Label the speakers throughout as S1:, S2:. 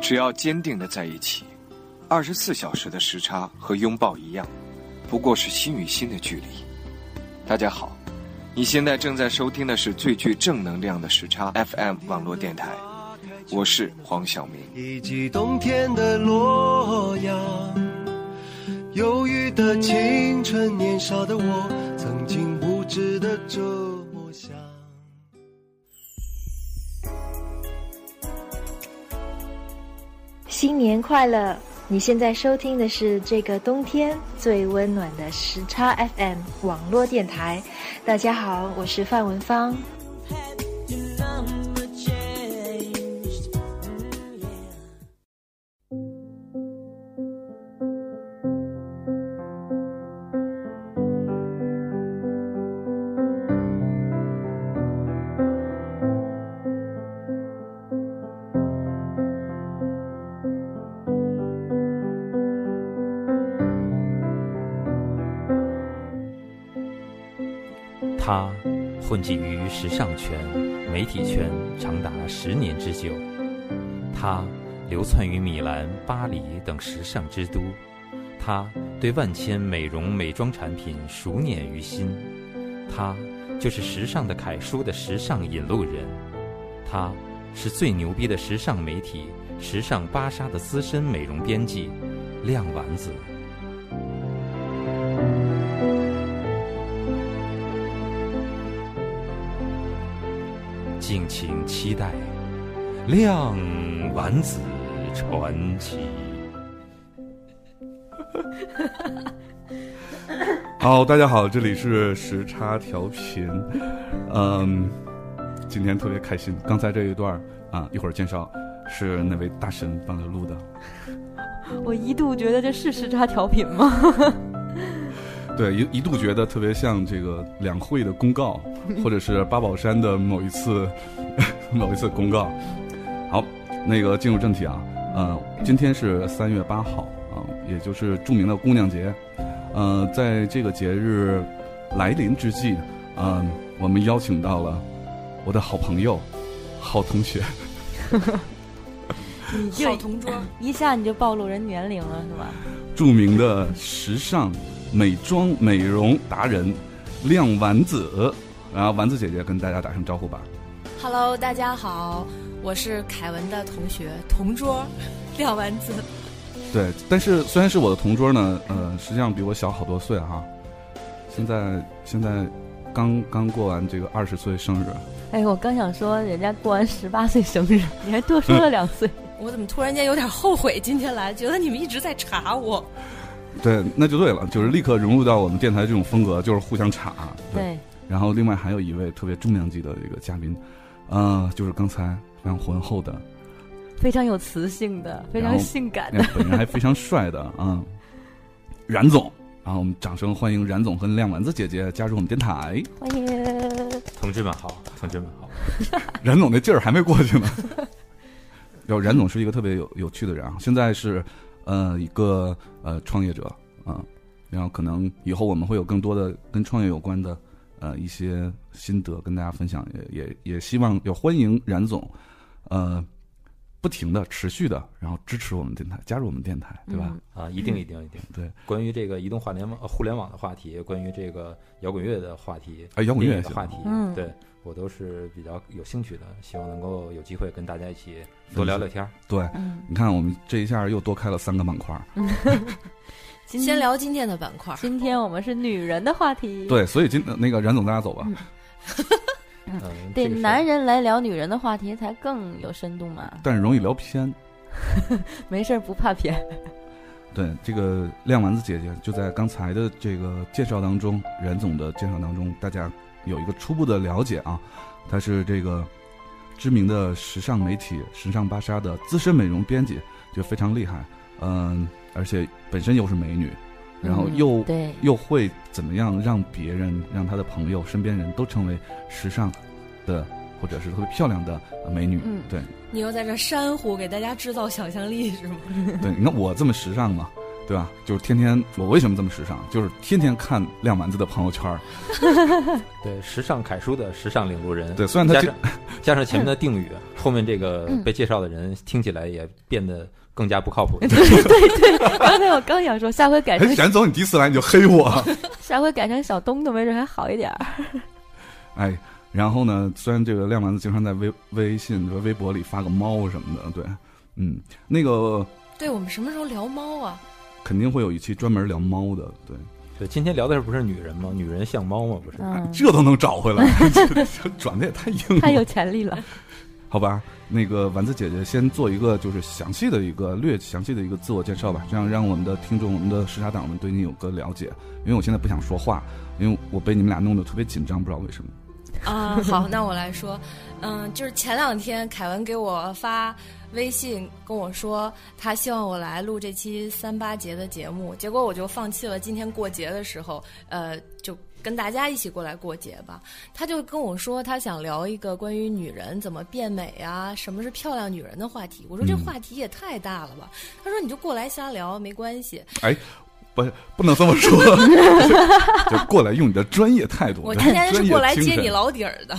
S1: 只要坚定的在一起，二十四小时的时差和拥抱一样，不过是心与心的距离。大家好，你现在正在收听的是最具正能量的时差 FM 网络电台，我是黄晓明。
S2: 以及冬天的洛阳，忧郁的青春，年少的我，曾经无知的这么想。
S3: 新年快乐！你现在收听的是这个冬天最温暖的时差 FM 网络电台。大家好，我是范文芳。
S4: 他混迹于时尚圈、媒体圈长达十年之久。他流窜于米兰、巴黎等时尚之都。他对万千美容美妆产品熟稔于心。他就是时尚的楷书的时尚引路人。他是最牛逼的时尚媒体《时尚芭莎》的资深美容编辑亮丸子。敬请期待亮丸子传奇。
S5: 好，大家好，这里是时差调频，嗯，今天特别开心。刚才这一段儿啊，一会儿介绍是那位大神帮着录的。
S6: 我一度觉得这是时差调频吗？
S5: 对，一一度觉得特别像这个两会的公告，或者是八宝山的某一次 某一次公告。好，那个进入正题啊，呃，今天是三月八号啊、也就是著名的姑娘节。呃，在这个节日来临之际，嗯、我们邀请到了我的好朋友、好同学，
S6: 你就同桌， 一下你就暴露人年龄了是吧？
S5: 著名的时尚美妆美容达人亮丸子。然后丸子姐姐跟大家打声招呼吧。
S7: Hello，大家好，我是凯文的同学同桌 廖丸子。
S5: 对，但是虽然是我的同桌呢，呃，实际上比我小好多岁哈、现在现在刚刚过完这个二十岁生日，
S6: 哎，我刚想说，人家过完十八岁生日， 你还多说了两岁。
S7: 我怎么突然间有点后悔今天来，觉得你们一直在查我。
S5: 对，那就对了，就是立刻融入到我们电台这种风格，就是互相插。
S6: 对，
S5: 然后另外还有一位特别重量级的这个嘉宾，呃，就是刚才非常浑厚的，
S6: 非常有磁性的，非
S5: 然
S6: 常
S5: 后
S6: 性感的
S5: 然。后本人还非常帅的 啊、嗯冉总。然后我们掌声欢迎冉总和亮丸子姐姐加入我们电台。
S6: 欢迎，
S4: 同志们好，同志们好。
S5: 冉总那劲儿还没过去呢。 然后冉总是一个特别有有趣的人啊，现在是呃一个呃创业者啊、然后可能以后我们会有更多的跟创业有关的呃一些心得跟大家分享，也也也希望也欢迎冉总，呃，不停的持续的，然后支持我们电台，加入我们电台，对吧？
S4: 啊，一定一定一定。
S5: 对，
S4: 关于这个移动互联网、呃互联网的话题，关于这个摇滚乐的话题，
S5: 啊摇滚乐
S4: 电影
S5: 也
S4: 的
S5: 行
S4: 话题，
S6: 嗯
S4: 对我都是比较有兴趣的，希望能够有机会跟大家一起多聊聊天儿。
S5: 对，
S6: 嗯，
S5: 你看我们这一下又多开了三个板块儿，
S4: 嗯
S6: 今
S7: 先。聊今天的板块，
S6: 今天我们是女人的话题，
S5: 对，所以今那个冉总大家走吧，
S4: 嗯，
S6: 对
S4: 这个是
S6: 男人来聊女人的话题才更有深度嘛。
S5: 但是容易聊偏。
S6: 没事儿不怕偏，
S5: 对，这个亮丸子姐姐就在刚才的这个介绍当中，冉总的介绍当中，大家有一个初步的了解啊。她是这个知名的时尚媒体《时尚芭莎》的资深美容编辑，就非常厉害。嗯，而且本身又是美女，然后
S6: 嗯
S5: 又、
S6: 对
S5: 又会怎么样让别人、让她的朋友、身边人都成为时尚的或者是特别漂亮的呃美女？
S6: 嗯
S5: 对
S7: 你又在这珊瑚给大家制造想象力是吗？
S5: 对，你看我这么时尚嘛，对吧？就是天天，我为什么这么时尚？就是天天看亮丸子的朋友圈儿。
S4: 对，时尚楷书的时尚领路人，
S5: 对，虽然他
S4: 加
S5: 这
S4: 上加上前
S6: 嗯
S4: 面的定语，后面这个被介绍的人听起来也变得更加不靠 谱。
S6: 嗯对对对，刚才我刚想说，下回改
S5: 哎，
S6: 成
S5: 冉总，你第一次来你就黑我，
S6: 下回改成小东东，没准还好一点儿。
S5: 哎。然后呢，虽然这个亮丸子经常在微微信、和微博里发个猫什么的，对，嗯，那个
S7: 对我们什么时候聊猫啊？
S5: 肯定会有一期专门聊猫的，对，
S4: 对，今天聊的不是女人吗？女人像猫吗？不是，
S5: 哎
S6: 嗯，
S5: 这都能找回来， 这这转的也太硬了，
S6: 太有潜力了。
S5: 好吧，那个丸子姐姐先做一个就是详细的一个略详细的一个自我介绍吧，这样让我们的听众、我们的时差党们对你有个了解。因为我现在不想说话，因为我被你们俩弄得特别紧张，不知道为什么。
S7: 啊、好，那我来说，嗯，就是前两天凯文给我发微信跟我说，他希望我来录这期三八节的节目，结果我就放弃了。今天过节的时候，呃，就跟大家一起过来过节吧。他就跟我说，他想聊一个关于女人怎么变美啊，什么是漂亮女人的话题。我说这
S5: 嗯
S7: 话题也太大了吧。他说你就过来瞎聊，没关系。
S5: 不，不能这么说，就过来用你的专业态 度。
S7: 我今天
S5: 专
S7: 是
S5: 业
S7: 过来
S5: 精
S7: 揭
S5: 神
S6: 嗯
S7: 你老底儿的。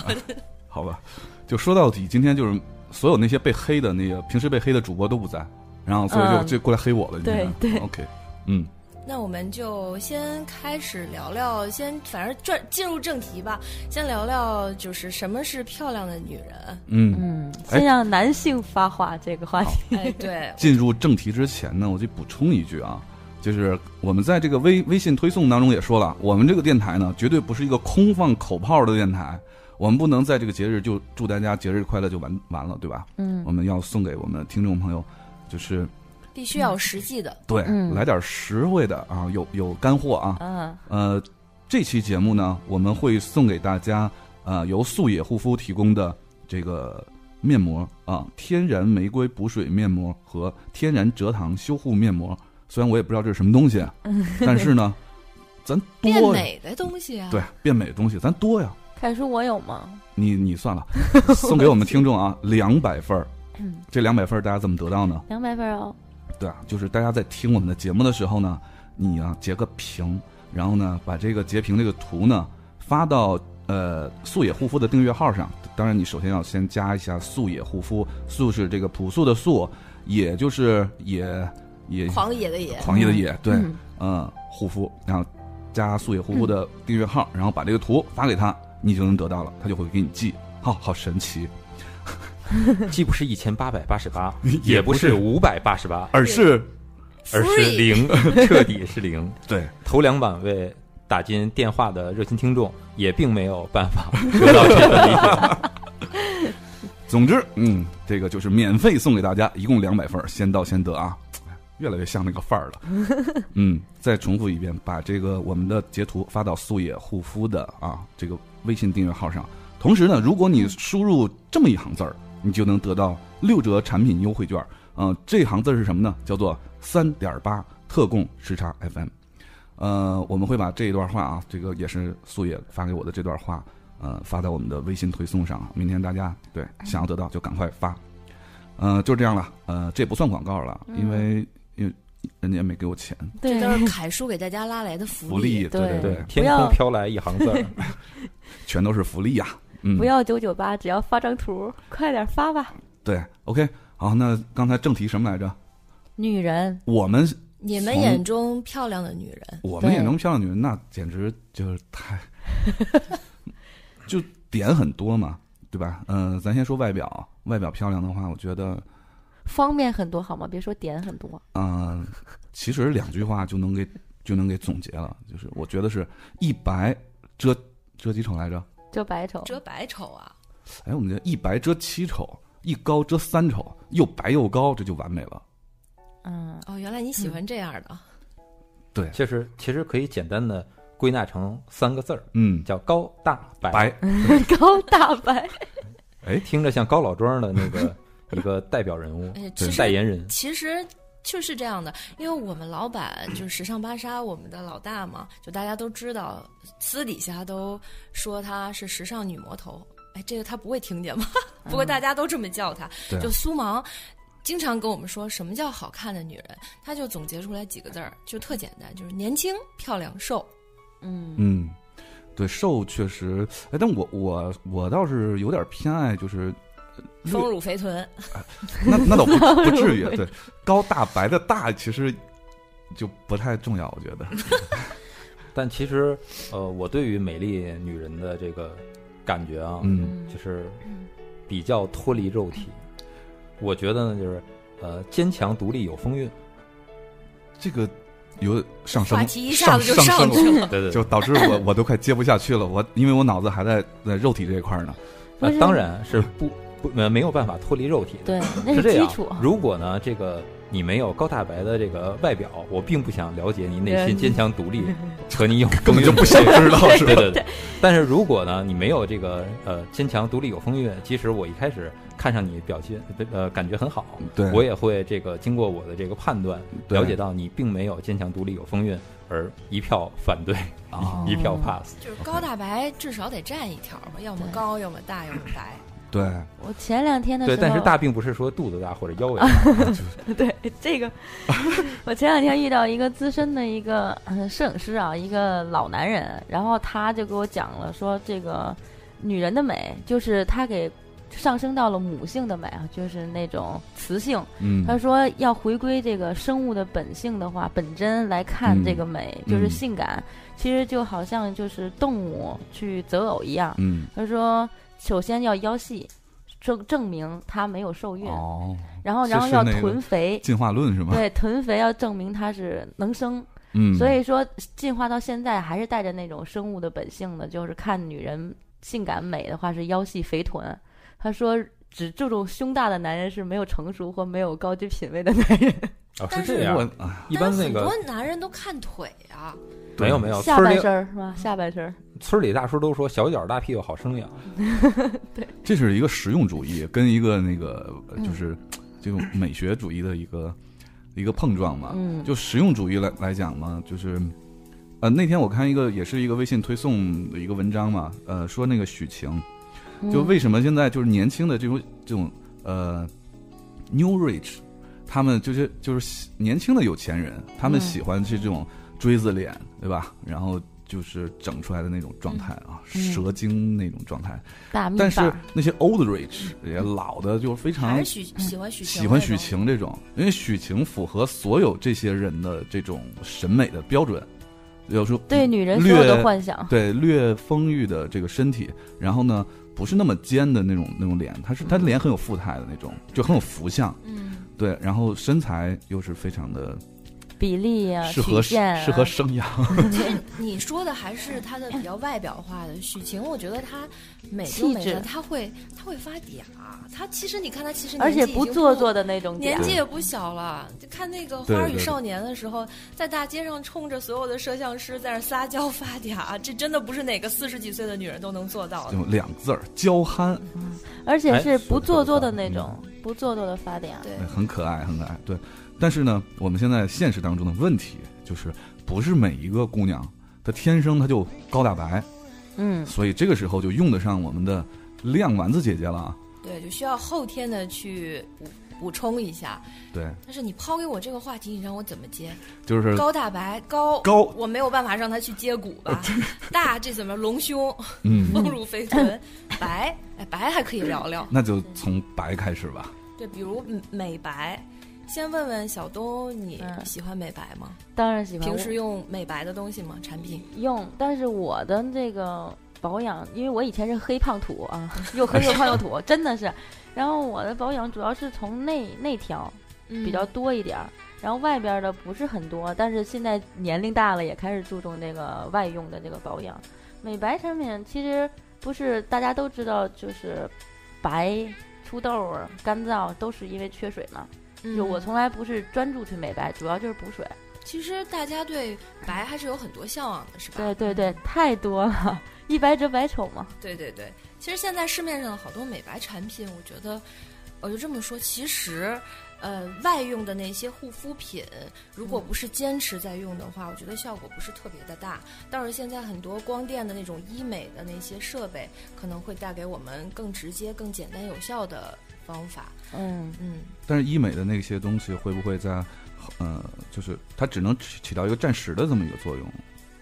S5: 好吧，就说到底，今天就是所有那些被黑的那个平时被黑的主播都不在，然后所以就
S6: 嗯
S5: 就过来黑我了。今天
S6: 对对
S5: OK，嗯，
S7: 那我们就先开始聊聊，先反正转进入正题吧，先聊聊就是什么是漂亮的女 人。
S5: 嗯
S6: 嗯，先让男性发话这个话题。
S7: 哎，对，
S5: 进入正题之前呢，我就补充一句啊，就是我们在这个微微信推送当中也说了，我们这个电台呢，绝对不是一个空放口炮的电台，我们不能在这个节日就祝大家节日快乐就完完了，对吧？
S6: 嗯
S5: 我们要送给我们的听众朋友，就是
S7: 必须要 实际的。
S5: 对、
S6: 嗯
S5: 来点实惠的啊，有有干货啊。
S6: 嗯
S5: 呃，这期节目呢，我们会送给大家呃由素野护肤提供的这个面膜啊，天然玫瑰补水面膜和天然蔗糖修护面膜。虽然我也不知道这是什么东西，啊 但是呢，咱
S7: 变
S5: 多呀，
S7: 美的东西啊，
S5: 对变美的东西咱多呀。
S6: 凯叔，我有吗？
S5: 你你 算了，送给我们听众啊，两百份儿。
S6: 嗯
S5: 这两百份儿大家怎么得到呢？
S6: 两百分哦。
S5: 对啊，就是大家在听我们的节目的时候呢，你啊截个屏，然后呢把这个截屏这个图呢发到呃素野护肤的订阅号上。当然，你首先要先加一下素野护肤，素是这个朴素的素，野就是野野
S7: 狂野的野。
S5: 狂野的野，对，
S6: 嗯
S5: 嗯，护肤，然后加素野护肤的订阅号，然后把这个图发给他，你就能得到了，他就会给你寄。好、好神奇，
S4: 既不是一千八百八十八，
S5: 也
S4: 也
S5: 不
S4: 不
S5: 是
S4: 是五百八十八，
S5: 而是
S4: 而是
S7: Free
S4: 零，彻底是零。
S5: 对
S4: 头两晚为打进电话的热心听众也并没有办 法得到这份礼品。
S5: 总之，嗯，这个就是免费送给大家，一共两百份儿，先到先得啊，越来越像那个范儿了。嗯，再重复一遍，把这个我们的截图发到素野护肤的啊这个微信订阅号上。同时呢，如果你输入这么一行字儿，你就能得到六折产品优惠券。嗯、这行字儿是什么呢？叫做三点八特供时差 FM。呃，我们会把这一段话啊，这个也是素野发给我的这段话，呃，发在我们的微信推送上啊。明天大家对想要得到就赶快发。呃，就这样了。呃，这也不算广告了，因为因为人家也没给我钱，
S7: 这
S6: 对，
S7: 都是凯叔给大家拉来的福
S5: 福利，对对
S6: 对
S4: 对，
S6: 不
S4: 天
S6: 要
S4: 空飘来一行字儿，
S5: 全都是福利呀、嗯，
S6: 不要九九八，只要发张图，快点发吧。
S5: 对，OK，好，那刚才正题什么来着？
S6: 女人，
S5: 我们
S7: 你们
S5: 从
S7: 眼中漂亮的女人，
S5: 我们
S6: 对
S5: 眼中漂亮女人，那简直就是太，就点很多嘛，对吧？嗯、咱先说外表，外表漂亮的话，我觉得，
S6: 方面很多好吗？别说点很多。
S5: 嗯、其实两句话就能给就能给总结了，就是我觉得是一白遮遮几丑来着？
S6: 遮白丑，
S7: 遮百丑啊，
S5: 哎，我们这一白遮七丑，一高遮三丑，又白又高，这就完美了。
S6: 嗯，
S7: 哦，原来你喜欢这样的，
S4: 其实其实可以简单的归纳成三个字儿，
S5: 嗯，
S4: 叫高大白。
S5: 白，
S6: 高大白，
S4: 听着像高老庄的那 个一个代表人物
S7: 哎，其
S4: 对
S7: 实
S4: 代言人。
S7: 其实就是这样的，因为我们老板就是时尚芭莎，我们的老大嘛，就大家都知道，私底下都说她是时尚 女魔头。哎，这个她不会听见吗？不过大家都这么叫她，
S5: 对
S7: 就苏芒。经常跟我们说什么叫好看的女人，他就总结出来几个字儿，就特简单，就是年轻、漂亮、瘦。
S6: 嗯
S5: 嗯，对，瘦确实，哎，但我我我倒是有点偏爱， 就是略
S7: 丰乳肥臀，
S5: 那那倒不不至 于，对，高大白的大其实就不太重要，我觉得。
S4: 但其实，呃，我对于美丽女人的这个感觉啊，
S5: 嗯
S6: 嗯
S4: 就是比较脱离肉体。我觉得呢，就是呃，坚强独立有风韵。
S5: 这个有上升，
S7: 话题一下子就上
S5: 升
S7: 去了。
S4: 对对
S5: 就
S4: 对，
S5: 导致 我我都快接不下去了，我因为我脑子还在在肉体这一块儿呢。
S6: 不是
S4: 呃当然是不不呃没有办法脱离肉体的。
S6: 对，那
S4: 是这
S6: 基
S4: 样
S6: 础。。
S4: 如果呢，这个你没有高大白的这个外表，我并不想了解你内心
S6: 人
S4: 坚强独立和 你有
S5: 根本就不想
S4: 风韵
S5: 知道
S4: 对
S5: 是吧
S4: 对对对。但是如果呢，你没有这个呃坚强独立有风韵，即使我一开始看上你表现呃感觉很好，
S5: 对
S4: 我也会这个经过我的这个判断，
S5: 对
S4: 了解到你并没有坚强独立有风韵，而一票反对，
S5: 啊，
S4: 一
S6: 哦
S4: 票 pass。
S7: 就是高大白至少得占一条吧，要么
S6: 对
S7: 高，要么大，要么白。
S5: 对，
S6: 我前两天的
S4: 对，
S6: 时候，啊
S4: 但是大并不是说肚子大或者腰围大，
S6: 对 这个，我前两天遇到一个资深的一个呃摄影师啊，一个老男人，然后他就给我讲了说，这个女人的美就是他给上升到了母性的美啊，就是那种雌性。
S5: 嗯，
S6: 他说要回归这个生物的本性的话，本真来看这个美，
S5: 嗯
S6: 就是
S5: 嗯
S6: 性感，其实就好像就是动物去择偶一样。
S5: 嗯，
S6: 他说，首先要腰细，证证明他没有受孕，
S5: 哦，
S6: 然后
S5: 这
S6: 然后
S5: 是
S6: 要
S5: 那个
S6: 臀肥。
S5: 进化论是吗？
S6: 对，臀肥要证明它是能生，
S5: 嗯，
S6: 所以说进化到现在还是带着那种生物的本性的，就是看女人性感美的话是腰细肥臀。他说，只注重胸大的男人是没有成熟或没有高级品位的男人。
S4: 哦
S7: 但是
S4: 这样
S5: 我。啊
S4: 一
S7: 但
S4: 般
S7: 是
S4: 那
S7: 很
S4: 个
S7: 多男人都看腿啊，
S4: 没有没有，
S6: 下
S4: 村
S6: 半
S4: 里
S6: 身儿是吧？下半身儿，
S4: 村里大叔都说小脚大屁股好生养，
S5: 这是一个实用主义跟一个那个呃
S6: 嗯
S5: 就是这种美学主义的一个一个碰撞嘛。
S6: 嗯，
S5: 啊就实用主义来来讲嘛，就是，呃，那天我看一个也是一个微信推送的一个文章嘛，呃，说那个许晴，
S6: 嗯
S5: 就为什么现在就是年轻的这种这种呃，new rich，他们就是就是喜年轻的有钱人，他们
S6: 嗯
S5: 喜欢去这种锥子脸，对吧？然后就是整出来的那种状态啊，
S6: 嗯
S5: 蛇精那种状态。
S6: 大
S7: 嗯
S6: 蜜
S5: 但
S6: 法
S5: 是那些 old rich 也老的就非常
S7: 还是许喜欢许
S5: 嗯
S7: 晴
S5: 喜欢
S7: 那
S5: 许，
S7: 种
S5: 晴这种，因为许晴符合所有这些人的这种审美的标准，有时候
S6: 对女人所
S5: 略
S6: 有的幻想，
S5: 对略丰腴的这个身体，然后呢不是那么尖的那种那种脸，她是她脸很有富态的那种，就很有福相，
S7: 嗯，
S5: 对，然后身材又是非常的
S6: 比例
S7: 呃
S6: 啊，
S5: 适合
S6: 曲线啊
S5: 适合生养，
S7: 你说的还是她的比较外表化的许晴，我觉得她美就
S6: 气
S7: 美
S6: 质
S7: 在她会她会发嗲，她其实你看她其实
S6: 而且
S7: 年纪已
S6: 不
S7: 经
S6: 做作的那种点
S7: 年
S6: 儿
S7: 纪也不小了，就看那个《
S5: 对
S7: 花儿与
S5: 对
S7: 少年》的时候，在大街上冲着所有的摄像师在那儿撒娇发嗲，这真的不是哪个四十几岁的女人都能做到的。
S5: 就两个字儿娇憨，
S6: 而且
S4: 哎
S6: 是
S4: 说
S6: 不
S4: 得
S6: 做
S4: 特别
S6: 作的
S4: 棒
S5: 嗯
S6: 那种，不做作的发嗲。
S7: 对，
S5: 哎很可爱很可爱，对。但是呢，我们现在现实当中的问题就是，不是每一个姑娘她天生她就高大白，
S6: 嗯，
S5: 所以这个时候就用得上我们的亮丸子姐姐了啊。
S7: 对，就需要后天的去补补充一下。
S5: 对，
S7: 但是你抛给我这个话题，你让我怎么接？
S5: 就是
S7: 高大白高
S5: 高
S7: 我没有办法让他去接骨 吧。大这怎么隆胸、
S5: 嗯，
S7: 丰乳肥臀？白哎，白还可以聊聊。
S5: 那就从白开始吧。
S7: 对，比如美美白，先问问小东，你
S6: 嗯
S7: 喜欢美白吗？
S6: 当然喜欢。
S7: 平时用美白的东西吗？产品？
S6: 用，但是我的这个保养，因为我以前是黑胖土 啊，又黑又胖又土，真的是。然后我的保养主要是从内内调
S7: 嗯
S6: 比较多一点儿，然后外边儿的不是很多。但是现在年龄大了，也开始注重这个外用的这个保养。美白产品其实不是大家都知道，就是白、出痘儿、干燥都是因为缺水嘛。
S7: 嗯
S6: 就我从来不是专注去美白，主要就是补水。
S7: 其实大家对白还是有很多向往的，是吧？
S6: 对对对，太多了， 一白遮百丑嘛。
S7: 对对对其实现在市面上好多美白产品，我觉得，我就这么说，其实，呃，外用的那些护肤品，如果不是坚持在用的话，我觉得效果不是特别的大。倒是现在很多光电的那种医美的那些设备，可能会带给我们更直接、更简单有效的方法。
S6: 嗯，
S7: 嗯，
S5: 但是医美的那些东西会不会在，呃，就是它只能起起到一个暂时的这么一个作用？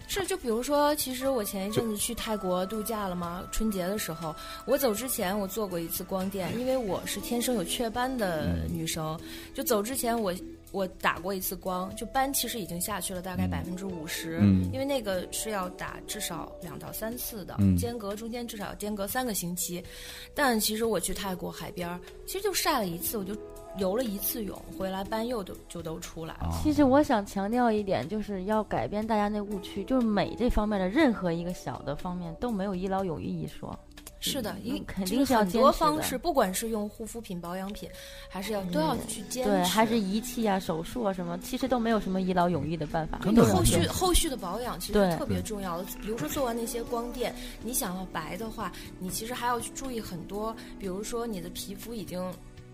S7: 是，就比如说，其实我前一阵子去泰国度假了嘛，春节的时候，我走之前我做过一次光电，因为我是天生有雀斑
S5: 嗯
S7: 的女生，就走之前我我打过一次光，就斑其实已经下去了大概
S5: 嗯
S7: 百分之五十，
S5: 嗯
S7: 因为那个是要打至少两到三次的，
S5: 嗯
S7: 间隔中间至少要间隔三个星期。但其实我去泰国海边儿，其实就晒了一次，我就游了一次泳，回来斑又都就都出来了。
S5: 啊，
S6: 其实我想强调一点，就是要改变大家那误区，就是美这方面的任何一个小的方面都没有医疗有益一说。
S7: 是的，因为
S6: 嗯肯
S7: 就是
S6: 定是要
S7: 很
S6: 坚
S7: 多
S6: 持
S7: 方
S6: 的嗯
S7: 式，不管是用护肤品、保养品，还是要都要去坚持。
S6: 对，还是仪器啊、手术啊什么，其实都没有什么医疗有益的办法。
S5: 真
S7: 你
S5: 的
S7: 后
S5: 完全
S7: 续后续的保养其实
S6: 对
S7: 特别重要的。比如说做完那些光电，你想要白的话，你其实还要去注意很多，比如说你的皮肤已经。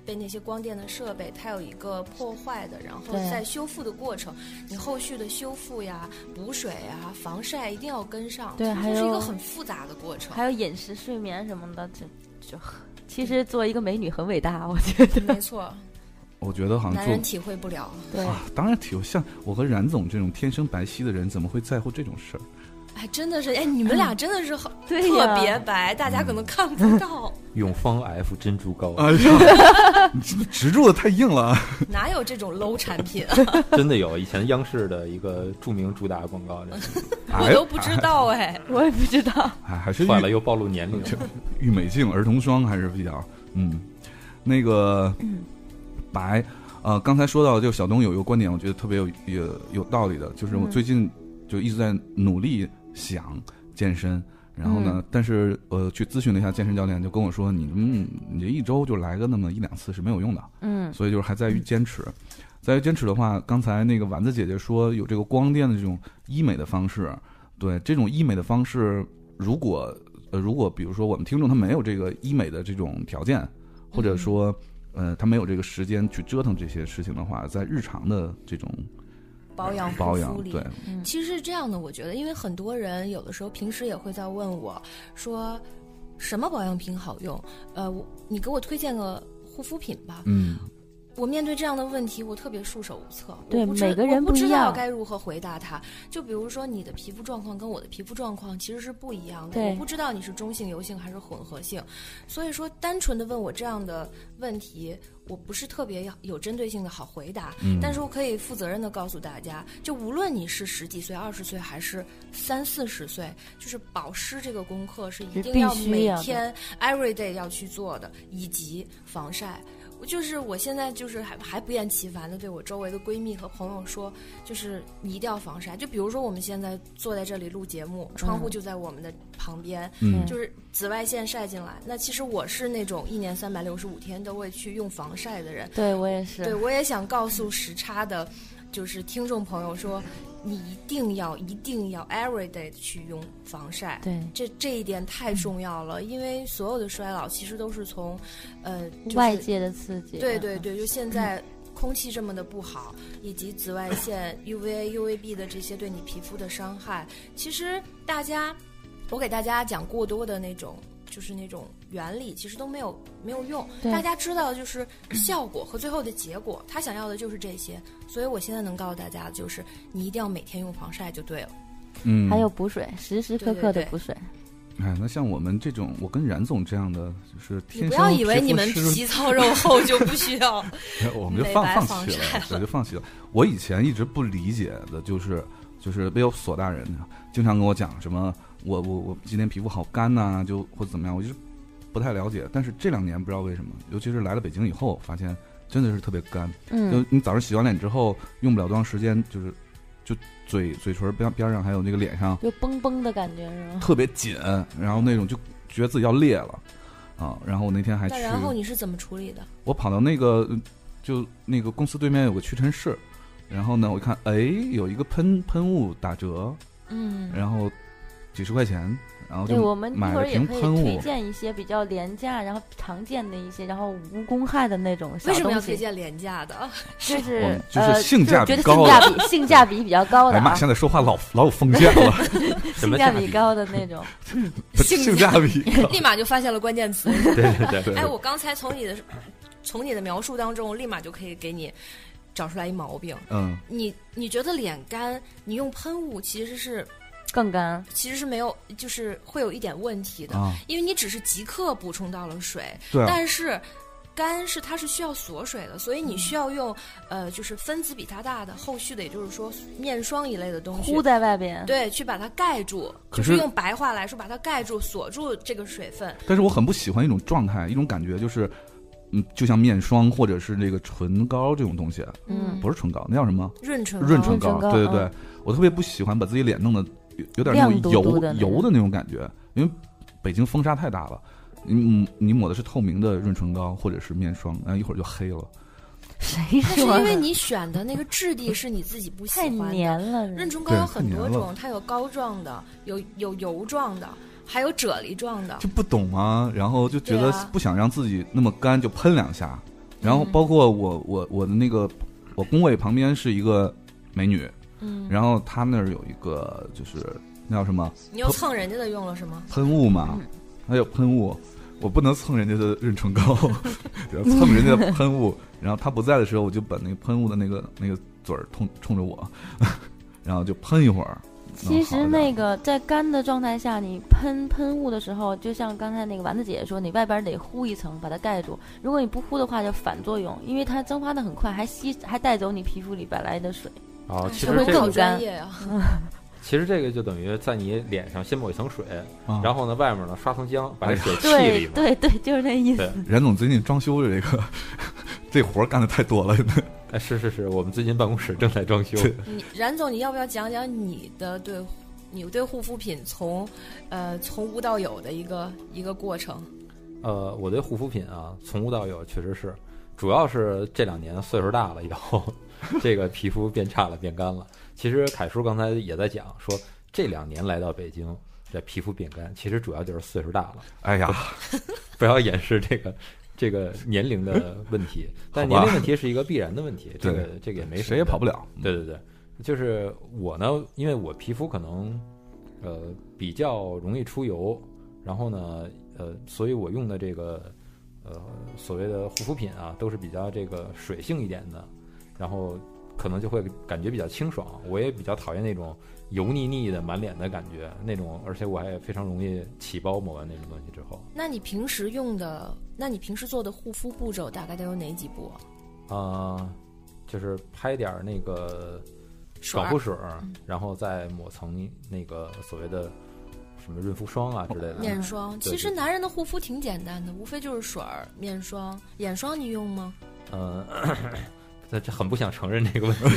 S7: 被那些光电的设备，它有一个破坏的，然后
S6: 对
S7: 在修复的过程，你后续的修复呀、补水呀、防晒一定要跟上，
S6: 对
S7: 这
S6: 还
S7: 是一
S6: 有
S7: 个很复杂的过程。
S6: 还有饮食、睡眠什么的，这就其实做一个美女很伟大，我觉得。
S7: 没错，
S5: 我觉得好像
S7: 男人
S5: 做
S7: 体会不了。
S6: 对，
S5: 啊，当然体有像我和冉总这种天生白皙的人，怎么会在乎这种事儿？
S7: 哎，真的是，哎，你们俩真的是好、
S6: 对呀
S7: 特别白，大家可能看不到，
S4: 永芳 F 珍珠膏，
S5: 哎呀，你这植入的太硬了啊。
S7: 哪有这种 low 产品？
S4: 真的有以前央视的一个著名主打广告，
S7: 我都不知道哎。
S6: 我也不知道。
S5: 哎，还是
S4: 坏
S5: 玉
S4: 了又暴露 年龄了。
S5: 玉美净儿童霜还是比较嗯，那个
S7: 嗯
S5: 白。呃，刚才说到就小东有一个观点，我觉得特别有有有道理的，就是我
S6: 嗯
S5: 最近就一直在努力想健身，然后呢，
S6: 嗯
S5: 但是呃去咨询了一下健身教练，就跟我说你嗯你这一周就来个那么一两次是没有用的，
S6: 嗯，
S5: 所以就是还在于坚持。在于坚持的话，刚才那个丸子姐姐说有这个光电的这种医美的方式，对这种医美的方式，如果呃如果比如说我们听众他没有这个医美的这种条件，或者说
S7: 嗯
S5: 呃他没有这个时间去折腾这些事情的话，在日常的这种
S7: 保养嗯护
S5: 保
S7: 肤
S5: 养，
S7: 里
S5: 对，
S7: 其实是这样的，我觉得，因为很多人有的时候平时也会在问我说，什么保养品好用？呃，我你给我推荐个护肤品吧。
S5: 嗯，
S7: 我面对这样的问题，我特别束手无策。
S6: 对
S7: 我不知
S6: 每个人
S7: 我不知
S6: 不一
S7: 道
S6: 样
S7: 该如何回答他。就比如说你的皮肤状况跟我的皮肤状况其实是不一样的，
S6: 对
S7: 我不知道你是中性、油性还是混合性，所以说单纯的问我这样的问题，我不是特别有针对性的好回答。但是我可以负责任的告诉大家，就无论你是十几岁、二十岁还是三四十岁，就是保湿这个功课是一
S6: 是
S7: 定
S6: 必
S7: 要
S6: 须
S7: 每
S6: 要的
S7: 天 every day 要去做的，以及防晒。我就是我现在就是还还不厌其烦的对我周围的闺蜜和朋友说，就是你一定要防晒。就比如说我们现在坐在这里录节目，窗
S6: 嗯
S7: 户就在我们的旁边，
S5: 嗯
S7: 就是紫外线晒进来。那其实我是那种一年三百六十五天都会去用防晒的人。
S6: 对我也是。
S7: 对，我也想告诉时差的，就是听众朋友说，你一定要一定要 every day 去用防晒。
S6: 对
S7: 这这一点太重要了，因为所有的衰老其实都是从，呃，就是
S6: 外界的刺激。啊嗯
S7: 对对对，就现在空气这么的不好，以及紫外线、UVA、UVB 的这些对你皮肤的伤害，其实大家，我给大家讲过多的那种。就是那种原理，其实都没有没有用。
S6: 对
S7: 大家知道，就是效果和最后的结果，他想要的就是这些。所以我现在能告诉大家的就是，你一定要每天用防晒就对了。
S5: 嗯，
S6: 还有补水，时时刻刻
S7: 对对
S6: 的
S7: 对
S6: 补水。
S5: 哎，那像我们这种，我跟冉总这样的，就是
S7: 你
S5: 天
S7: 不
S5: 生
S7: 要以为你们
S5: 皮肤湿
S7: 皮糙肉厚就不 需要。
S5: 哎我们就
S7: 美
S5: 放
S7: 白
S5: 放
S7: 防
S5: 弃
S7: 晒
S5: 了， 我就放弃了。我以前一直不理解的就是，就是被有索大人啊经常跟我讲什么，我我我今天皮肤好干呐、就或者怎么样，我就是不太了解。但是这两年不知道为什么，尤其是来了北京以后，发现真的是特别干。
S6: 嗯
S5: 就，你早上洗完脸之后，用不了多长时间，就是就嘴嘴唇边边上还有那个脸上
S6: 就绷绷的感觉是吗？
S5: 特别紧，然后那种就觉得自己要裂了啊。然后我那天还去
S7: 那，然后你是怎么处理的？
S5: 我跑到那个嗯就那个公司对面有个屈臣氏，然后呢，我一看，哎，有一个喷喷雾打折，
S7: 嗯，
S5: 然后几十块钱，然后
S6: 对，我
S5: 就
S6: 们一
S5: 买了
S6: 会儿也
S5: 瓶
S6: 可以
S5: 喷
S6: 推
S5: 雾。
S6: 荐一些比较廉价，然后常见的一些，然后无公害的那种小
S7: 为什么要
S6: 东
S7: 推
S6: 西，
S7: 荐廉价的？
S6: 就
S5: 我
S6: 是
S5: 们就是性价比
S6: 呃、就是觉
S5: 高
S6: 得
S5: 的
S6: 性价比性价比比较高的
S5: 哎妈，
S6: 啊，
S5: 现在说话老老有封建了，
S8: 什
S6: 性
S8: 么
S6: 价
S8: 比
S6: 比？高的那种。
S5: 不是性价比高。
S7: 立马就发现了关键词。
S8: 对对对，
S7: 哎，我刚才从你的从你的描述当中，立马就可以给你找出来一毛病。
S5: 嗯，
S7: 你你觉得脸干，你用喷雾其实是
S6: 更 干，
S7: 其实是没有，就是会有一点问题的，
S5: 啊
S7: 因为你只是即刻补充到了水，
S5: 对啊，
S7: 但是肝是它是需要锁水的，所以你需要用、呃就是分子比它大的后续的，也就是说面霜一类的东西
S6: 糊。在外边。
S7: 对，去把它盖住，
S5: 可
S7: 就是用白话来说，把它盖住，锁住这个水分。
S5: 但是我很不喜欢一种状态，一种感觉就是，嗯，就像面霜或者是那个唇膏这种东西，
S6: 嗯
S5: 不是唇膏，那叫什么？
S7: 润唇膏
S5: 润唇
S6: 膏
S5: 膏。
S6: 嗯润唇膏
S5: 对对对
S6: 嗯，
S5: 我特别不喜欢把自己脸弄得有有点那
S6: 亮
S5: 种
S6: 嘟
S5: 油
S6: 嘟的那种
S5: 油的那种感觉，因为北京风沙太大了。你抹你抹的是透明的润唇膏或者是面霜，然后一会儿就黑了。
S6: 谁
S7: 那是因
S6: 说的
S7: 为你选的那个质地是你自己不喜
S6: 太
S7: 欢的。
S6: 黏了，
S5: 嗯
S7: 润唇膏有很
S5: 对太
S7: 多
S5: 黏了
S7: 种，它有膏状的，有有油状的，还有啫喱状的。
S5: 就不懂啊，然后就觉得
S7: 对啊
S5: 不想让自己那么干，就喷两下。然后
S7: 嗯
S5: 包括我我我的那个我工位旁边是一个美女，
S6: 嗯，
S5: 然后她那儿有一个就是那叫什么
S7: 你又蹭人家的用了是吗？
S5: 喷雾嘛，
S6: 嗯
S5: 还有喷雾，我不能蹭人家的润唇膏， 然后蹭人家的喷雾。然后她不在的时候，我就把那个喷雾的那个那个嘴儿冲冲着我， 然后就喷一会儿。
S6: 其
S5: 能
S6: 实
S5: 好一点
S6: 那个在干的状态下，你喷喷雾的时候，就像刚才那个丸子姐姐说，你外边得糊一层把它盖住。如果你不糊的话，就反作用，因为它蒸发的很快，还吸还带走你皮肤里本来的水。
S8: 哦，其
S7: 哎
S8: 实
S7: 我
S6: 会
S8: 这
S6: 更
S7: 好
S8: 个
S7: 专业啊！
S8: 其实这个就等于在你脸上先抹一层水，
S5: 啊
S8: 然后呢外面呢刷层浆，把
S5: 哎
S8: 这
S5: 呀
S8: 水气
S6: 对
S8: 里面。
S6: 对对，就是那意思
S8: 对。
S5: 冉总最近装修的这个 这活儿干的太多了，
S8: 哎，是是是，我们最近办公室正在装修，
S5: 对
S7: 你冉总，你要不要讲讲你的对你对护肤品从呃从无到有的一个一个过程？
S8: 呃，我对护肤品啊，从无到有，确实是，主要是这两年岁数大了以后，这个皮肤变差了，变干了。 其实凯叔刚才也在讲说，这两年来到北京，这皮肤变干，其实主要就是岁数大了，
S5: 哎呀，
S8: 不要掩饰这个这个年龄的问题。但年龄问题是一个必然的问题，这个这个也没什么
S5: 谁也跑不
S8: 了。
S5: 了。
S8: 对对对，就是我呢，因为我皮肤可能呃比较容易出油，然后呢呃，所以我用的这个呃所谓的护肤品啊，都是比较这个水性一点的，然后可能就会感觉比较清爽。我也比较讨厌那种油腻腻的满脸的感觉，那种而且我还非常容易起包，抹完那种东西之后。
S7: 那你平时用的，那你平时做的护肤步骤大概都有哪几步？
S8: 啊、就是拍点儿那个
S7: 水
S8: 爽
S7: 儿
S8: 肤水儿，然后再抹层那个所谓的什么润肤霜啊之类的。
S7: 面霜，
S8: 对
S7: 其实
S8: 对
S7: 男人的护肤挺简单的，无非就是水儿、面霜、眼霜，你用吗？
S8: 嗯、呃， 这很不想承认这个问题，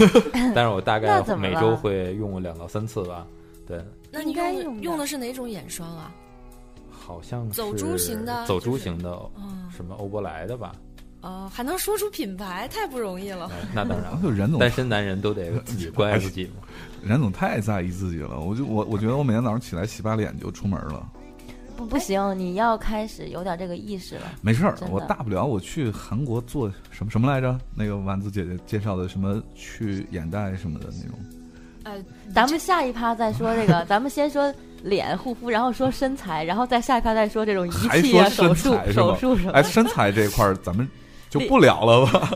S8: 但是我大概
S6: 那怎么
S8: 每
S6: 了
S8: 周会用两到三次吧。对，
S7: 那你
S6: 应该
S7: 用的
S6: 用的
S7: 用的是哪种眼霜啊？
S8: 好像是
S7: 走珠型的
S8: 走
S7: 就
S8: 珠
S7: 是
S8: 型的，
S7: 嗯，
S8: 什么欧珀莱的吧？
S7: 呃，还能说出品牌，太不容易了。
S8: 哎那当然
S5: 然后就
S8: 了，
S5: 冉总
S8: 单，身男人都得自己关爱自己嘛。
S5: 冉总太在意自己了。我就我我觉得我每天早上起来洗把脸就出门了，
S6: 不不行，你要开始有点这个意识了。
S5: 没事儿
S6: 真，的
S5: 我大不了我去韩国做什么什么来着？那个丸子姐姐介绍的什么去眼袋什么的那种。
S7: 呃，
S6: 咱们下一趴再说这个，咱们先说脸护肤，然后说身材，然后再下一趴再说这种仪
S5: 还
S6: 器啊、
S5: 说
S6: 手
S5: 身
S6: 术
S5: 材、是吧
S6: 手术什么的。
S5: 哎，身材这一块儿咱们就不聊了吧？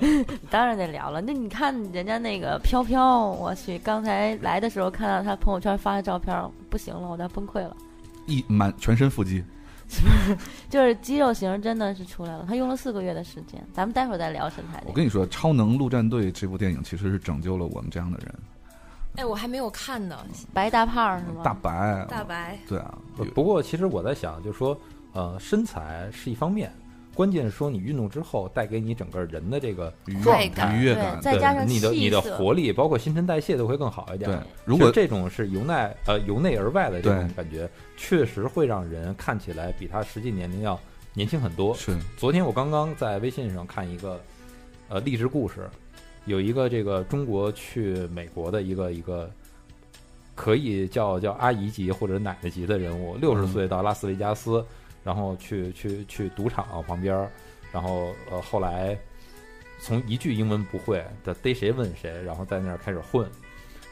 S6: 当然得聊了。那你看人家那个飘飘，我去，刚才来的时候看到她朋友圈发的照片，不行了，我都崩溃了。
S5: 一满全身腹肌，
S6: 就是肌肉型真的是出来了，她用了四个月的时间。咱们待会儿再聊身材
S5: 我跟
S6: 这个。
S5: 你说，《超能陆战队》这部电影其实是拯救了我们这样的人，
S7: 哎，我还没有看呢。
S6: 白大胖是吗？
S5: 大白，
S7: 大白，
S5: 对啊，
S8: 不不过，其实我在想，就是说，呃，身材是一方面，关键是说你运动之后带给你整个人的这个
S5: 愉
S7: 快
S5: 悦
S7: 感
S5: 愉悦
S6: 对
S5: 感，
S6: 再
S8: 对
S6: 加上
S8: 你的
S6: 气
S8: 你的
S6: 色
S8: 活力，包括新陈代谢都会更好一点。
S5: 对，
S8: 就
S5: 如果
S8: 这种是由内呃由内而外的这种
S5: 对
S8: 感觉，确实会让人看起来比他实际年龄要年轻很多。
S5: 是
S8: 嗯昨天我刚刚在微信上看一个呃励志故事，有一个这个中国去美国的一个一个可以叫叫阿姨级或者奶奶级的人物，六十岁到拉斯维加斯，然后去去去赌场旁边儿，然后呃后来从一句英文不会的逮谁问谁，然后在那儿开始混，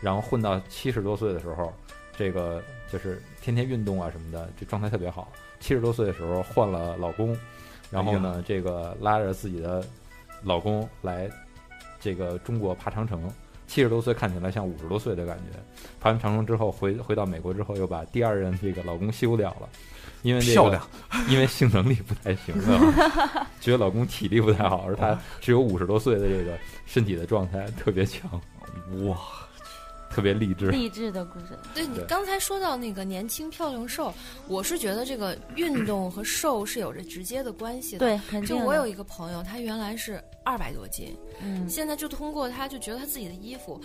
S8: 然后混到七十多岁的时候，这个就是天天运动啊什么的，这状态特别好。七十多岁的时候换了老公，然后
S5: 哎
S8: 呢，这个拉着自己的老公来这个中国爬长城。七十多岁看起来像五十多岁的感觉，爬完长城之后回回到美国之后，又把第二任这个老公休掉了，因为、这个、
S5: 漂亮，
S8: 因为性能力不太行了， 觉得老公体力不太好，而她只有五十多岁的这个身体的状态特别强，
S5: 哇，
S8: 特别励志。
S6: 励志的故事，
S7: 对你
S8: 对
S7: 刚才说到那个年轻漂亮瘦，我是觉得这个运动和瘦是有着直接的关系的。
S6: 对，肯
S7: 就
S6: 定的。
S7: 我有一个朋友，他原来是二百多斤，
S6: 嗯，
S7: 现在就通过他就觉得他自己的衣服，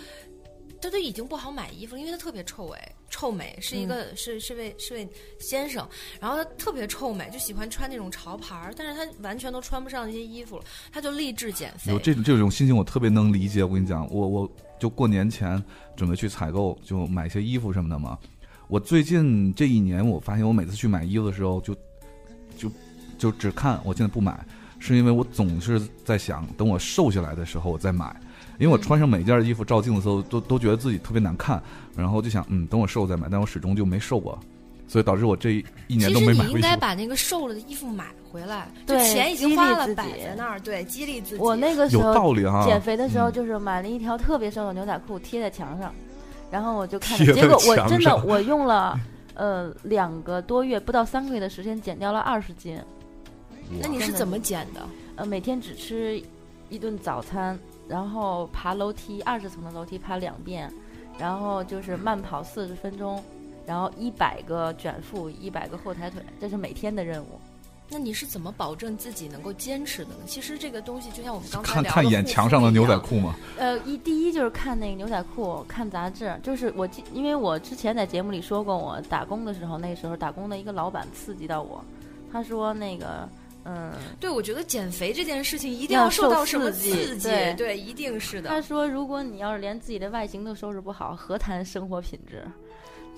S7: 他都已经不好买衣服了，因为他特别臭哎，臭
S5: 嗯
S7: 美是一个、是是位是位先生，然后他特别臭美，就喜欢穿那种潮牌儿，但是他完全都穿不上那些衣服了，他就励志减肥
S5: 有。这种这种心情，我特别能理解。我跟你讲，我我就过年前准备去采购，就买一些衣服什么的嘛。我最近这一年，我发现我每次去买衣服的时候就，就就只看，我现在不买，是因为我总是在想，等我瘦下来的时候我再买。因为我穿上每件衣服照镜子的时候，都都觉得自己特别难看，然后就想，嗯，等我瘦再买，但我始终就没瘦过，所以导致我这一年
S7: 其
S5: 都
S7: 实
S5: 没买
S7: 你
S5: 过
S7: 应
S5: 衣
S7: 该
S5: 服。
S7: 把那个瘦了的衣服买回来，就
S6: 对
S7: 钱已
S6: 激
S7: 经
S6: 励
S7: 花了
S6: 自己
S7: 摆在那儿，对，激励自己。
S6: 我那个时
S5: 有
S6: 候
S5: 道理哈、
S6: 减肥的时候，
S5: 嗯
S6: 就是买了一条特别瘦的牛仔裤贴在墙上，然后我就看
S5: 贴
S6: 着，
S5: 在
S6: 结果我
S5: 墙
S6: 真的
S5: 上
S6: 我用了呃两个多月，不到三个月的时间，减掉了二十斤。
S7: 那你是怎么减的？
S6: 呃，每天只吃一顿早餐，然后爬楼梯二十层的楼梯爬两遍，然后就是慢跑四十分钟，然后一百个卷腹，一百个后抬腿，这是每天的任务。
S7: 那你是怎么保证自己能够坚持的呢？其实这个东西就像我们刚才
S5: 看
S7: 聊
S5: 看
S7: 的
S5: 一眼
S7: 护
S5: 墙
S7: 肤
S5: 上的
S7: 一
S5: 牛仔
S7: 样，
S5: 裤嘛，
S6: 呃，一第一就是看那个牛仔裤，看杂志。就是我记，因为我之前在节目里说过，我打工的时候，那时候打工的一个老板刺激到我，他说那个，嗯，
S7: 对，我觉得减肥这件事情一定
S6: 要
S7: 要受
S6: 受
S7: 到什么
S6: 刺激
S7: 刺激，
S6: 对
S7: 对，一定是的
S6: 他。说如果你要是连自己的外形都收拾不好，何谈生活品质？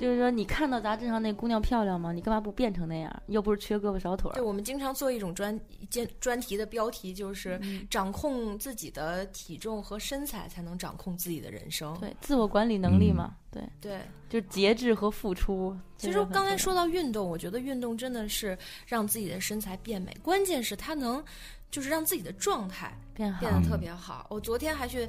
S6: 就是说，你看到杂志上那姑娘漂亮吗？你干嘛不变成那样？又不是缺胳膊少腿
S7: 对，
S6: 儿。
S7: 我们经常做一种专一件专题的标题，就是
S6: 嗯
S7: 掌控自己的体重和身材，才能掌控自己的人生。
S6: 对，自我管理能力嘛，对，
S7: 对，
S6: 就是节制和付出。
S7: 嗯其
S6: 这
S7: 实
S6: 个很
S7: 刚才
S6: 重要
S7: 说到运动，我觉得运动真的是让自己的身材变美，关键是它能就是让自己的状态
S6: 变好
S7: 变，得特
S5: 嗯
S7: 别好。我昨天还去。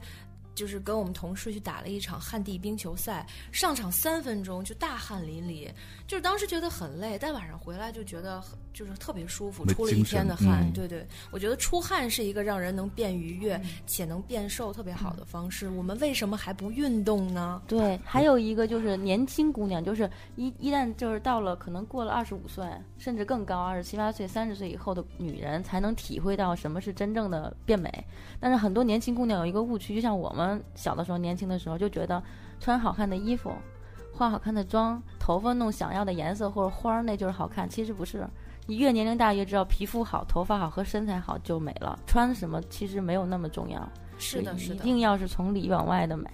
S7: 就是跟我们同事去打了一场旱地冰球赛，上场三分钟就大汗淋漓，就是当时觉得很累，但晚上回来就觉得很就是特别舒服，
S5: 没
S7: 出了一
S5: 精神
S7: 天的汗。
S5: 嗯
S7: 对对，我觉得出汗是一个让人能变愉悦、且能变瘦特别好的方式。我们为什么还不运动呢？
S6: 对，还有一个就是年轻姑娘，就是一一旦就是到了可能过了二十五岁，甚至更高，二十七八岁、三十岁以后的女人，才能体会到什么是真正的变美。但是很多年轻姑娘有一个误区，就像我们小的时候、年轻的时候，就觉得穿好看的衣服、化好看的妆、头发弄想要的颜色或者花儿，那就是好看。其实不是，你越年龄大越知道，皮肤好、头发好和身材好就美了，穿什么其实没有那么重要。
S7: 是的，
S6: 一
S7: 是
S6: 一
S7: 的。
S6: 定要是从里往外的美。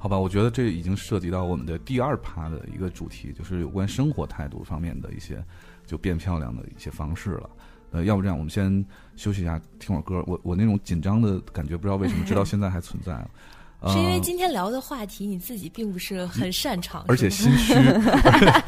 S5: 好吧，我觉得这已经涉及到我们的第二趴的一个主题，就是有关生活态度方面的一些就变漂亮的一些方式了。呃，要不这样，我们先休息一下，听会儿歌。我我那种紧张的感觉，不知道为什么，直到现在还存在。呃、
S7: 是因为今天聊的话题你自己并不是很擅长，
S5: 而且
S7: 是吗
S5: 心 虚，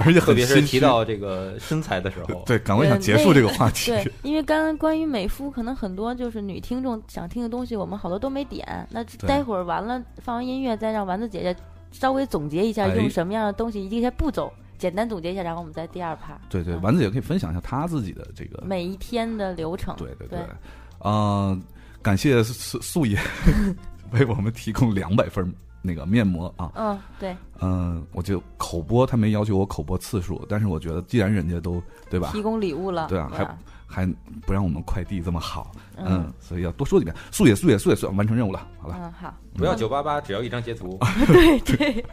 S5: 而且
S8: 特
S5: 很
S8: 别是
S5: 心虚，
S8: 提到这个身材的时候
S5: 对，赶快想结束这个话题。
S6: 对，因为刚刚关于美肤，可能很多就是女听众想听的东西，我们好多都没点。那
S5: 对
S6: 待会儿完了，放完音乐再让丸子姐姐稍微总结一下，
S5: 哎
S6: 用什么样的东西，一些步骤，简单总结一下，然后我们在第二趴。
S5: 对对，
S6: 嗯
S5: 丸子也可以分享一下她自己的这个
S7: 嗯
S6: 每一天的流程。
S5: 对对
S6: 对
S5: 对，呃，感谢素素爷 为我们提供两百份那个面膜啊。
S6: 嗯，对，
S5: 嗯，我就口播，他没要求我口播次数，但是我觉得既然人家都对吧，
S6: 提供礼物了。
S5: 对啊
S6: 吧
S5: 还不让我们快递这么好，嗯，
S6: 嗯
S5: 所以要多说几遍。素野，素野，素野，素野，完成任务了，好了。
S6: 嗯，好，
S8: 不要九八八，只要一张截图。
S6: 对对，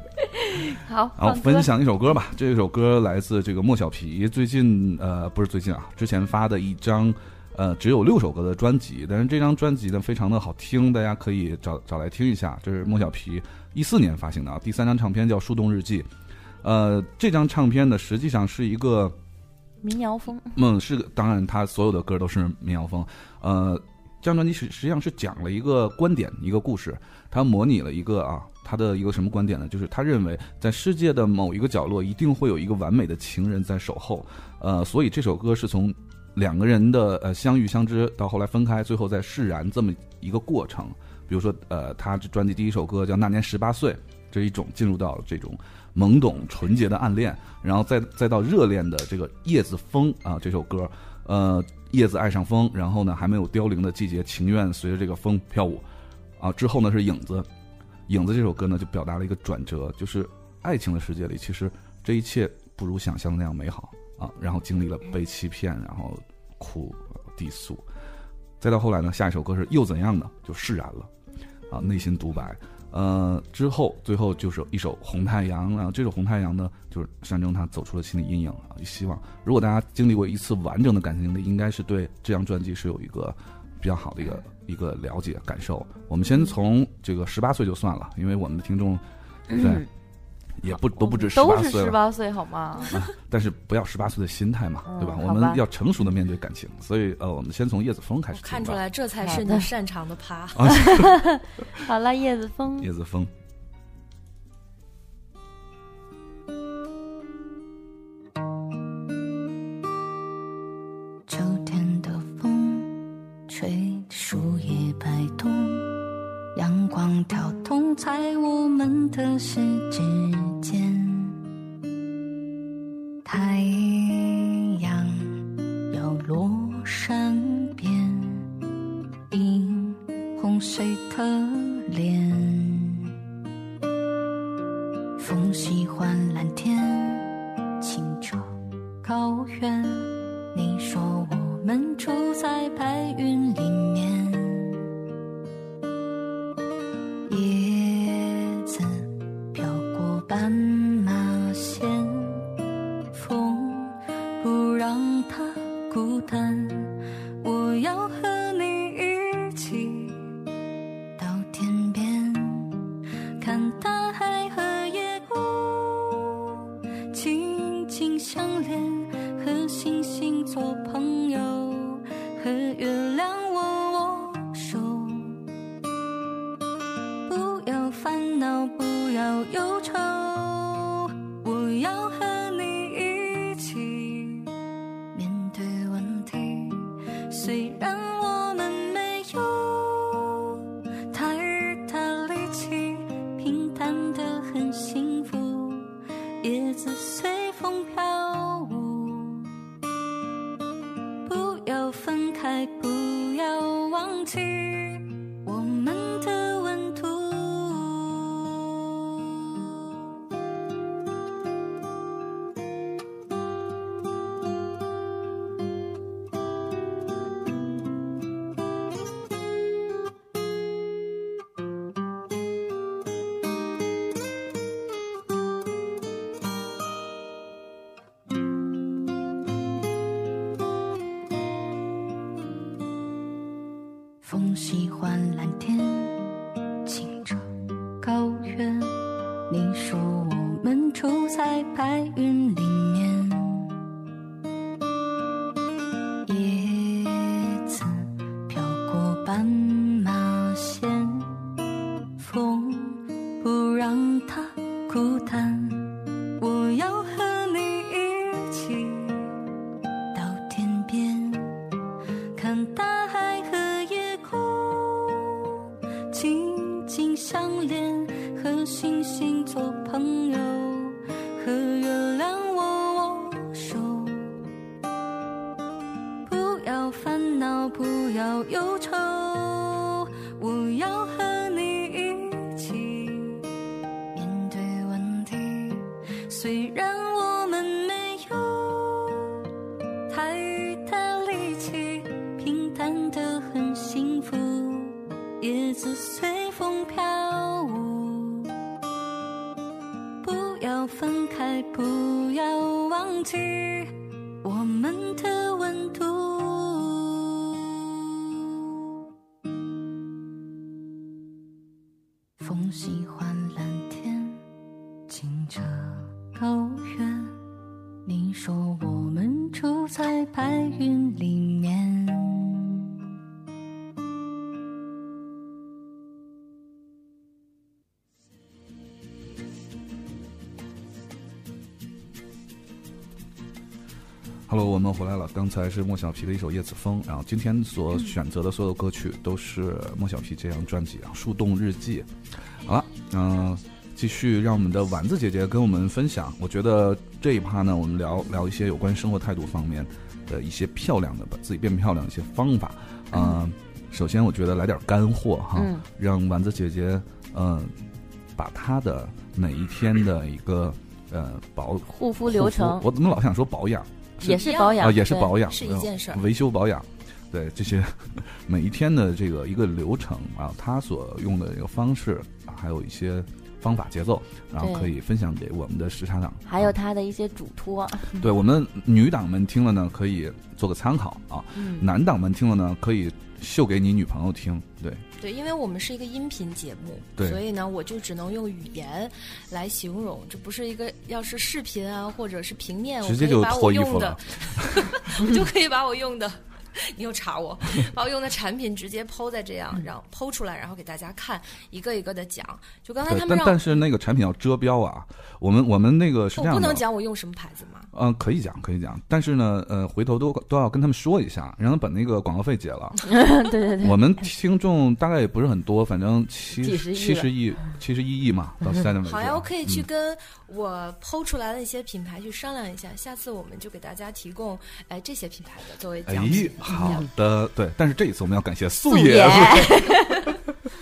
S6: 好，
S5: 然后
S6: 放歌
S5: 分享一首歌吧，这首歌来自这个莫小皮最近呃不是最近啊，之前发的一张呃只有六首歌的专辑，但是这张专辑呢非常的好听，大家可以找找来听一下。这是莫小皮一四年发行的啊，第三张唱片叫《树洞日记》，呃，这张唱片呢，实际上是一个，
S6: 民谣风，
S5: 嗯，是个当然，它所有的歌都是民谣风。呃，这张专辑实实际上是讲了一个观点，一个故事，它模拟了一个啊，他的一个什么观点呢？就是他认为在世界的某一个角落，一定会有一个完美的情人在守候。呃，所以这首歌是从两个人的呃相遇相知到后来分开，最后再释然这么一个过程。比如说，呃，他这专辑第一首歌叫《那年十八岁》，这是一种进入到这种懵懂纯洁的暗恋，然后再再到热恋的这个《叶子风》啊、这首歌，呃，叶子爱上风，然后呢还没有凋零的季节，情愿随着这个风飘舞，啊，之后呢是《影子》，《影子》这首歌呢就表达了一个转折，就是爱情的世界里，其实这一切不如想象的那样美好啊，然后经历了被欺骗，然后哭呃低诉。再到后来呢，下一首歌是又怎样呢？就释然了，啊，内心独白。呃，之后最后就是一首《红太阳》啊，这首《红太阳》呢，就是象征他走出了心理阴影啊，希望。如果大家经历过一次完整的感情经历，应该是对这张专辑是有一个比较好的一个一个了解感受。我们先从这个十八岁就算了，因为我们的听众对也不都不止十
S6: 嗯都
S5: 八
S6: 是
S5: 岁
S6: 十
S5: 了，
S6: 八岁好 吗？
S5: 但是不要十八岁的心态嘛，
S6: 嗯
S5: 对吧？
S6: 好
S5: 我们
S6: 吧
S5: 要成熟的面对感情，所以呃，我们先从叶子风开
S9: 我
S5: 始听吧。
S9: 看出来这才
S6: 好
S9: 是
S6: 的
S9: 你擅长的趴。
S6: 好了，叶子风，
S5: 叶子风，
S7: 秋天的风，吹着树叶摆动，阳光跳动在我们的手指间。太阳要落山边，映红谁的脸？风喜欢蓝天，清澈高原。你说我们住在白云里面，叶子飘过斑马线，风不让它孤单。我要和你一起到天边，看大海和夜空紧紧相连。和星星做朋友，和月亮握握手。不要烦恼，不要忧愁，我要和你一起面对问题。虽然我们没有太大力气，平淡的很幸福。叶子随风飘舞，不要分开，不要忘记我们的温度。风喜欢蓝天，清澈高原。你说我们住在白云里面，叶子飘过斑马线，风不让它孤单。我要和你一起到天边。看大海和夜空紧紧相连，和星星做朋友，和月亮握握手。不要烦恼，不要忧愁，我要和你一起面对问题。虽然我们没有太大力气，平淡的很幸福。叶子随风飘舞，不要分开，不要忘记我们的温度。风喜欢蓝天，清澈
S10: 高原。你说我们住在白云里面。
S5: Hello，我们回来了。刚才是莫小皮的一首《叶子风》，然后今天所选择的所有歌曲都是莫小皮这张专辑啊，《树洞日记》。好了，嗯、继续让我们的丸子姐姐跟我们分享。我觉得这一趴呢，我们聊聊一些有关生活态度方面的一些漂亮的，把自己变漂亮的一些方法。嗯、首先我觉得来点干货哈，
S6: 嗯
S5: 让丸子姐姐嗯、呃把她的每一天的一个呃保
S6: 护肤流程
S5: 护肤我怎么老想说保养？是
S6: 也是保养
S5: 啊，也是
S6: 对
S5: 保养，
S7: 是一件事儿
S5: 维修保养，对这些每一天的这个一个流程啊，他所用的这个方式，啊还有一些方法节奏，然后
S6: 对
S5: 可以分享给我们的时差党，
S6: 还有
S5: 啊
S6: 它的一些嘱托，
S5: 对我们女党们听了呢，可以做个参考啊，
S6: 嗯，
S5: 男党们听了呢，可以秀给你女朋友听，对，
S7: 对，因为我们是一个音频节目，
S5: 对
S7: 所以呢，我就只能用语言来形容，这不是一个要是视频啊，或者是平面，我
S5: 直
S7: 可
S5: 接
S7: 以
S5: 就
S7: 把
S5: 脱
S7: 我
S5: 衣服
S7: 用的
S5: 了，，
S7: 我就可以把我用的， 你又查我，把我用的产品直接剖在这
S5: 嗯
S7: 样，然后剖出来，然后给大家看，一个一个的讲。就刚才
S5: 对
S7: 他们
S5: 但
S7: 让
S5: 但是那个产品要遮标啊，我们我们那个是
S7: 我
S5: 这样的，
S7: 不能讲我用什么牌子嘛，
S5: 嗯，可以讲，可以讲，但是呢，呃，回头都都要跟他们说一下，让他们把那个广告费结了。
S6: 对对对，
S5: 我们听众大概也不是很多，反正七
S6: 几十亿
S5: 七十亿、七十一亿嘛，到现在为止。
S7: 好呀，我可以去
S5: 嗯
S7: 跟我剖出来的一些品牌去商量一下，下次我们就给大家提供哎这些品牌的作为奖品
S5: 哎。，好的，对，但是这一次我们要感谢素
S6: 素
S5: 颜。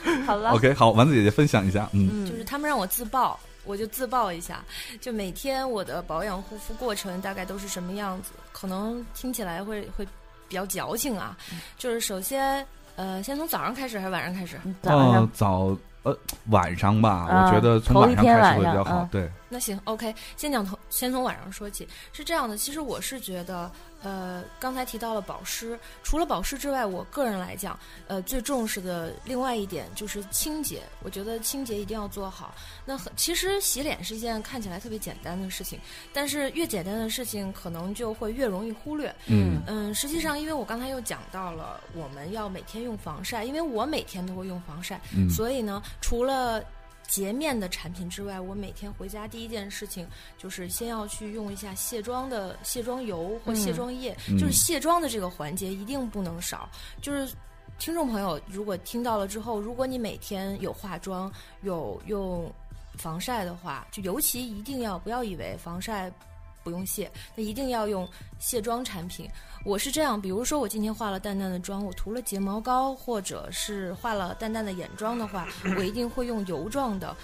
S5: 嗯
S6: 好了，
S5: OK，好， 丸子姐姐分享一下，嗯，
S7: 就是他们让我自曝，我就自曝一下，就每天我的保养护肤过程大概都是什么样子，可能听起来会会比较矫情啊。
S5: 嗯
S7: 就是首先，呃，先从早上开始还是晚上开始？
S6: 早上
S5: 哦早呃晚上吧，
S6: 啊
S5: 我觉得从
S6: 头
S5: 晚
S6: 一
S5: 上
S6: 天
S5: 开始会
S6: 晚
S5: 比较
S6: 上
S5: 好
S6: 啊。
S5: 对，
S7: 那行，OK，先讲从先从晚上说起。是这样的，其实我是觉得，呃，刚才提到了保湿，除了保湿之外，我个人来讲，呃，最重视的另外一点就是清洁。我觉得清洁一定要做好。那很其实洗脸是一件看起来特别简单的事情，但是越简单的事情可能就会越容易忽略。
S5: 嗯
S7: 嗯，实际上，因为我刚才又讲到了，我们要每天用防晒，因为我每天都会用防晒，
S5: 嗯，
S7: 所以呢，除了洁面的产品之外，我每天回家第一件事情就是先要去用一下卸妆的卸妆油或
S6: 嗯
S7: 卸妆液，
S5: 嗯
S7: 就是卸妆的这个环节一定不能少。就是听众朋友如果听到了之后，如果你每天有化妆，有用防晒的话，就尤其一定要不要以为防晒。不用卸，那一定要用卸妆产品。我是这样，比如说我今天化了淡淡的妆，我涂了睫毛膏，或者是化了淡淡的眼妆的话，我一定会用油状的，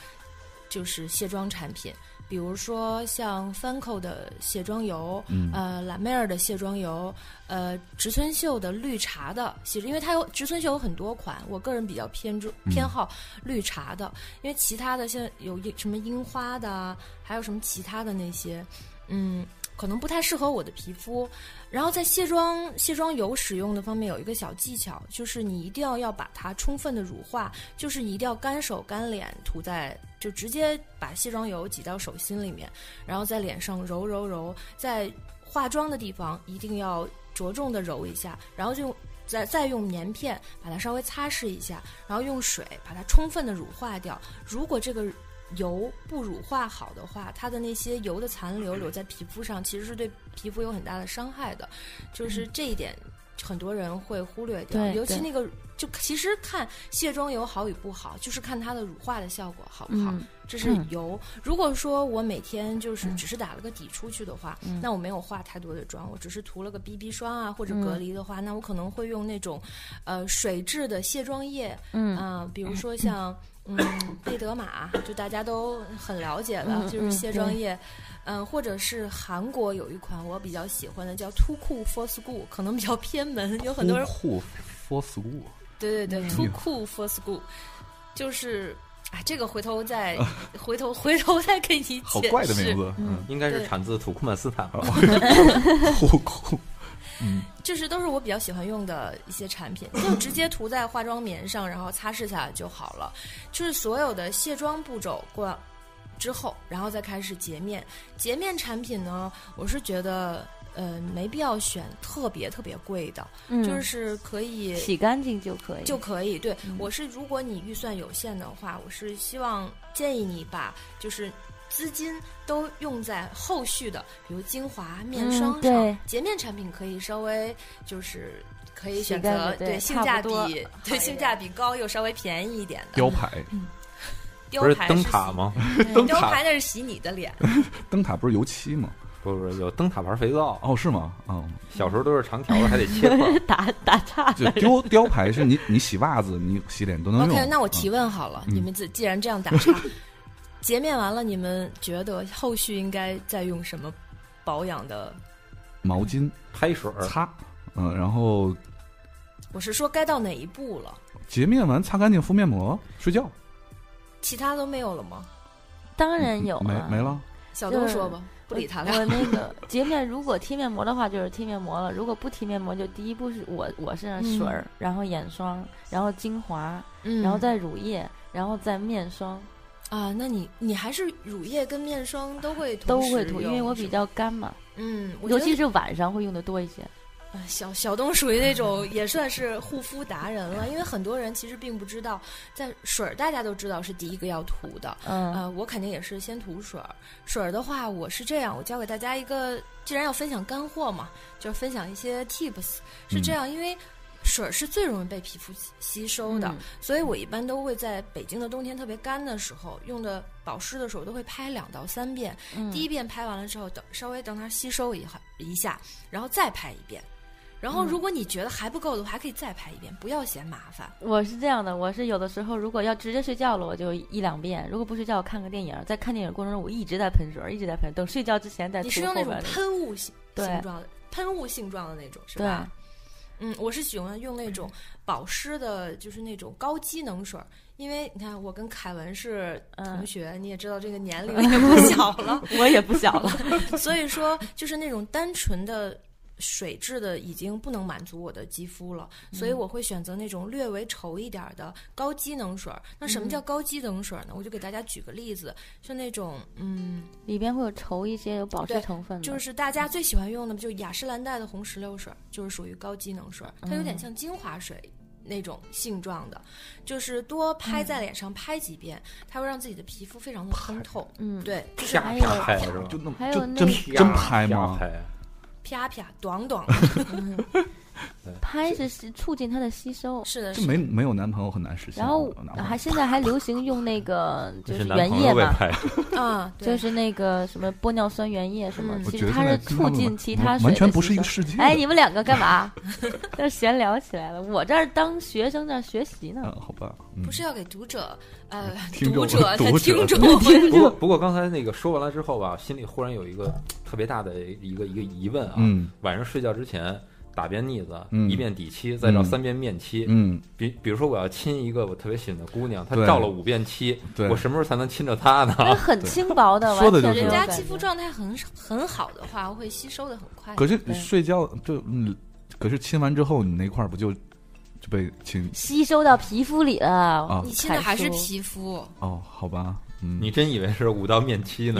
S7: 就是卸妆产品，比如说像番蔻的卸妆油，
S5: 嗯
S7: 呃，兰妹儿的卸妆油，呃，植村秀的绿茶的，其实因为它有植村秀有很多款，我个人比较偏重偏好绿茶的，因为其他的像有樱什么樱花的啊，还有什么其他的那些，嗯，可能不太适合我的皮肤。然后在卸妆卸妆油使用的方面有一个小技巧，就是你一定要要把它充分的乳化，就是你一定要干手干脸涂在，就直接把卸妆油挤到手心里面，然后在脸上揉揉揉，在化妆的地方一定要着重的揉一下，然后就。再再用棉片把它稍微擦拭一下，然后用水把它充分的乳化掉。如果这个油不乳化好的话，它的那些油的残留留在皮肤上，其实是对皮肤有很大的伤害的。就是这一点，很多人会忽略掉。
S6: 嗯对
S7: 尤其
S6: 对
S7: 那个，就其实看卸妆油好与不好，就是看它的乳化的效果好不好。
S6: 嗯，
S7: 这是
S6: 嗯
S7: 油。如果说我每天就是只是打了个底出去的话，
S6: 嗯
S7: 那我没有化太多的妆，我只是涂了个 BB 霜啊或者
S6: 嗯
S7: 隔离的话，那我可能会用那种，呃，水质的卸妆液，
S6: 嗯
S7: 啊比如说像。嗯，贝德玛就大家都很了解了，
S6: 嗯
S7: 就是
S6: 嗯
S7: 卸妆液，嗯、或者是韩国有一款我比较喜欢的叫 Too Cool for School，可能比较偏门，有很多人
S5: 护 for school，
S7: 对对对、t o o
S5: 嗯
S7: cool for school，就是啊，这个回头 再回头回头再给你解释。
S5: 好怪的名字，嗯，
S8: 应该是
S7: 对
S8: 产自土库曼斯坦 吧？
S5: 护裤，
S7: 就是都是我比较喜欢用的一些产品，就直接涂在化妆棉上，然后擦拭下来就好了。就是所有的卸妆步骤过，之后，然后再开始洁面。洁面产品呢，我是觉得呃没必要选特别特别贵的，
S6: 嗯
S7: 就是可以
S6: 洗干净就可以，
S7: 就可以。对、我是，如果你预算有限的话，我是希望建议你把就是资金都用在后续的，比如精华、面
S6: 嗯
S7: 霜上。
S6: 对
S7: 洁面产品可以稍微就是可以
S6: 洗
S7: 选
S6: 干
S7: 择
S6: 净对
S7: 性
S6: 差
S7: 价
S6: 不多
S7: 比
S6: 好
S7: 对
S6: 一
S7: 性
S6: 点
S7: 价比高又稍微便宜一点的。
S5: 雕牌，
S7: 雕
S8: 不是
S7: 牌
S8: 灯
S7: 洗
S8: 塔？吗？
S5: 灯
S7: 雕
S5: 塔
S7: 牌那是洗你的脸，
S5: 灯塔不是油漆吗？
S8: 不是不是，有灯塔牌肥皂，
S5: 哦，是吗？哦，
S8: 小时候都是长条的，还得切块儿。
S6: 打打岔
S5: 就雕雕牌是你你洗袜子、你洗脸都能用。
S7: OK，那我
S5: 嗯
S7: 提问好了，
S5: 嗯
S7: 你们自既然这样打 岔，洁面完了，你们觉得后续应该再用什么保养的？
S5: 毛巾
S8: 拍水儿，
S5: 擦，嗯，然后
S7: 我是说该到哪一步了？
S5: 洁面完擦干净敷面膜，睡觉。
S7: 其他都没有了吗？
S6: 当然有
S5: 嗯没
S6: 了，
S5: 没了。
S7: 小东说吧，不理他
S6: 我
S7: 了。
S6: 我那个 洁面，如果贴面膜的话，就是贴面膜了；如果不贴面膜，就第一步是我我身上水儿，然后眼霜，然后精华，
S7: 嗯
S6: 然后再乳液，然后再面霜
S7: 啊，那你你还是乳液跟面霜都会同
S6: 都会
S7: 时
S6: 涂，
S7: 用
S6: 因为我
S7: 是
S6: 比
S7: 吗
S6: 较干嘛，
S7: 嗯，我
S6: 尤
S7: 觉
S6: 其
S7: 得
S6: 是晚上会用的多一些。
S7: 呃小小东属于那种也算是护肤达人了，因为很多人其实并不知道，在水儿大家都知道是第一个要涂的，
S6: 嗯，
S7: 呃，我肯定也是先涂水儿。水儿的话，我是这样，我教给大家一个，既然要分享干货嘛，就是分享一些 tips。是这
S6: 嗯
S7: 样，因为水儿是最容易被皮肤吸吸收的，
S6: 嗯
S7: 所以我一般都会在北京的冬天特别干的时候，用的保湿的时候都会拍两到三遍。
S6: 嗯
S7: 第一遍拍完了之后，等稍微等它吸收一下一下，然后再拍一遍。然
S6: 嗯
S7: 后，如果你觉得还不够的话，还可以再拍一遍，不要嫌麻烦。
S6: 我是这样的，我是有的时候如果要直接睡觉了，我就一两遍；如果不睡觉，我看个电影，在看电影过程中我一直在喷水，一直在喷，等睡觉之前再涂
S7: 你是用那
S6: 后
S7: 种
S6: 边儿的
S7: 喷雾形
S6: 对
S7: 形状的，喷雾性状的那种，是
S6: 对
S7: 吧？嗯，我是喜欢用那种保湿的，就是那种高机能水儿，因为你看我跟凯文是同
S6: 嗯
S7: 学，你也知道这个年龄也不小了，
S6: 我也不小了，
S7: 所以说就是那种单纯的。水质的已经不能满足我的肌肤了，所以我会选择那种略微稠一点儿的高机能水儿。那什么叫高机能水儿呢？我就给大家举个例子，就那种嗯，
S6: 里边会有稠一些有保湿
S7: 对
S6: 成分的，
S7: 就是大家最喜欢用的，就雅诗兰黛的红石榴水，就是属于高机能水，它有点像精华水。那种性状的，就是多拍在脸上拍几遍，它会让自己的皮肤非常的通透。
S6: 嗯，
S7: 对，就是
S8: 啪
S6: 还有
S8: 啪拍是吧？
S5: 就那么
S6: 还有
S5: 就
S6: 那
S5: 真
S6: 个
S5: 真拍
S8: 啪
S5: 吗？
S8: 拍，
S7: 啪啪，短短。
S6: 拍是是促进它的吸收。
S7: 是的，
S5: 就是
S7: 的
S5: 没没有男朋友很难实现。
S6: 然后啊
S5: 我哪会
S6: 还现在还流行用那 个就是
S8: 男
S6: 原
S8: 朋
S6: 液
S8: 友被
S6: 嘛，
S8: 拍，
S7: 啊，对
S6: 就是那个什么玻尿酸原液什么，
S7: 嗯
S5: 我
S6: 其
S5: 觉
S6: 实
S5: 得
S6: 它
S5: 现在
S6: 是
S5: 跟他
S6: 促
S5: 们
S6: 进其他
S5: 完
S6: 水
S5: 完全
S6: 的
S5: 不
S6: 吸
S5: 是一个
S6: 收
S5: 世界的。
S6: 哎，你们两个干嘛？ 这闲聊起来了。我这儿当学生这儿学习呢
S5: 嗯，。好吧，嗯
S7: 不是要给读者呃
S5: 听
S7: 读
S5: 众
S7: 者
S5: 读
S7: 他
S5: 者
S7: 听众
S8: 不过不过刚才那个说完了之后吧，心里忽然有一个特别大的一个一个疑问啊。
S5: 嗯
S8: 晚上睡觉之前打遍腻子，
S5: 嗯
S8: 一遍底漆，再照
S5: 嗯
S8: 三遍面漆。
S5: 嗯，
S8: 比比如说我要亲一个我特别喜欢的姑娘，她
S5: 对
S8: 照了五遍漆，
S5: 对
S8: 我什么时候才能亲着她呢？
S6: 它很轻薄的，
S5: 啊说
S6: 完
S5: 的
S6: 全
S5: 就
S6: 没
S5: 是
S6: 有
S7: 人家
S6: 感
S7: 肌肤
S6: 觉
S7: 状态很很好的话，会吸收的很快。
S5: 可是
S6: 对
S5: 睡觉就嗯，可是亲完之后你那块儿不就就被亲
S6: 吸收到皮肤里了。
S5: 啊
S7: 你？亲的
S6: 产
S7: 还是
S6: 出
S7: 皮肤？
S5: 哦，好吧，嗯，
S8: 你真以为是五道面漆呢？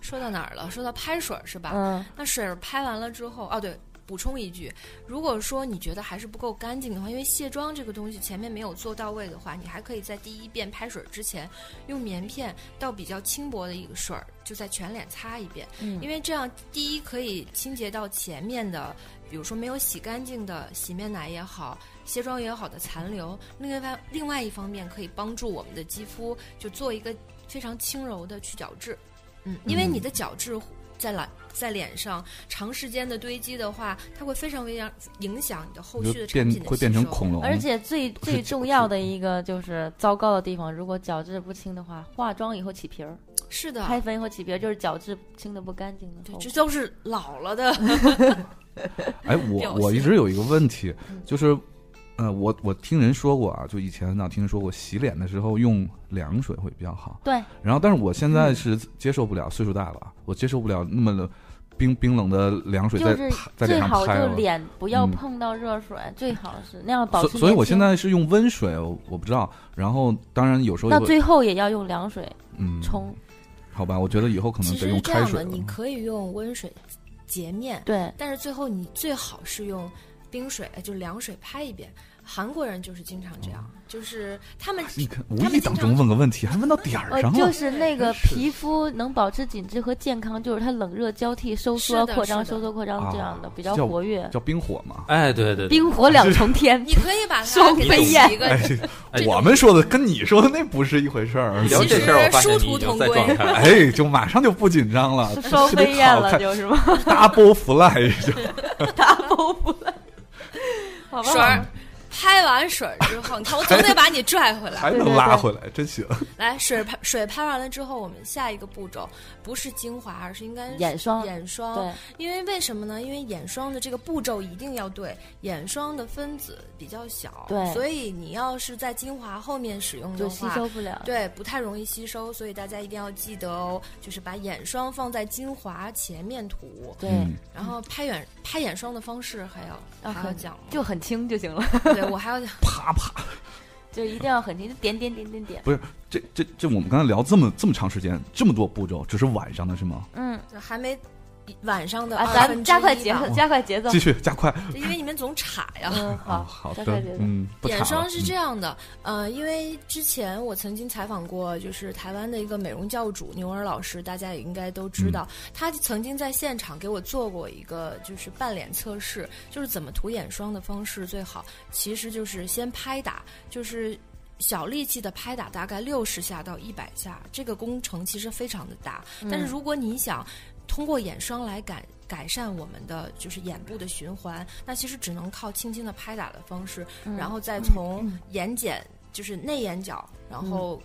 S7: 说到哪儿了？说到拍水儿是吧？
S6: 嗯，
S7: 那水儿拍完了之后，哦对，补充一句，如果说你觉得还是不够干净的话，因为卸妆这个东西前面没有做到位的话，你还可以在第一遍拍水儿之前，用棉片到比较轻薄的一个水儿，就在全脸擦一遍，
S6: 嗯
S7: 因为这样第一可以清洁到前面的，比如说没有洗干净的洗面奶也好，卸妆也好的残留，另外另外一方面可以帮助我们的肌肤就做一个非常轻柔的去角质，嗯，因为你的角质在脸在脸上长时间的堆积的话，它会非常非常影响你的后
S5: 就
S7: 续的产
S5: 变
S7: 品的
S5: 会
S7: 吸
S5: 变成
S7: 收
S5: 恐龙，
S6: 而且最最重要的一个就是糟糕的地方，如果角质不清的话，化妆以后起皮儿，
S7: 是的，
S6: 拍粉以后起皮儿，就是角质清的不干净的
S7: 啊对
S6: 后，果。
S7: 这都是老了的，
S5: 哎，
S7: 表
S5: 我我一
S7: 现嗯
S5: 直有一个问题，就是，呃，我我听人说过啊，就以前呢听说过洗脸的时候用凉水会比较好，
S6: 对，
S5: 然后但是我现
S7: 嗯
S5: 在是接受不了，岁数大了啊，我接受不了那么的冰冰冷的凉水
S6: 就
S5: 在
S6: 是
S5: 啪在脸
S6: 最
S5: 上
S6: 好
S5: 拍
S6: 就
S5: 了。
S6: 脸不要
S5: 嗯
S6: 碰到热水，最好是那样保
S5: 所
S6: 持
S5: 所以，我
S6: 年
S5: 现
S6: 轻
S5: 在是用温水，我我不知道。然后，当然有时候也
S6: 到
S5: 会
S6: 最后也要用凉水
S5: 嗯
S6: 冲，
S5: 好吧，我觉得以后可能得
S7: 其实是
S5: 用
S7: 这
S5: 开
S7: 样
S5: 水
S7: 的，
S5: 了。
S7: 你可以用温水洁面，
S6: 对，
S7: 但是最后你最好是用冰水，呃就凉水拍一遍。韩国人就是经常这样，就是他们
S5: 嗯你看，无
S7: 他
S5: 意
S7: 们经
S5: 当
S7: 常
S5: 中问个问题，还问到点儿
S6: 呃
S5: 上，
S6: 就
S5: 了。
S6: 是那个皮肤能保持紧致和健康，就是它冷热交替、收缩
S7: 是、的
S6: 扩张、
S7: 是的
S6: 收缩、扩张这样的，比较
S5: 啊叫
S6: 活跃。
S5: 叫冰火嘛。
S8: 哎，对对对，
S6: 冰火两 重天，
S7: 你可以把它
S6: 双
S7: 给
S6: 飞
S7: 起
S6: 燕
S7: 一个
S5: 哎，我们说的跟你说的那不是一回事儿。
S8: 聊这事儿，我发现你已经在状 态了。
S5: 哎，就马上就不紧张了，
S6: 双
S5: 特别
S6: 飞燕
S5: 好
S6: 了，
S5: 看
S6: 就是吗？
S5: ，double fly，就
S6: 大波不了，好吧
S7: 水，儿，拍完水儿之后，你看我总得把你拽 回来。
S5: 还能拉回来，真行。
S7: 来，水拍水拍完了之后，我们下一个步骤不是精华，而是应该是
S6: 眼霜
S7: 眼霜，
S6: 对，
S7: 因为为什么呢？因为眼霜的这个步骤一定要对，眼霜的分子比较小，
S6: 对
S7: 所以你要是在精华后面使用
S6: 就
S7: 的
S6: 吸
S7: 话，
S6: 收不了。
S7: 对，不太容易吸收，所以大家一定要记得哦，就是把眼霜放在精华前面涂，
S6: 对，
S5: 嗯，
S7: 然后拍眼拍眼霜的方式还要
S6: 啊
S7: 还要
S6: 很
S7: 讲吗，
S6: 就很轻就行了，
S7: 对我还要
S5: 啪啪，
S6: 就一定要很轻，就点点点点点。
S5: 这这这，我们刚才聊这么这么长时间，这么多步骤，只是晚上的是吗？
S6: 嗯，
S7: 就还没晚上的
S6: 啊，
S7: 二
S6: 咱
S7: 分
S6: 们
S7: 之
S6: 加快
S7: 一
S6: 节
S7: 吧
S6: 奏，加快节奏。
S5: 继续加快。
S7: 因为你们总岔呀。
S6: 嗯，
S5: 啊，
S6: 好，
S5: 好
S6: 加
S5: 的
S6: 快节，奏。
S5: 嗯，不
S7: 眼
S5: 查了嗯
S7: 霜是这样的，呃，因为之前我曾经采访过，就是台湾的一个美容教主牛儿老师，大家也应该都知道，
S5: 嗯
S7: 他曾经在现场给我做过一个就是半脸测试，就是怎么涂眼霜的方式最好，其实就是先拍打，就是。小力气的拍打大概六十下到一百下，这个工程其实非常的大。但
S6: 嗯
S7: 是如果你想通过眼霜来改改善我们的就是眼部的循环，那其实只能靠轻轻的拍打的方式，
S6: 嗯
S7: 然后再从眼睑就是内眼角，然后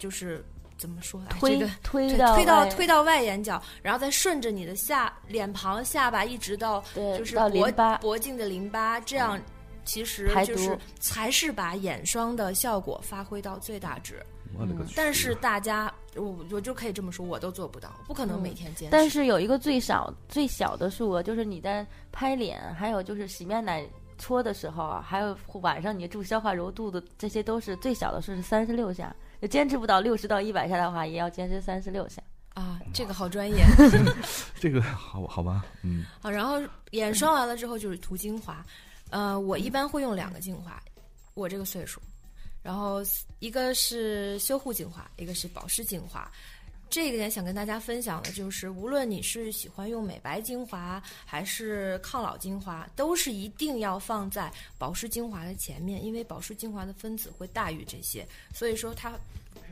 S7: 就是怎么说来
S6: 嗯推
S7: 这个。
S6: 推
S7: 对
S6: 到
S7: 推到
S6: 外
S7: 推到外眼角，然后再顺着你的下脸庞、下巴一直到
S6: 对
S7: 就是
S6: 呃到
S7: 脖
S6: 淋巴嗯
S7: 脖颈的淋巴，这样其实
S6: 排
S7: 就
S6: 毒
S7: 是才是把眼霜的效果发挥到最大值。
S5: 我勒个去！
S7: 但是大家，我我就可以这么说，我都做不到，不可能
S6: 嗯
S7: 每天坚持。
S6: 但是有一个最少最小的数额，就是你在拍脸，还有就是洗面奶搓的时候啊，还有晚上你注消化揉肚子，这些都是最小的数是三十六下。就坚持不到六十到一百下的话，也要坚持三十六下。
S7: 啊，这个好 专业
S5: 这个好好吧，嗯，
S7: 啊。然后眼霜完了之后就是涂精华，呃，我一般会用两个精华，我这个岁数，然后一个是修护精华，一个是保湿精华。这个点想跟大家分享的就是，无论你是喜欢用美白精华还是抗老精华，都是一定要放在保湿精华的前面，因为保湿精华的分子会大于这些，所以说它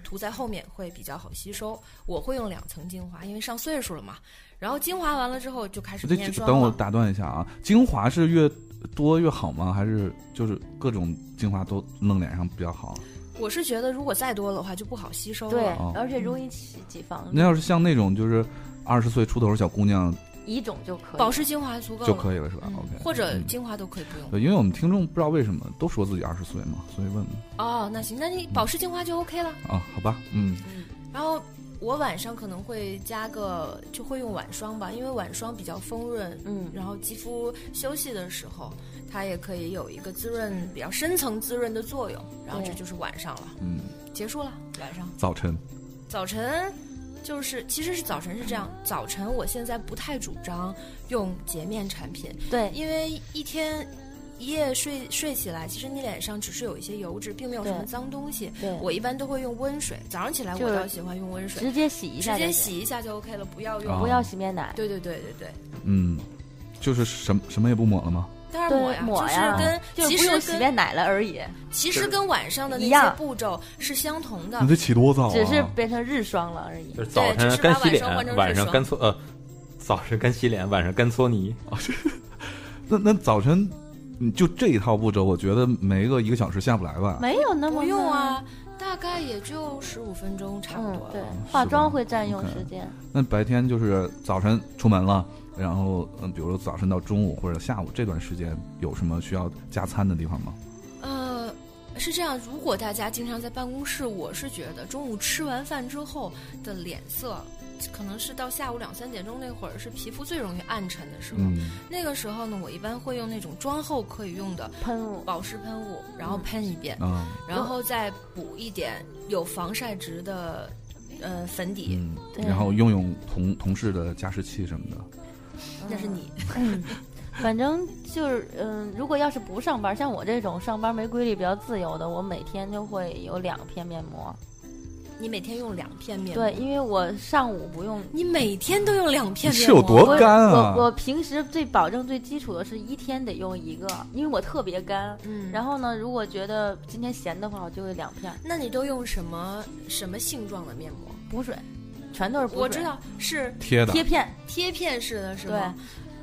S7: 涂在后面会比较好吸收。我会用两层精华，因为上岁数了嘛。然后精华完了之后就开始
S5: 这
S7: 面
S5: 这
S7: 霜
S5: 等我
S7: 了
S5: 打断一下啊，精华是越多越好吗？还是就是各种精华都弄脸上比较好？
S7: 我是觉得如果再多的话就不好吸收
S6: 对
S7: 了。，
S5: 哦
S6: 而且容易起起房
S5: 那要是像那种就是二十岁出头的小姑娘
S6: 一种就可以。
S7: 保湿精华足够
S5: 就
S7: 了，
S5: 可以了，是吧
S6: 嗯
S5: ？OK，
S7: 或者
S5: 嗯
S7: 精华都可以不用。
S5: 对，因为我们听众不知道为什么都说自己二十岁嘛，所以问问
S7: 哦，那行，那你保湿精华就 OK 了。
S5: 啊，好吧，嗯，
S7: 然后我晚上可能会加个，就会用晚霜吧，因为晚霜比较丰润，
S6: 嗯
S7: 然后肌肤休息的时候，它也可以有一个滋润、比较深层滋润的作用。然后这
S6: 对
S7: 就是晚上了，
S5: 嗯，
S7: 结束了。晚上，
S5: 早晨
S7: 早晨就是其实是早晨是这样，早晨我现在不太主张用洁面产品，
S6: 对，
S7: 因为一天。一夜睡睡起来，其实你脸上只是有一些油脂，并没有什么
S6: 对
S7: 脏东西。
S6: 对
S7: 我一般都会用温水，早上起来
S6: 就
S7: 我
S6: 是
S7: 倒喜欢用温水，
S6: 直接洗一下
S7: 直
S6: 就行，
S7: 接洗一下就 OK 了，不要用。
S5: 啊
S6: 不要洗面奶。
S7: 对对对对对，
S5: 嗯，就是什么什么也不抹了吗？
S7: 当然
S6: 对
S7: 抹呀，
S6: 抹呀
S7: 就
S6: 就是
S7: 跟其
S6: 不用
S7: 实
S6: 洗
S7: 跟
S6: 面奶了而已，
S7: 其实跟晚上的那
S6: 一
S7: 些
S6: 样
S7: 步骤是相同的
S5: 你。得起多早啊？
S6: 只是变成日霜了而已
S8: 就。是早晨干洗脸，晚上干搓呃，早晨干洗脸，晚上干搓泥。
S5: 哦那那早晨，你就这一套步骤，我觉得没个一个小时下不来吧？
S6: 没有那么
S7: 不用
S6: 慢，
S7: 啊，大概也就十五分钟差不
S6: 嗯
S7: 多，
S6: 对
S7: 了。，
S6: 化妆会占用
S5: OK
S6: 时间。
S5: 那白天就是早晨出门了，然后嗯，比如说早晨到中午或者下午这段时间，有什么需要加餐的地方吗？
S7: 呃。是这样，如果大家经常在办公室，我是觉得中午吃完饭之后的脸色，可能是到下午两三点钟那会儿，是皮肤最容易暗沉的时候。
S5: 嗯，
S7: 那个时候呢，我一般会用那种妆后可以用的
S6: 喷雾，
S7: 保湿喷
S6: 嗯
S7: 雾，然后喷一遍。
S5: 啊，
S7: 然后再补一点有防晒值的呃粉底，
S5: 嗯，
S6: 对
S5: 然后用用同同事的加湿器什么的，
S7: 那是你。
S6: 嗯，反正就是，嗯，如果要是不上班，像我这种上班没规律、比较自由的，我每天就会有两片面膜。
S7: 你每天用两片面膜，
S6: 对，，因为我上午不用。
S7: 你每天都用两片
S5: 是
S7: 面
S5: 有
S7: 膜，
S5: 多
S6: 我
S5: 干啊
S6: 我我平时最保证最基础的是一天得用一个，因为我特别干。
S7: 嗯，然
S6: 然
S7: 后
S6: 后呢，如果觉得今天闲的话，我就会两片
S7: 那你都用什么什么性状的面膜？
S6: 补水，全都是补水。
S7: 我知道是
S5: 贴的
S6: 贴片，
S7: 贴片式的，是
S6: 对
S7: 吗？。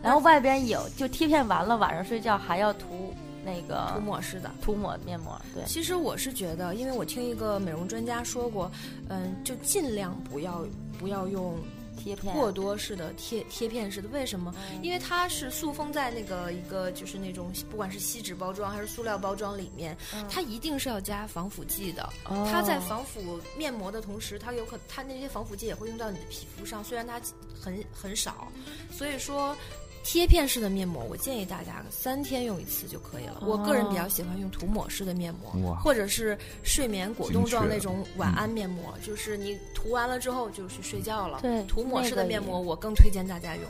S6: 然后外边有，就贴片完了，晚上睡觉还要涂那个
S7: 涂抹式的。
S6: 涂抹面膜，对。
S7: 其实我是觉得，因为我听一个美容专家说过，嗯，就尽量不要不要用
S6: 贴片
S7: 过多式的贴贴片式的，为什么？因为它是塑封在那个一个就是那种不管是锡纸包装还是塑料包装里面，它一定是要加防腐剂的。
S6: 哦
S7: 它在防腐面膜的同时，它有可它那些防腐剂也会用到你的皮肤上，虽然它很很少，所以说。贴片式的面膜，我建议大家三天用一次就可以了。我个人比较喜欢用涂抹式的面膜
S5: 哇，
S7: 或者是睡眠果冻状
S5: 精确
S7: 那种
S6: 嗯
S7: 晚安面膜，就是你涂完了之后就去睡觉了。
S6: 对
S7: 涂抹式
S6: 那
S7: 的
S6: 个
S7: 面膜，
S6: 也
S7: 我更推荐大家用。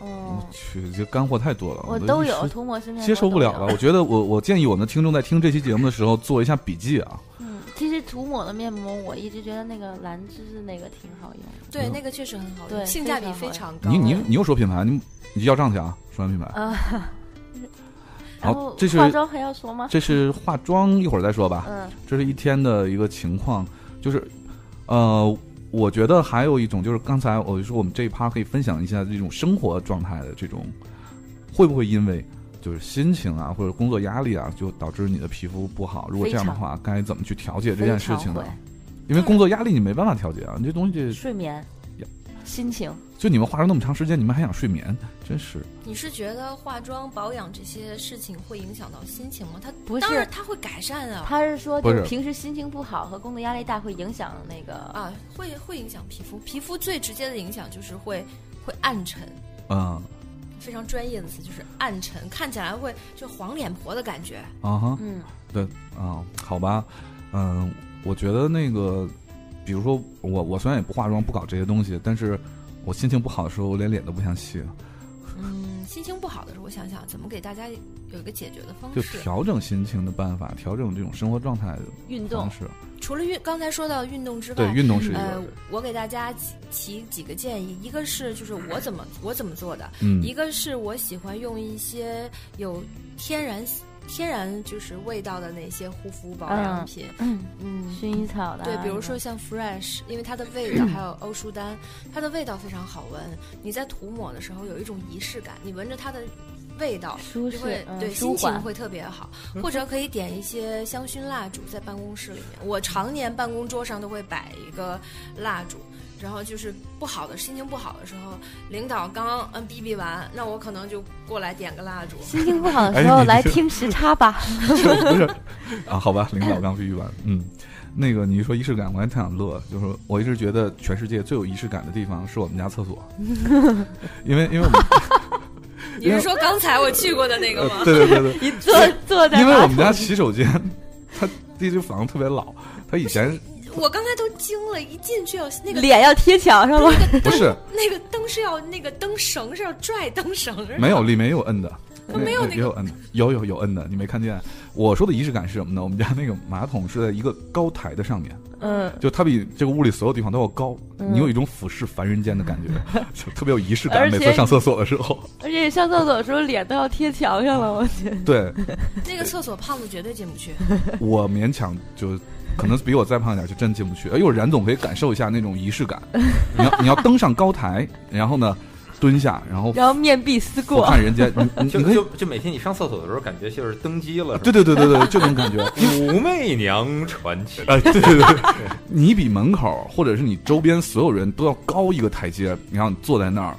S6: 哦，
S5: 去这干货太多了，
S6: 我
S5: 都
S6: 都
S5: 嗯一
S6: 有
S5: 时
S6: 涂抹式面膜，
S5: 接受不了了。我。觉得我我建议我们的听众在听这期节目的时候做一下笔记啊，
S6: 嗯，其实涂抹的面膜，我一直觉得那个兰芝的那个挺好用。
S7: 对，那个确实很好用，
S6: 嗯对
S7: 性价比非常高。
S6: 嗯
S5: 你你你又说品牌，你你要账去啊，说完品牌，
S7: 啊
S5: 好
S6: 然后
S5: 这是
S6: 化妆还要说吗？
S5: 这是化妆一会儿再说吧。
S6: 嗯，
S5: 这是一天的一个情况，就是，呃，我觉得还有一种就是刚才我就说我们这一趴可以分享一下这种生活状态的这种，会不会因为就是心情啊或者工作压力啊，就导致你的皮肤不好？如果这样的话，该怎么去调节这件事情呢
S6: 非？
S5: 因为工作压力你没办法调节啊，你这东
S6: 常会
S5: 西
S6: 睡眠
S5: 呀、
S6: 心情，
S5: 就你们化妆那么长时间，你们还想睡眠，真是
S7: 你是觉得化妆保养这些事情会影响到心情吗？它
S6: 不是
S7: 当然它会改善啊
S6: 他是说
S5: 不
S6: 就是是平时心情不好和工作压力大会影响那个
S7: 啊，会会影响皮肤，皮肤最直接的影响就是会会暗沉，
S5: 嗯
S7: 非常专业的词就是暗沉，看起来会就黄脸婆的感觉。
S5: 啊哈，
S6: 嗯
S5: 对啊、好吧，嗯，我觉得那个，比如说我我虽然也不化妆，不搞这些东西，但是我心情不好的时候，我连脸都不想洗，
S7: 嗯，心情不好的时候，我想想怎么给大家有一个解决的方
S5: 就
S7: 式。
S5: 调整心情的办法，调整这种生活状态的
S6: 运动
S5: 方。式。
S7: 除了运，刚才说到运动之外，
S5: 对，运动是一
S7: 呃
S5: 个，，
S7: 我给大家提提几个建议，一个是就是我怎么我怎么做的，
S5: 嗯
S7: 一个是我喜欢用一些有天然天然就是味道的那些护肤保养品，
S6: 嗯，
S7: 嗯。
S6: 薰衣草的啊，
S7: 对，比如说像 Fresh，因为它的味道，还有欧舒丹，它的味道非常好闻。你在涂抹的时候有一种仪式感，你闻着它的味道，
S6: 舒
S7: 就
S6: 适
S7: 会，
S6: 嗯
S7: 对
S6: 舒
S7: 心情
S6: 缓嗯
S7: 会特别好，或者可以点一些香薰蜡烛在办公室里面。我常年办公桌上都会摆一个蜡烛，然后就是不好的心情不好的时候，领导刚嗯哔哔完，那我可能就过来点个蜡烛。
S6: 心情不好的
S5: 哎
S6: 时候
S5: 你
S6: 来
S5: 这
S6: 听时差 吧。
S5: 不是啊，好吧，领导刚去一完，嗯，那个你一说仪式感，我还特想乐，就是我一直觉得全世界最有仪式感的地方是我们家厕所，因为因为我们
S7: 你是说刚才我去过的那个
S5: 呃
S7: 吗？
S5: 对对对对，
S6: 你坐坐在
S5: 因为
S6: 马
S5: 我们家
S6: 桶
S5: 洗手间，它这间房特别老，它以前
S7: 我刚才都惊了，一进去要那个
S6: 脸要贴墙上了。
S5: 不是
S7: 那个灯是要那个灯绳是要拽灯绳是吧
S5: 没有，里面也有摁的，
S7: 哦没有那个
S5: 也有摁的，有有有摁的，你没看见？我说的仪式感是什么呢？我们家那个马桶是在一个高台的上面，
S6: 嗯，
S5: 就它比这个屋里所有地方都要高，
S6: 嗯
S5: 你有一种俯视凡人间的感 觉，就特别有仪式感。
S6: 而
S5: 每
S6: 且
S5: 次上厕所的时候，
S6: 而且上厕所的时候脸都要贴墙上了，我觉得。
S5: 对
S7: 那个厕所胖子绝对进不去。
S5: 我勉强就。可能比我再胖一点，就真进不去。哎呦，冉总可以感受一下那种仪式感。你要你要登上高台，然后呢，蹲下，然后
S6: 然后面壁思
S5: 俯
S6: 过，
S5: 瞰 人间。你你
S8: 就
S5: 你可以
S8: 就就每天你上厕所的时候，感觉就是登基了，
S5: 对对对对对，这种 感觉。
S8: 《武媚娘传奇》
S5: 哎，对对对，你比门口或者是你周边所有人都要高一个台阶，然后你坐在那儿，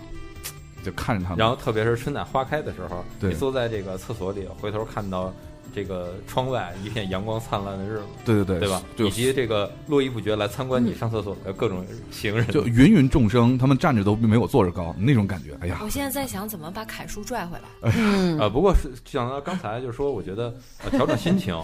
S5: 就看着他们。
S8: 然后特别是春暖花开的时候，
S5: 对
S8: 你坐在这个厕所里，回头看到这个窗外一片阳光灿烂的日子，
S5: 对对对，
S8: 对吧？
S5: 就
S8: 以及这个络绎不绝来参观你上厕所的各种行人，
S5: 就芸芸众生，他们站着都没我坐着高，那种感觉。哎呀，
S7: 我现在在想怎么把凯叔拽回来。
S8: 呃，不过是讲到刚才就是说，我觉得、呃、调整心情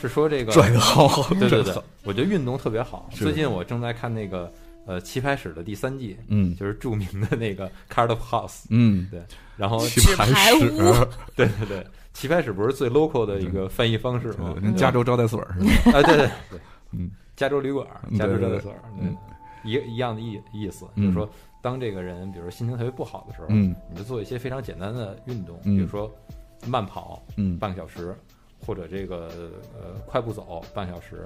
S8: 是说这个
S5: 拽的好，
S8: 对对
S5: 拽得
S8: 对
S5: 好，
S8: 我觉得运动特别好。
S5: 是
S8: 最近我正在看那个呃棋牌室的第三季，
S5: 嗯
S8: 就是著名的那个 Card House，
S5: 嗯，
S8: 对，然后
S5: 棋牌室，
S8: 对对对，棋牌室不是最 local 的一个翻译方式吗
S5: 对？嗯跟加州招待所似的。
S8: 啊，对对对，
S5: 嗯，
S8: 加州旅馆，
S5: 嗯
S8: 加州
S5: 对对
S8: 招待
S5: 对
S8: 所，
S5: 嗯
S8: 对，一个一样的意意思，
S5: 嗯
S8: 就是说，当这个人比如说心情特别不好的时候，
S5: 嗯
S8: 你就做一些非常简单的运动，
S5: 嗯
S8: 比如说慢跑
S5: 嗯
S8: 半个小时，或者这个呃快步走半个小时。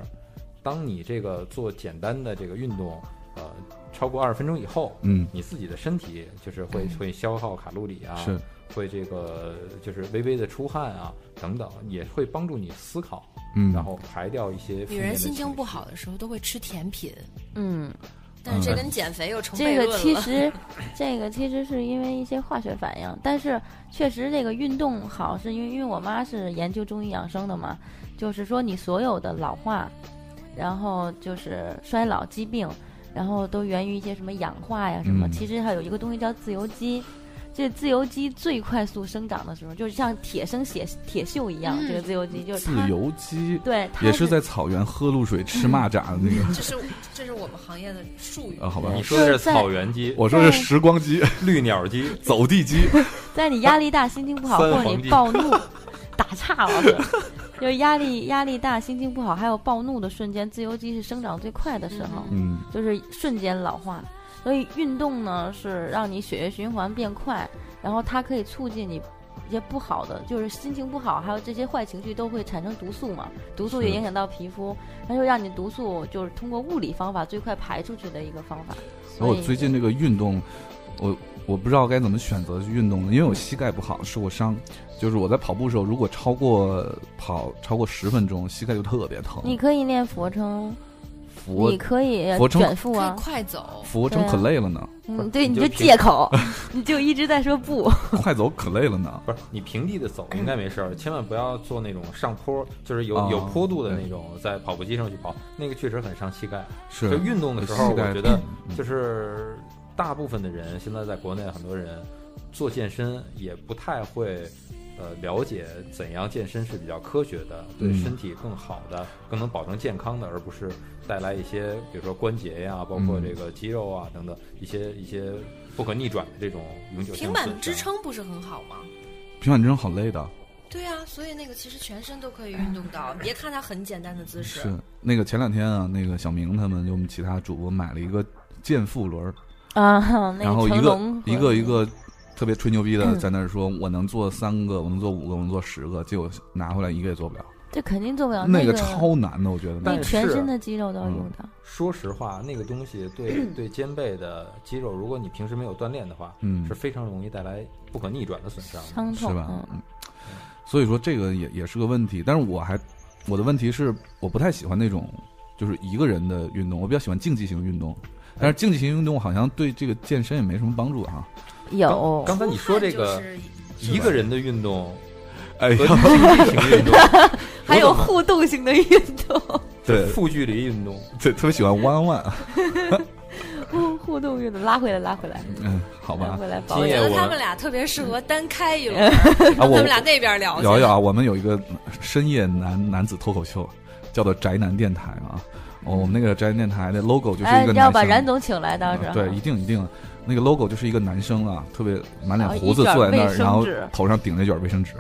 S8: 当你这个做简单的这个运动，呃，超过二十分钟以后，
S5: 嗯，
S8: 你自己的身体就是会会消耗卡路里啊，
S5: 是，
S8: 会这个就是微微的出汗啊等等，也会帮助你思考，
S5: 嗯，
S8: 然后排掉一些负
S7: 女
S8: 面的
S7: 人心
S8: 情
S7: 情不
S8: 绪
S7: 好的时候都会吃甜品，
S6: 嗯，
S7: 但是这跟减肥又成
S6: 这
S7: 悖论
S6: 个
S7: 了。
S6: 其 实，这个其实是因为一些化学反应，但是确实这个运动好，是因为因为我妈是研究中医养生的嘛，就是说你所有的老化，然后就是衰老疾病，然后都源于一些什么氧化呀什么。
S5: 嗯
S6: 其实还有一个东西叫自由基。这自由基最快速生长的时候，就是像铁生铁铁锈一样，
S7: 嗯
S6: 这个自由基就是
S5: 自
S6: 它，
S5: 由基
S6: 对，它
S5: 也是在草原喝露水、吃蚂蚱的那个
S7: 这是这是我们行业的 术语。
S5: 啊，好吧
S8: 你。说的是草原鸡、
S5: 我说是时光机、
S8: 绿鸟鸡，
S5: 走地机，
S6: 在你压力大、心情不好，
S8: 三
S6: 或
S8: 皇
S6: 者你
S8: 帝
S6: 暴怒、 打岔了，就是压力压力大、心情不好，还有暴怒的瞬间，自由基是生长最快的时候，
S5: 嗯，
S6: 就是瞬间老化。所以运动呢是让你血液循环变快，然后它可以促进你一些不好的，就是心情不好，还有这些坏情绪都会产生毒素嘛，毒素也
S5: 是
S6: 影响到皮肤，它就让你毒素就是通过物理方法最快排出去的一个方法。
S5: 然后我
S6: 所以
S5: 最近这个运动，我我不知道该怎么选择运动了，因为我膝盖不好，受过伤。就是我在跑步的时候，如果超过跑超过十分钟，膝盖就特别疼。
S6: 你可以练俯卧撑，
S5: 俯
S6: 你
S5: 卧
S6: 可以
S5: 俯卧撑
S6: 卷腹
S7: 可以
S6: 啊，
S7: 快走，
S5: 俯卧撑
S6: 对啊
S5: 可累了呢，
S8: 不是
S6: 嗯，对，
S8: 你
S6: 你
S8: 就
S6: 就
S8: 平
S6: 借口，你就一直在说不。
S5: 快走可累了呢。
S8: 不是你平地的走应该没事儿，千万不要做那种上坡，就是有、
S5: 啊
S8: 有坡度的那种，在跑步机上去跑，那个确实很伤膝盖。
S5: 是
S8: 就运动的时候，
S5: 膝盖
S8: 我觉得
S5: 嗯
S8: 就是大部分的人现在在国内很多人做健身也不太会。呃，了解怎样健身是比较科学的，对
S5: 嗯
S8: 身体更好的，更能保证健康的，而不是带来一些，比如说关节呀、包括
S5: 嗯
S8: 这个肌肉啊等等一些一些不可逆转的这种永久性
S7: 平板
S8: 损
S7: 支
S8: 伤
S7: 撑不是很好吗？
S5: 平板支撑好累的，
S7: 对啊，所以那个其实全身都可以运动
S8: 哎
S7: 到，别看它很简单的姿势，
S5: 是那个前两天啊，那个小明他们就我们其他主播买了一个健腹轮儿，
S6: 啊，那
S5: 然后一
S6: 成
S5: 个
S6: 龙
S5: 一个一个特别吹牛逼 的在那儿说，我能做三个，我能做五个，我能做十个，结果拿回来一个也做不了。
S6: 这肯定做不了
S5: 那
S6: 个
S5: 个超嗯难的，我觉得那
S8: 但
S6: 你
S5: 个。
S6: 全
S8: 是
S6: 身的肌肉都要用到。
S8: 说实话，那个东西 对对肩背的肌肉，如果你平时没有锻炼的话，
S5: 嗯
S8: 是非常容易带来不可逆转的损伤的。
S6: 伤痛
S5: 是吧？
S6: 嗯，
S5: 所以说这个也也是个问题，但是我还我的问题是我不太喜欢那种就是一个人的运动，我比较喜欢竞技型运动。但是竞技型运动好像对这个健身也没什么帮助哈、
S6: 有
S8: 刚才你说这
S7: 出汗
S8: 个
S7: 就是
S8: 一个人的运 动
S5: 哎
S8: 和竞技型运动，
S6: 还有互动性的运动，
S5: 对
S8: 负距离运动，
S5: 对，特别喜欢啊 one on one，
S6: 互互动运动，拉回来，拉回来，
S5: 嗯，好
S6: 拉
S5: 吧，
S6: 回来，保
S8: 今
S7: 我
S8: 夜
S7: 觉得他们
S8: 哎我嗯哎
S7: 俩特别适合单开一轮，让
S5: 啊，
S7: 他
S5: 我
S7: 们俩那边聊去
S5: 聊一聊啊，我们有一个深夜男男子脱口秀，叫做宅男电台啊，哦、我们那个宅男电台的 logo 就是
S6: 哎，
S5: 一个男生，
S6: 你
S5: 嗯
S6: 要把冉总请来，到时候
S5: 对，一定一定，那个 logo 就是一个男生啊，特别满脸
S6: 然后
S5: 胡子
S6: 一卷
S5: 坐在那
S6: 卫
S5: 儿，
S6: 生
S5: 然后
S6: 纸
S5: 头上顶着一卷卫 生纸，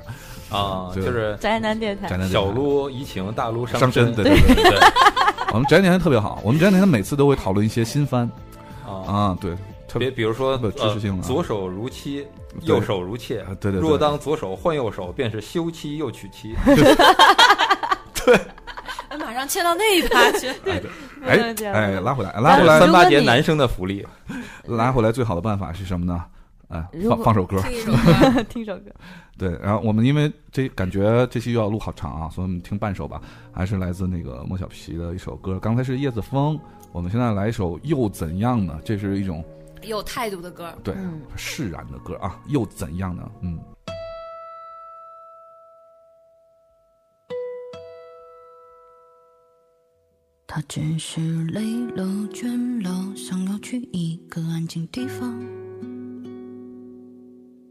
S8: 啊，
S5: 嗯对
S8: 就是
S6: 宅男电台
S5: 宅，男电台
S8: 小撸怡情，大撸
S5: 伤身
S8: 身，
S5: 对对
S8: 对对啊
S5: 我们宅男电台特别好，我们宅男电台每次都会讨论一些新番
S8: 啊。
S5: 啊，对，特
S8: 别
S5: 别
S8: 比如说，
S5: 特别有知识性
S8: 呃，
S5: 啊
S8: 左手如妻，
S5: 对
S8: 右手如妾
S5: 啊。对对对
S8: 若当左手换右手，便是休妻又娶 妻。
S7: 哎马上切到那一 趴去。
S5: 哎
S6: 不能这样
S5: 哎 拉回来拉回
S6: 如果
S5: 来
S8: 三八节
S6: 你
S8: 男生的 福利，
S5: 拉回来，最好的办法是什么呢？哎，
S6: 如
S5: 放
S6: 果
S5: 放首歌，
S7: 听一首歌，
S6: 听首歌，
S5: 对，然后我们因为这感觉这期又要录好长啊，所以我们听半首吧，还是来自那个莫小皮的一首歌，刚才是叶子风，我们现在来一首又怎样呢？这是一种
S7: 有态度的歌，
S5: 对
S6: 嗯
S5: 释然的歌啊，又怎样呢？嗯。
S10: 他只是累了倦了，想要去一个安静地方。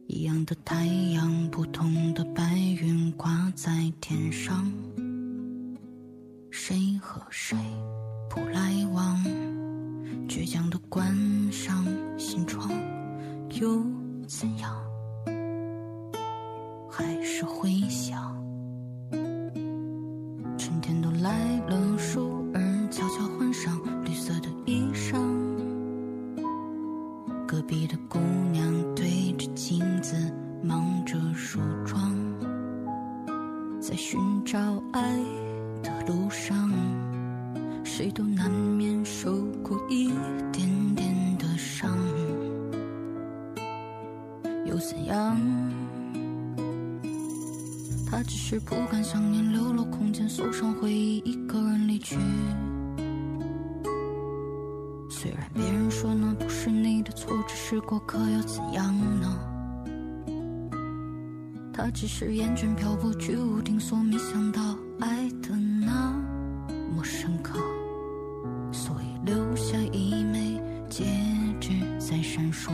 S10: 一样的太阳，不同的白云挂在天上，谁和谁不来往？倔强的
S7: 谁都难免受过一点点的伤，又怎样？他只是不敢想念，流落空间，受伤回忆，一个人离去。虽然别人说那不是你的错，只是过客，又怎样呢？他只是厌倦漂泊，居无定所，没想到爱的那么深刻，所以留下一枚戒指在闪烁。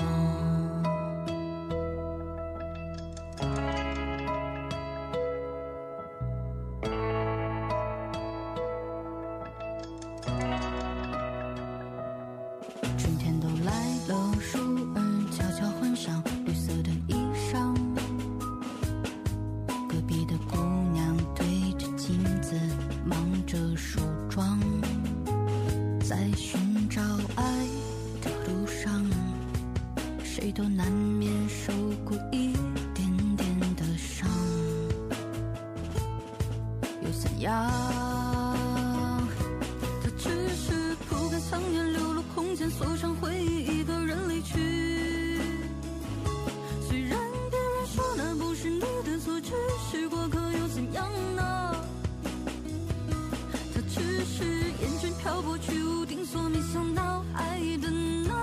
S7: 春天都来了，树儿悄悄换上绿色的衣裳。隔壁的姑娘对着镜子忙着梳妆，在寻找爱的路上，谁都难免受过一点点的伤，又怎样？他只是不敢想念，流落空间，锁上回忆，一个人离去。虽然别人说那不是你的错，只是过客，又怎样呢？他只是厌倦漂泊，居无定所，没想到爱的那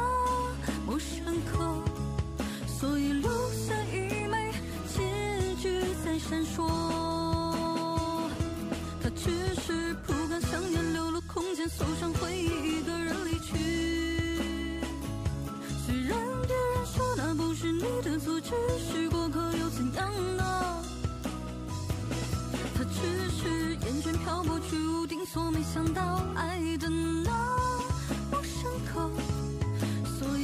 S7: 么深刻，所以留下一枚戒指在闪烁。他只是不敢想念，流落空间，锁上回忆，一个人离去。虽然别人说那不是你的错，只是过客，又怎样呢？他只是厌倦漂泊，居无定所，没想到爱的那么深刻，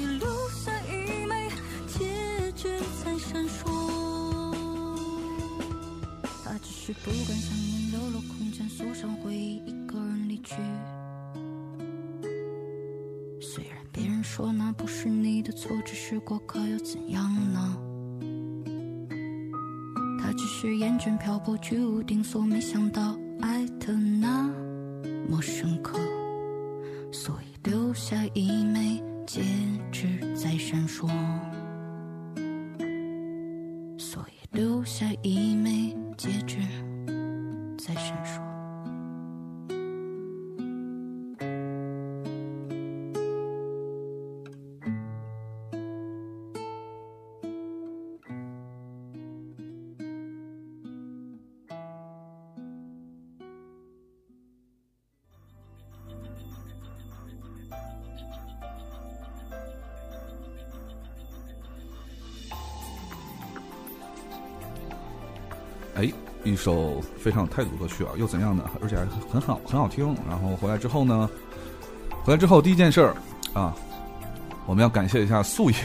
S7: 所以留下一枚戒指在闪烁。他只是不敢想念，流落空间，锁上回忆，一个人离去。虽然别人说那不是你的错，只是过客，又怎样呢？他只是厌倦漂泊，居无定所，没想到爱的那么深刻，所以留下一枚戒指在闪烁，所以留下一枚戒指在闪烁。
S5: 哎，一首非常有态度的歌曲啊，又怎样呢？而且还很好，很好听。然后回来之后呢，回来之后第一件事儿啊，我们要感谢一下素爷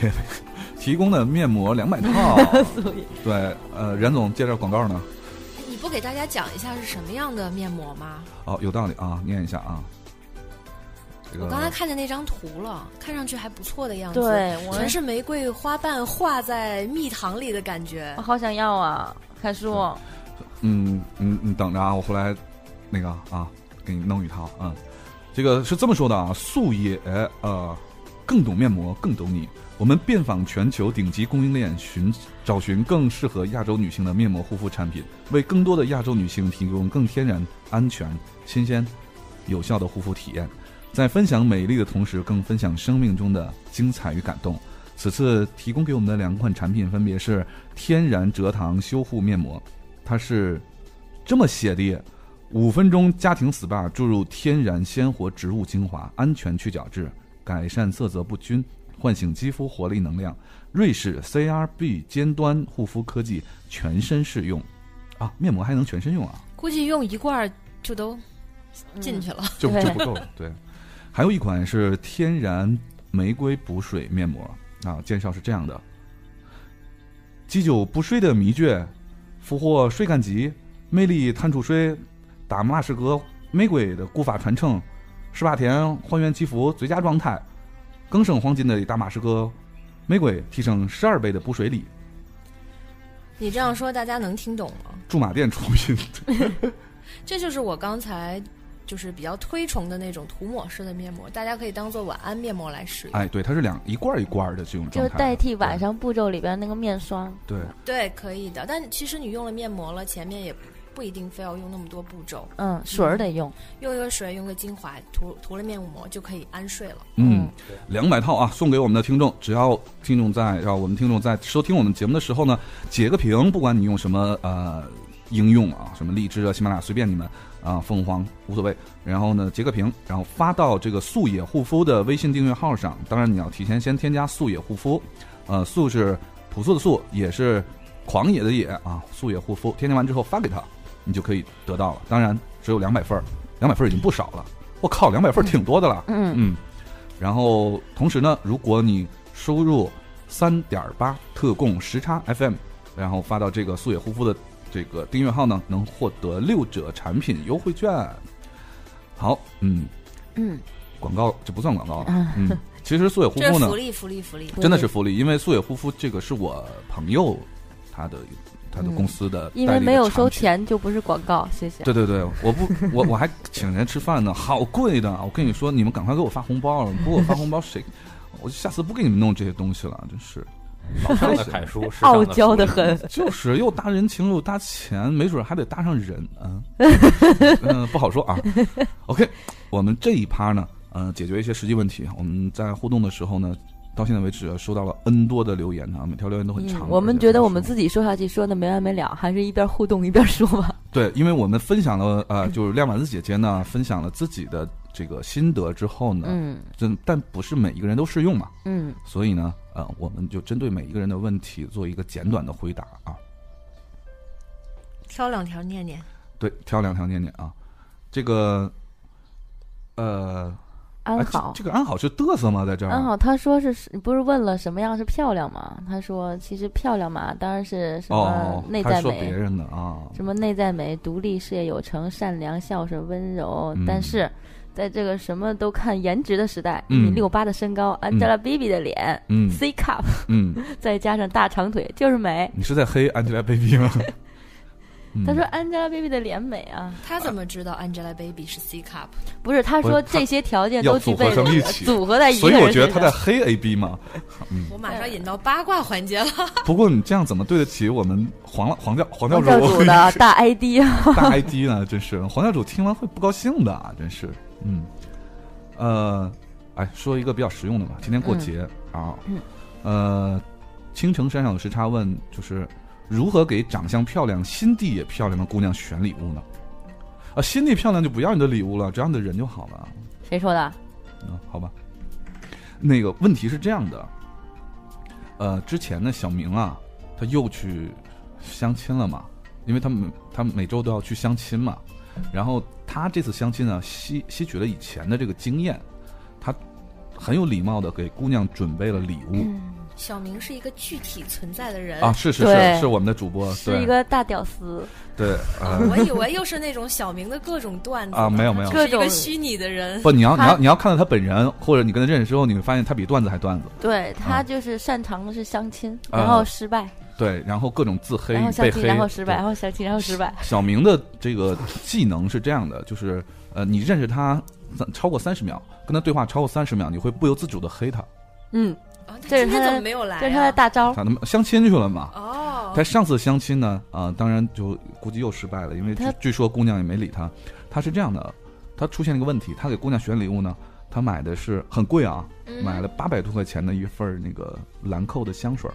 S5: 提供的面膜两百 套。对，呃，冉总接着广告呢。
S11: 哎你不给大家讲一下是什么样的面膜吗？
S5: 哦，有道理啊，念一下啊。这个
S11: 我刚才看见那张图了，看上去还不错的样子，
S6: 对我
S11: 全是玫瑰花瓣画在蜜糖里的感觉
S7: 哦
S6: 我。好想要啊，凯叔，
S5: 嗯，你你等着啊，我回来那个啊，给你弄一套。嗯，这个是这么说的啊，素野呃，更懂面膜，更懂你。我们遍访全球顶级供应链，寻找寻更适合亚洲女性的面膜护肤产品，为更多的亚洲女性提供更天然、安全、新鲜、有效的护肤体验。在分享美丽的同时，更分享生命中的精彩与感动。此次提供给我们的两款产品分别是天然蔗糖修护面膜，它是这么写的：五分钟家庭 SPA 注入天然鲜活植物精华，安全去角质，改善色泽不均，唤醒肌肤活力能量。瑞士 CRB 尖端护肤科技，全身适用。啊，面膜还能全身用啊？
S11: 估计用一罐儿就都
S6: 嗯
S11: 进去了。
S7: 嗯
S5: 就
S6: 对
S5: 就不够了。对，还有一款是天然玫瑰补水面膜啊，介绍是这样的：积久不衰的迷蕨，俘获税干集，魅力探出水，打马士革玫瑰的古法传承，十八天还原肌肤最佳状态，更胜黄金的大马士革玫瑰，提升十二倍的补水力。
S11: 你这样说，大家能听懂吗？
S5: 驻马店出品，
S11: 这就是我刚才
S7: 就是比较推崇的那种涂抹式的面膜，大家可以当做晚安面膜来使用。
S5: 哎，对，它是两一罐儿一罐儿的这种
S6: 就
S5: 状
S6: 是
S5: 态，
S6: 代替晚上步骤里边那个面霜。
S5: 对，
S7: 对，可以的。但其实你用了面膜了，前面也不一定非要用那么多步骤，
S6: 嗯，水儿得用，
S7: 用一个水，用个精华，涂涂了面膜就可以安睡了。
S5: 嗯，两百套啊，送给我们的听众，只要听众在，让我们听众在收听我们节目的时候呢，截个屏，不管你用什么呃应用啊，什么荔枝啊、喜马拉雅，随便你们啊、凤凰无所谓。然后呢，截个屏，然后发到这个素野护肤的微信订阅号上。当然，你要提前先添加素野护肤，呃，素是朴素的素，也是狂野的野啊，素野护肤。添加完之后发给他，你就可以得到了。当然，只有两百份儿，两百份儿已经不少了。我靠，两百份儿挺多的了。
S6: 嗯，
S5: 嗯，然后同时呢，如果你输入三点八特供时差 FM，然后发到这个素野护肤的这个订阅号呢，能获得六折产品优惠券。好，嗯
S6: 嗯，
S5: 广告这不算广告了
S6: 啊，
S5: 嗯，其实素野护
S7: 这
S5: 肤
S7: 是
S5: 呢
S7: 福，利，福利，福利。
S5: 真的是福利，因为素野护肤这个是我朋友他的他的公司的代理
S6: 嗯因
S5: 的
S6: 为没有
S5: 产
S6: 收
S5: 品。
S6: 钱就不是广告，谢谢。
S5: 对对对，我不， 我我还请人吃饭呢，好贵的。我跟你说，你们赶快给我发红包了，不给我发红包，谁， 我下次不给你们弄这些东西了，真是。
S8: 老上的楷书，时尚
S6: 傲娇
S8: 的
S6: 的
S8: 福利
S6: 很，
S5: 就是又搭人情又搭钱，没准还得搭上人啊。 嗯、不好说 啊。OK，我们这一趴呢，嗯、解决一些实际问题。我们在互动的时候呢，到现在为止收到了 N 多的留言啊，每条留言都很长。
S6: 嗯，我们
S5: 而且
S6: 觉得
S5: 很
S6: 我们
S5: 长
S6: 自己说下去说的没完没了，还是一边互动一边说吧。
S5: 对，因为我们分享了
S6: 嗯
S5: 呃，就是亮丸子姐姐 呢分享了自己的这个心得之后呢，
S6: 嗯
S5: 真但不是每一个人都适用嘛，
S6: 嗯，
S5: 所以呢，呃，我们就针对每一个人的问题做一个简短的回答啊。
S7: 挑两条念念，
S5: 对，挑两条念念啊，这个，呃，
S6: 安
S5: 哎
S6: 好
S5: 这，这个安好是嘚瑟吗？在这儿，
S6: 安好，他说是你不是问了什么样是漂亮吗？他说其实漂亮嘛，当然是什么
S5: 哦，
S6: 内
S5: 他
S6: 在
S5: 说别
S6: 美，
S5: 人的啊，
S6: 什么内在美、独立、事业有成、善良、孝顺、温柔。
S5: 嗯
S6: 但是在这个什么都看颜值的时代，一
S5: 嗯
S6: 米六八的身高，Angelababy 的脸
S5: 嗯
S6: ，C cup，
S5: 嗯，
S6: 再加上大长腿就是美。
S5: 你是在黑 Angelababy 吗？
S6: 他说
S5: 嗯
S6: Angelababy 的脸美啊，
S7: 他怎么知道 Angelababy 是 C cup？
S6: 不是，他
S5: 不是
S6: 说
S5: 他
S6: 这些条件
S5: 要
S6: 都具
S5: 组合
S6: 备了，
S5: 成一起
S6: 组 合在一个
S5: 所以
S6: 人
S5: 我觉得
S6: 身
S5: 他
S6: 上
S5: 在黑 AB 嘛。嗯
S7: 我马上引到八卦环节了。
S5: 不过你这样怎么对得起我们黄老黄教黄教
S6: 黄教主
S5: 主
S6: 的大 ID 啊。
S5: 大 ID 呢？真是黄教主听完会不高兴的啊，真是。嗯，呃，哎，说一个比较实用的吧。今天过节、啊，
S6: 嗯
S5: 呃，青城山上有时差问，就是如何给长相漂亮、心地也漂亮的姑娘选礼物呢？啊，心地漂亮就不要你的礼物了，只要你的人就好了。 啊
S6: 谁说的？
S5: 嗯，好吧。那个问题是这样的，呃，之前呢，小明啊，他又去相亲了嘛，因为他每他每周都要去相亲嘛，然后他这次相亲啊，吸吸取了以前的这个经验，他很有礼貌的给姑娘准备了礼物、
S6: 嗯
S7: 小明是一个具体存在的人
S5: 啊，是是是
S6: 对
S5: 是我们的主播，
S6: 是
S5: 哦对
S6: 一个大屌丝，
S5: 对啊、
S7: 我以为又是那种小明的各种段子
S5: 啊，没有没有，
S7: 是
S6: 各
S7: 一个
S6: 种
S7: 虚拟的人。
S5: 不，你要你
S6: 他
S5: 要你要看到他本人，或者你跟他认识之后，你会发现他比段子还段子，
S6: 对
S5: 啊
S6: 他就是擅长的是相亲，
S5: 啊
S6: 然后失败，
S5: 对，然后各种自黑
S6: 然后相
S5: 被
S6: 亲，
S5: 黑，
S6: 然后失败，
S5: 对
S6: 然后相亲，然后失败。
S5: 小明的这个技能是这样的，就是呃，你认识他三超过三十秒，跟他对话超过三十秒，你会不由自主的黑他。
S6: 嗯，
S7: 啊他
S6: 这是
S7: 今天
S6: 他
S7: 怎
S6: 的
S7: 么没有来、啊？
S6: 这是他的大招。
S5: 他他妈相亲去了嘛？
S7: 哦，
S5: 他上次相亲呢，啊、当然就估计又失败了，因为据
S6: 他
S5: 据说姑娘也没理他。他是这样的，他出现了一个问题，他给姑娘选礼物呢，他买的是很贵啊，
S7: 嗯
S5: 买了八百多块钱的一份儿那个兰蔻的香水儿，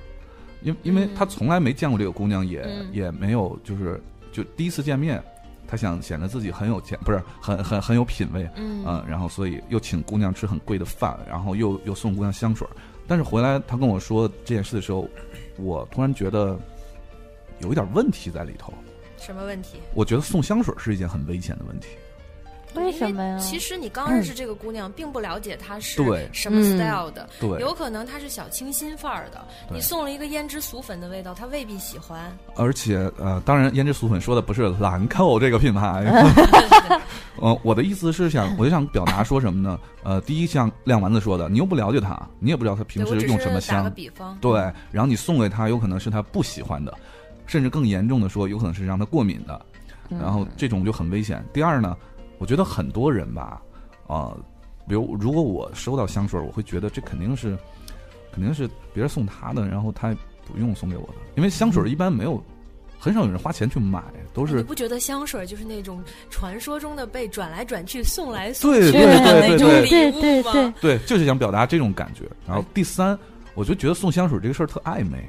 S5: 因因为他从来没见过这个姑娘，也、
S7: 嗯
S5: 也没有就是就第一次见面，他想显得自己很有钱，不是很很很有品位，
S7: 嗯
S5: 嗯，然后所以又请姑娘吃很贵的饭，然后又又送姑娘香水儿，但是回来他跟我说这件事的时候，我突然觉得有一点问题在里头。
S7: 什么问题？
S5: 我觉得送香水儿是一件很危险的问题。
S6: 为什么呀
S7: 因为其实你刚认识这个姑娘，并不了解她是
S5: 对
S7: 什么
S6: 嗯
S7: style 的，
S5: 对，
S7: 有可能她是小清新范儿的。
S5: 对
S7: 你送了一个胭脂俗粉的味道，她未必 喜欢。
S5: 而且呃，当然，胭脂俗粉说的不是兰蔻这个品 牌。呃，我的意思是想，我就想表达说什么呢？呃，第一，像亮丸子说的，你又不了解他，你也不知道他平
S7: 对我
S5: 时
S7: 只
S5: 用什么
S7: 是打个
S5: 香，
S7: 比方，
S5: 对，然后你送给他，有可能是他不喜欢的，嗯
S6: 嗯
S7: 嗯
S5: 甚至更严重的说，有可能是让他过敏的，然后这种就很危险。第二呢，我觉得很多人吧，啊、比如如果我收到香水儿，我会觉得这肯定是，肯定是别人送他的，然后他也不用送给我的，因为香水儿一般没有，很少有人花钱去买，都
S7: 你
S5: 是
S7: 不觉得香水就是那种传说中的被转来转去、送来送
S5: 对对
S7: 去
S5: 对
S7: 的
S5: 对
S7: 那种
S5: 对
S7: 礼
S6: 对对
S7: 物吗？
S6: 对
S5: 对，就是想表达这种感觉。然后第三，我就觉得送香水这个事儿特暧昧，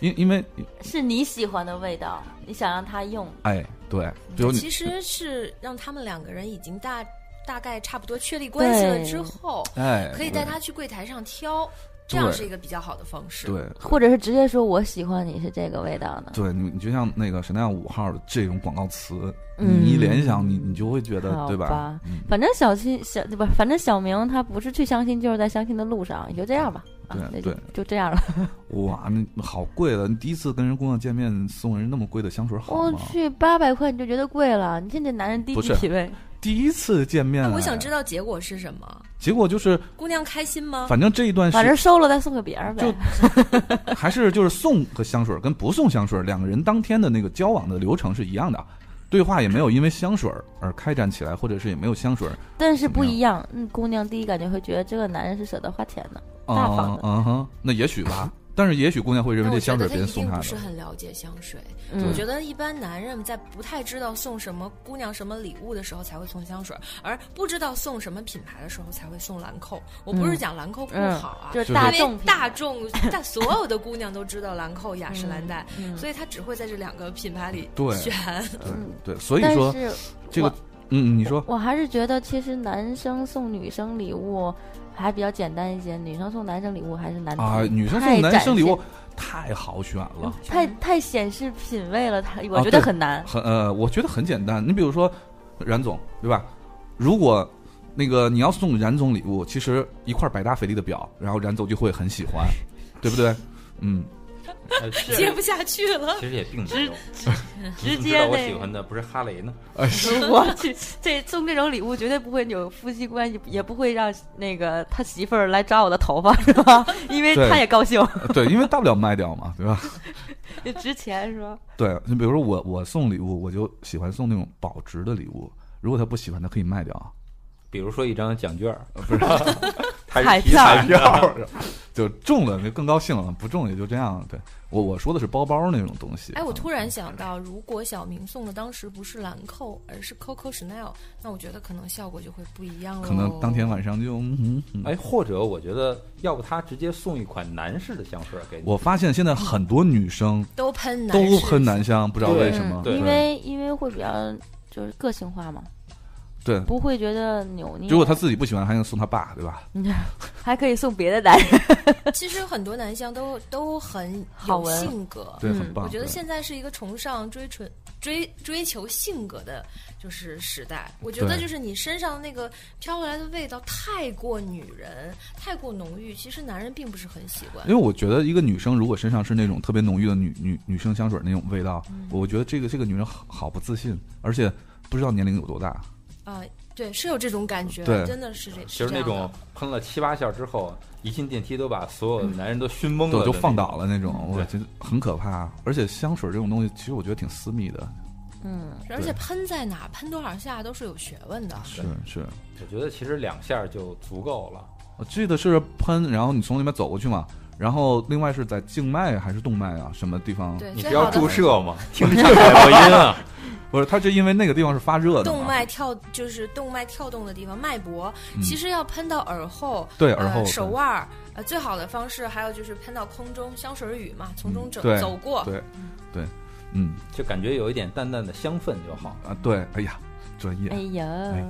S5: 因因为
S6: 是你喜欢的味道，你想让他用，
S5: 哎，对，比如你
S7: 其实是让他们两个人已经大大概差不多确立关系了
S6: 对
S7: 之后，
S5: 哎，
S7: 可以带他去柜台上挑，这样是一个比较好的方式。
S5: 对。对
S6: 或者是直接说我喜欢你是这个味道的。
S5: 对你，你就像那个沈诞五号这种广告词，
S6: 嗯
S5: 你一联想，你你就会觉得，
S6: 好
S5: 对吧
S6: 吧？
S5: 嗯，
S6: 反正小七小不，反正小明他不是去相亲，就是在相亲的路上，也就这样吧。啊
S5: 对，
S6: 那就
S5: 对
S6: 就这样了。
S5: 嗯哇，那好贵的！你第一次跟人姑娘见面，送人那么贵的香水好
S6: 我
S5: 吗？
S6: 哦去，八百块你就觉得贵了，你现在男人低
S5: 不
S6: 级
S5: 是
S6: 品味。
S5: 第一次见面，
S7: 那哎我想知
S5: 道，
S7: 道嗯结果是什么？
S5: 结果就是，
S7: 姑娘开心吗？
S5: 反正这一段
S6: 反
S5: 时
S6: 正收了再送给别人呗。
S5: 就还是就是送个香水跟不送香水，两个人当天的那个交往的流程是一样的，对话也没有因为香水而开展起来，或者是也没有香水
S6: 但是
S5: 怎么
S6: 不一样，嗯，姑娘第一感觉会觉得这个男人是舍得花钱的。大
S5: 啊
S6: 方的
S5: 嗯哼，那也许吧，但是也许姑娘会认为
S7: 但
S5: 这香水
S7: 我觉得他
S5: 别
S7: 一
S5: 人送
S7: 定
S5: 她
S7: 不
S5: 的
S7: 是，很了解香水。
S5: 哦
S6: 嗯
S7: 我觉得一般男人在不太知道送什么姑娘什么礼物的时候才会送香水，而不知道送什么品牌的时候才会送兰蔻。我不是讲兰蔻不
S6: 嗯
S7: 好啊，，
S6: 就是
S5: 是
S6: 大
S7: 因为
S6: 众品
S7: 大众但所有的姑娘都知道兰蔻、雅诗兰黛，
S6: 嗯
S7: 所以她只会在这两个品牌里
S5: 对
S7: 选。
S6: 嗯
S5: 对，所以
S6: 但
S5: 说
S6: 是
S5: 这个
S6: 我，
S5: 嗯，你说
S6: 我还是觉得，其实男生送女生礼物还比较简单一些，女生送男生礼物还是难
S5: 啊，
S6: 度
S5: 女生
S6: 太
S5: 送男
S6: 展
S5: 生礼
S6: 现
S5: 物太好选了。
S6: 太太显示品味了，他我
S5: 啊
S6: 觉得
S5: 对
S6: 很难。
S5: 很呃，我觉得很简单。你比如说，冉总对吧？如果那个你要送冉总礼物，其实一块百达翡丽的表，然后冉总就会很喜 欢，对不对？嗯，
S8: 呃其
S7: 接
S8: 实
S7: 不下去了，
S8: 其实也并没有，
S6: 直
S8: 你知
S6: 接
S8: 道我喜
S6: 那
S8: 欢的不是哈雷呢，
S5: 哎
S6: 我 去，这送这种礼物绝对不会有夫妻关系，也不会让那个他媳妇儿来抓我的头发， 是吧？因为
S5: 对
S6: 他也高兴，
S5: 呃 对，因为大不了卖掉嘛，对 吧？
S6: 就值钱是吧？
S5: 对，你比如说我我送礼物，我就喜欢送那种保值的礼物。如果他不喜欢，他可以卖掉啊，
S8: 比如说一张奖券，
S5: 不是
S8: 还是
S6: 彩票
S8: 彩票，
S5: 就中了那更高兴了，不中也就这样。对我我说的是包包那种东西。
S7: 哎，我突然想到，如果小明送的当时不是兰蔻，而是 Coco Chanel，那我觉得可能效果就会不一样了。
S5: 可能当天晚上就嗯嗯
S8: 哎，或者我觉得，要不他直接送一款男士的香水给你。
S5: 我发现现在很多女生
S7: 都喷男
S5: 都
S7: 士
S5: 喷男香，不知道
S8: 对
S5: 为什么。
S8: 对
S6: 嗯因为因为会比较就是个性化嘛，
S5: 对，
S7: 嗯
S6: 不会觉得扭捏。
S5: 如果他自己不喜欢，还能送他爸，对
S7: 嗯
S5: 吧？
S6: 还可以送别的男人，
S7: 其实很多男相都都很
S6: 好
S7: 有
S6: 闻
S7: 性格。
S5: 对，
S6: 嗯
S5: 很棒。
S7: 我觉得
S5: 对
S7: 现在是一个崇尚追纯追追求性格的，就是时代。我觉得
S5: 对
S7: 就是你身上那个飘过来的味道太过女人，太过浓郁，其实男人并不是很喜欢
S5: 因为。我觉得一个女生如果身上是那种特别浓郁的女女女生香水那种味道，
S7: 嗯
S5: 我觉得这个这个女人好好不自信，而且不知道年龄有多大。
S7: 啊、对，是有这种感觉，
S5: 对
S7: 真的是这，是
S8: 其实
S7: 这
S8: 那
S7: 样
S8: 种
S7: 的。
S8: 喷了七八下之后，一进电梯都把所有的男人都熏懵了
S5: 对，
S8: 的那
S5: 就
S8: 种，
S5: 放倒了那种，我
S8: 对
S5: 觉得很可怕。而且香水这种东西，其实我觉得挺私密的。
S6: 嗯，
S7: 而且喷在哪儿，喷多少下都是有学问的。
S5: 是是，
S8: 我觉得其实两下就足够了。
S5: 我记得是喷，然后你从那边走过去嘛，然后另外是在静脉还是动脉啊什么地方？
S7: 对，
S8: 你
S7: 最
S8: 是要
S7: 好的
S8: 注射吗？听不上海播音啊！
S5: 不是，它是因为那个地方是发热的嘛
S7: 动脉跳就是动脉跳动的地方，脉搏，其实要喷到耳后，
S5: 对耳后
S7: 呃、手腕儿，呃，最好的方式还有就是喷到空中，香水雨嘛，从中走、
S5: 对
S7: 走过，
S5: 对对，嗯
S8: 就感觉有一点淡淡的香氛就好。
S5: 啊对，哎呀，专业。
S6: 哎呀，
S5: 哎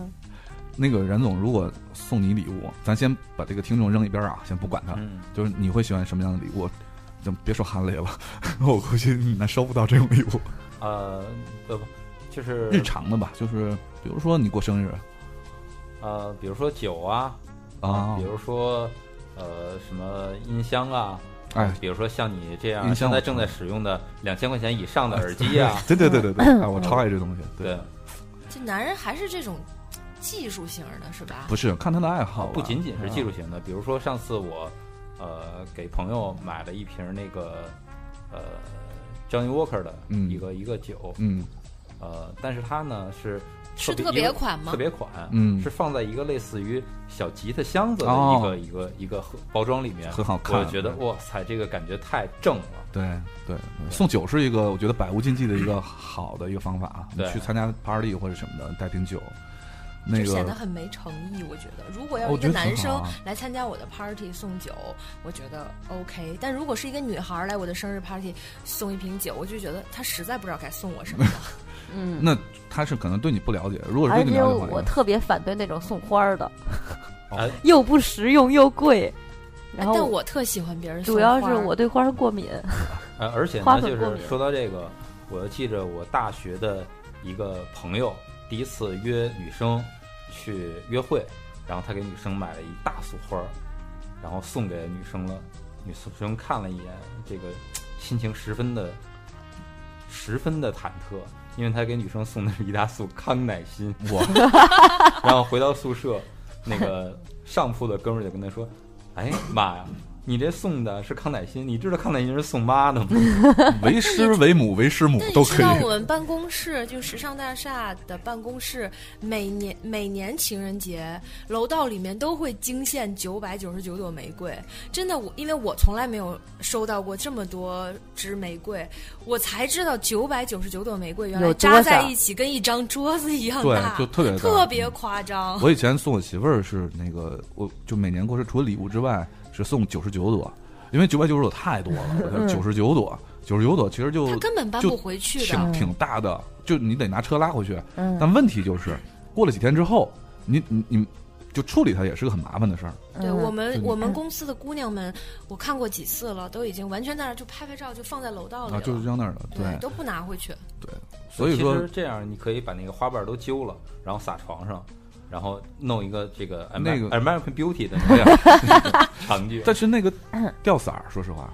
S5: 那个冉总，如果送你礼物，咱先把这个听众扔一边儿啊，先不管他。
S8: 嗯，
S5: 就是你会喜欢什么样的礼物？就别说韩磊了， 我估计你那收不到这种礼物。
S8: 呃，不不，就是
S5: 日常的吧，就是比如说你过生日
S8: 呃，比如说酒啊，
S5: 啊
S8: 比，如说呃什么音箱啊，
S5: 哎，
S8: 比如说像你这
S5: 音
S8: 样
S5: 箱
S8: 现
S5: 我
S8: 在正在使用的两千块钱以上的耳机啊，
S5: 对对对对对，
S6: 嗯
S5: 哎，我超爱这东西。
S8: 对，，
S7: 这男人还是这种技术型儿的，是吧？
S5: 不是看他的爱好吧，
S8: 不仅仅是技术
S5: 啊，
S8: 型哦嗯的，比如说上次我呃给朋友买了一瓶那个呃 Johnny Walker 的
S5: 嗯
S8: 一个、一个酒，
S5: 嗯，
S8: 呃，但是它呢是
S7: 是
S8: 特
S7: 特
S8: 别
S7: 别
S8: 一个
S7: 款吗
S8: 特？别款，
S5: 嗯
S8: 是放在一个类似于小吉他箱子的
S5: 哦
S8: 一个一个一个盒包装里面，
S5: 很好看
S8: 我觉得哇塞，这个感觉太正了。
S5: 对对，送酒是一个我觉得百无禁忌的一个好的一个方法啊。你
S8: 对
S5: 去参加 party 或者什么的，带瓶酒，那
S7: 就显得
S5: 个
S7: 很没诚意，我觉得。如果要
S5: 我
S7: 是
S5: 觉
S7: 一个
S5: 得很
S7: 男
S5: 好
S7: 生
S5: 啊
S7: 来参加我的 party 送酒，我觉得 OK。但如果是一个女孩儿来我的生日 party 送一瓶酒，我就觉得她实在不知道该送我什 么了。
S6: 嗯，
S5: 那他是可能对你不了解，如果是
S6: 而
S5: 对你
S6: 且
S5: 了解的话，
S6: 我特别反对那种送花儿的
S8: 哦，
S6: 又不实用又贵。然后
S7: 哎但我特喜欢别人送
S6: 主要
S7: 花
S6: 是
S7: 儿
S6: 我对花儿过敏，
S8: 呃，而且
S6: 花
S8: 呢，
S6: 粉
S8: 就
S6: 过
S8: 是
S6: 敏
S8: 说到这个，我记着我大学的一个朋友第一次约女生去约会，然后他给女生买了一大束花儿，然后送给女生了。女生看了一眼，这个心情十分的十分的忐忑，因为他给女生送的是一大束康乃馨。哇！ 然后回到宿舍，那个上铺的哥们儿就跟他说：“ 哎妈呀！”你这送的是康乃馨，你知道康乃馨是送妈的吗？
S5: 为师为母为师母
S7: 但
S5: 都
S7: 你知
S5: 可
S7: 道
S5: 以
S7: 我。们办公室，就时尚大厦的办公室，每年每年情人节，楼道里面都会惊现九百九十九朵玫瑰。真的，我因为我从来没有收到过这么多支玫瑰，我才知道九百九十九朵玫瑰原来
S6: 有多
S7: 扎在
S6: 少
S7: 一起跟一张桌子一样
S5: 对
S7: 大，，
S5: 就特别大
S7: 特别夸张。
S5: 我以前送我媳妇儿是那个，我就每年过生日除了礼物之外是送九十九朵，因为九百九十朵太多
S7: 嗯
S5: 了，九十九朵，九十九朵其实就
S7: 他根本搬
S5: 就
S7: 不回去的，
S5: 挺挺大的，就你得拿车拉回去。
S6: 嗯
S5: 但问题就是，过了几天之后，你你你就处理它也是个很麻烦的事儿。
S7: 对
S6: 嗯
S7: 我们
S5: 嗯
S7: 我们公司的姑娘们，我看过几次了，都已经完全在那儿就拍拍照，就放在楼道里了，
S5: 啊，就是扔那儿了。
S7: 对，都不拿回去。
S5: 所以说
S8: 其实这样你可以把那个花瓣都揪了，然后撒床上，然后弄一个这个 Amer-
S5: 那个
S8: American Beauty 的
S5: 哎
S8: 那个
S5: 呀，
S8: 长句，
S5: 但是那个
S7: 嗯
S5: 掉色儿，说实话，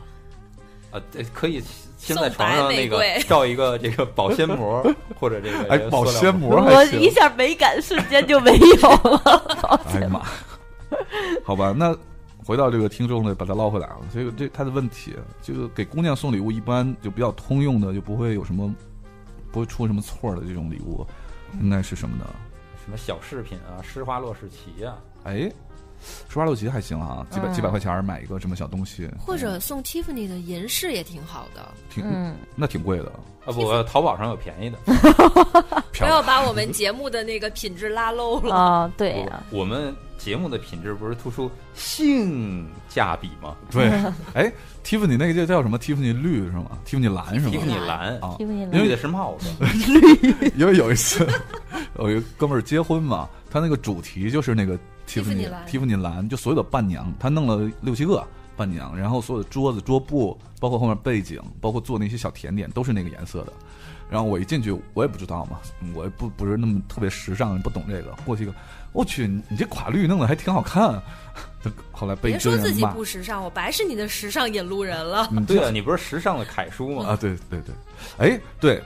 S8: 啊，对可以先在
S7: 送
S8: 床
S7: 白
S8: 上那
S7: 玫
S8: 个
S7: 瑰
S8: 照一个这个保 鲜膜儿，或者这个
S5: 哎
S8: 塑，料
S5: 保鲜膜
S6: 我
S5: 还
S6: 一
S5: 行。
S6: 下美感瞬间就没有 了。
S5: 哎呀妈， 好吧，那回到这个听众的，把它捞回来啊。这个这他的问题，这个给姑娘送礼物一般就比较通用的，就不会有什么不会出什么错的这种礼物，应该是什么呢？
S8: 什么小饰品啊，施华洛世奇啊，
S5: 哎，施华洛奇还行啊，几百
S6: 嗯
S5: 几百块钱儿买一个什么小东西，
S7: 或者送 Tiffany 的银饰也挺好的，
S5: 挺
S6: 嗯，
S5: 那挺贵的。
S8: 啊不，淘宝上有便宜的。
S7: 不要把我们节目的那个品质拉 low 了。
S6: 啊，对呀，
S8: 我我们节目的品质不是突出性价比吗？
S5: 对，哎，Tiffany 那个叫叫什么？Tiffany 绿是吗？Tiffany 蓝是
S8: 蒂芙尼
S5: 吗？
S8: 蓝
S5: 啊，
S6: 因为你
S8: 绿的是帽子，
S5: 因为有一次，有一个哥们儿结婚嘛，他那个主题就是那个 Tiffany
S7: Tiffany 蓝
S5: Tiffany 蓝，就所有的伴娘，他弄了六七个伴娘，然后所有的桌子、桌布，包括后面背景，包括做那些小甜点，都是那个颜色的。然后我一进去，我也不知道嘛，嗯我也不不是那么特别时尚，不懂这个。过去一个，我去，你你这垮绿弄得还挺好看。后来被一
S7: 别
S5: 堆
S7: 说
S5: 人骂。
S7: 自己不时尚，我白是你的时尚引路人 了。
S5: 嗯
S8: 对啊，你不是时尚的楷书吗？
S5: 啊，对对对，哎对，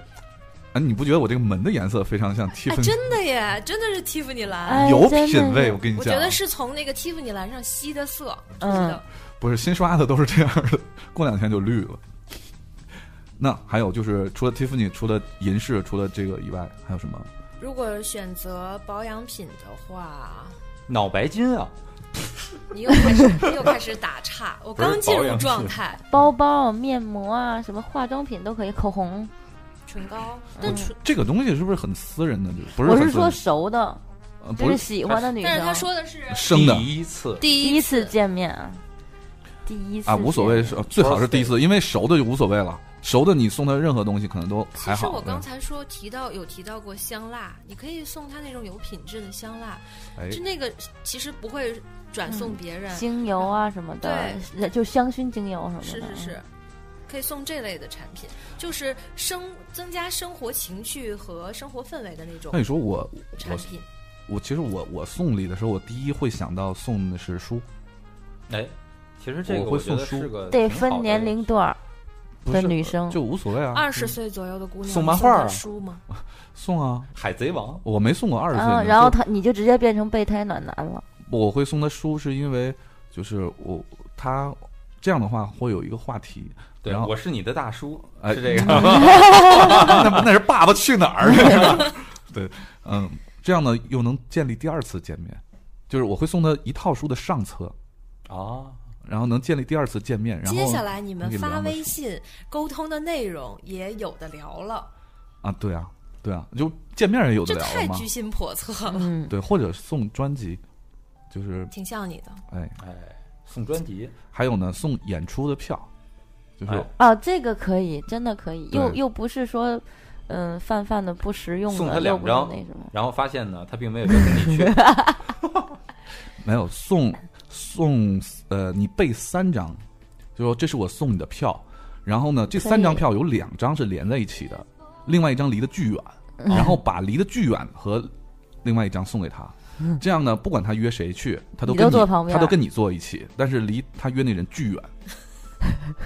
S5: 啊，你不觉得我这个门的颜色非常像
S7: 哎，
S5: Tiffany？、
S7: 真的耶，真的是 Tiffany 蓝。
S6: 哎
S5: 有
S6: 真的
S5: 品位，
S6: 是
S5: 我跟你
S7: 我
S5: 讲，
S7: 觉得是从那个 Tiffany 蓝上吸的色，真的。
S5: 不是新刷的都是这样的，过两天就绿了。那还有就是，除了 Tiffany，除了银饰，除了这个以外，还有什么？
S7: 如果选择保养品的话，
S8: 脑白金啊，
S7: 你又开始 你又开始打岔，我
S8: 不是
S7: 刚进
S8: 保
S7: 入
S8: 养品
S7: 状态。
S6: 包包、面膜啊，什么化妆品都可以，口红。
S7: 唇膏，
S5: 但这个东西是不是很私人的？就不是
S6: 嗯我
S5: 很
S6: 是
S5: 私人
S6: 说熟的，
S5: 呃
S6: 就
S5: 不
S6: 是
S5: 是
S6: 喜欢的女生。
S7: 但是他说的是
S5: 生的
S8: 第一次
S7: 第
S6: 第一次见面，啊第一次
S5: 啊，无所谓，
S6: 见
S5: 是
S6: 面
S5: 呃最好是第一次，因为熟的就无所谓了，熟的你送他任何东西可能都还
S7: 其实
S5: 好。嗯
S7: 我
S5: 对
S7: 刚才说提到有提到过香辣，你可以送他那种有品质的香辣，
S5: 哎
S7: 就那个其实不会转送别人，
S6: 精油啊什么的，是就香薰精油什么的。
S7: 是是是，可以送这类的产品，就是生增加生活情趣和生活氛围的那种
S5: 那你说我
S7: 产
S5: 哎我
S7: 品。
S5: 我其实我我送礼的时候，我第一会想到送的是书，
S8: 哎，其实这
S5: 我
S8: 个
S5: 会
S8: 我觉
S5: 送
S8: 得
S5: 书
S8: 是个
S6: 得
S8: 挺好
S6: 分
S8: 的
S6: 年龄段儿
S5: 不
S6: 的
S5: 是
S6: 女生
S5: 就无所谓啊。
S7: 二十岁左右的姑娘
S8: 送漫画啊
S7: 你她书吗？
S5: 送啊，
S8: 《海贼王
S5: 我没送过二十岁
S6: 啊，
S5: 的。
S6: 然后他你就直接变成备胎暖男了。
S5: 我会送他书，是因为就是我他这样的话会有一个话题。
S4: 对，
S5: 然后
S4: 我是你的大叔，
S5: 哎
S4: 是这个吗？
S5: 那不那是《爸爸去哪儿》 对，嗯，这样呢又能建立第二次见面，就是我会送他一套书的上册，
S4: 啊，
S5: 然后能建立第二次见面。然后
S7: 接下来你们
S5: 能给
S7: 发
S5: 聊的
S7: 微
S5: 书
S7: 信沟通的内容也有的聊了，
S5: 啊，对啊，对啊，就见面也有的
S7: 这
S5: 聊
S7: 太
S5: 了嘛
S7: 居。心叵测了，
S6: 嗯，
S5: 对，或者送专辑，就是
S7: 挺像你的。
S5: 哎，
S4: 哎，送专辑，
S5: 还有呢，送演出的票，就是、
S4: 哎
S6: 哦，这个可以，真的可以，又
S5: 对
S6: 又不是说，嗯，泛泛的不实用
S4: 送他
S6: 的，又
S4: 两
S6: 不是
S4: 张
S6: 那什么，
S4: 然后发现呢，他并没有邀请你 去，
S5: 没有送送呃，你备三张，就说这是我送你的票，然后呢，这
S6: 可以
S5: 三张票有两张是连在一起的，另外一张离得巨远，
S6: 嗯
S5: 然后把离得巨远和另外一张送给他。这样呢，不管他约谁去，他都
S6: 嗯你
S5: 跟
S6: 都
S5: 你
S6: 坐旁边
S5: 他都跟你坐一起，但是离他约那人巨远。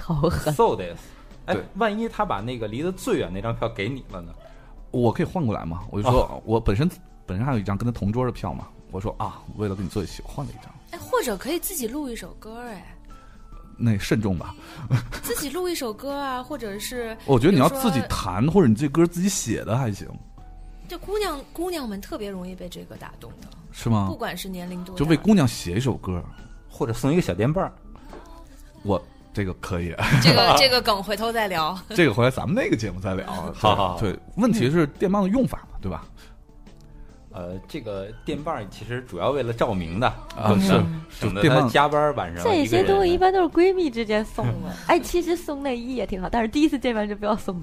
S6: 好狠，
S4: so this。哎
S5: 对，
S4: 万一他把那个离得最远那张票给你了呢？
S5: 我可以换过来嘛？我就说，
S6: 哦
S5: 我本身本身还有一张跟他同桌的票嘛，我说啊，为了跟你坐一起，我换了一张，
S7: 哎，或者可以自己录一首歌，哎，
S5: 那慎重吧。
S7: 自己录一首歌啊，或者是
S5: 我觉得你要
S7: 比如
S5: 自
S7: 说
S5: 己弹，或者你这歌自己写的还行，
S7: 这姑娘姑娘们特别容易被这个打动的，
S5: 是吗
S7: 不？管是年龄多大，
S5: 啊就为姑娘写一首歌，
S4: 或者送一个小电棒儿？
S5: 我这个可以，
S7: 这个 这个梗回头再聊。
S5: 这个回来咱们那个节目再聊。啊
S4: 好好好
S5: 对，问题是电棒的用法嘛，对吧？
S4: 呃，这个电棒儿其实主要为了照明的，
S5: 啊
S4: 更
S5: 是
S4: 省省得
S5: 电
S4: 他
S5: 棒
S4: 加班儿晚上
S6: 这
S4: 一个
S6: 些东西一
S4: 人。
S6: 般都是闺蜜之间送 的。哎，其实送内衣也挺好，但是第一次见面就不要送，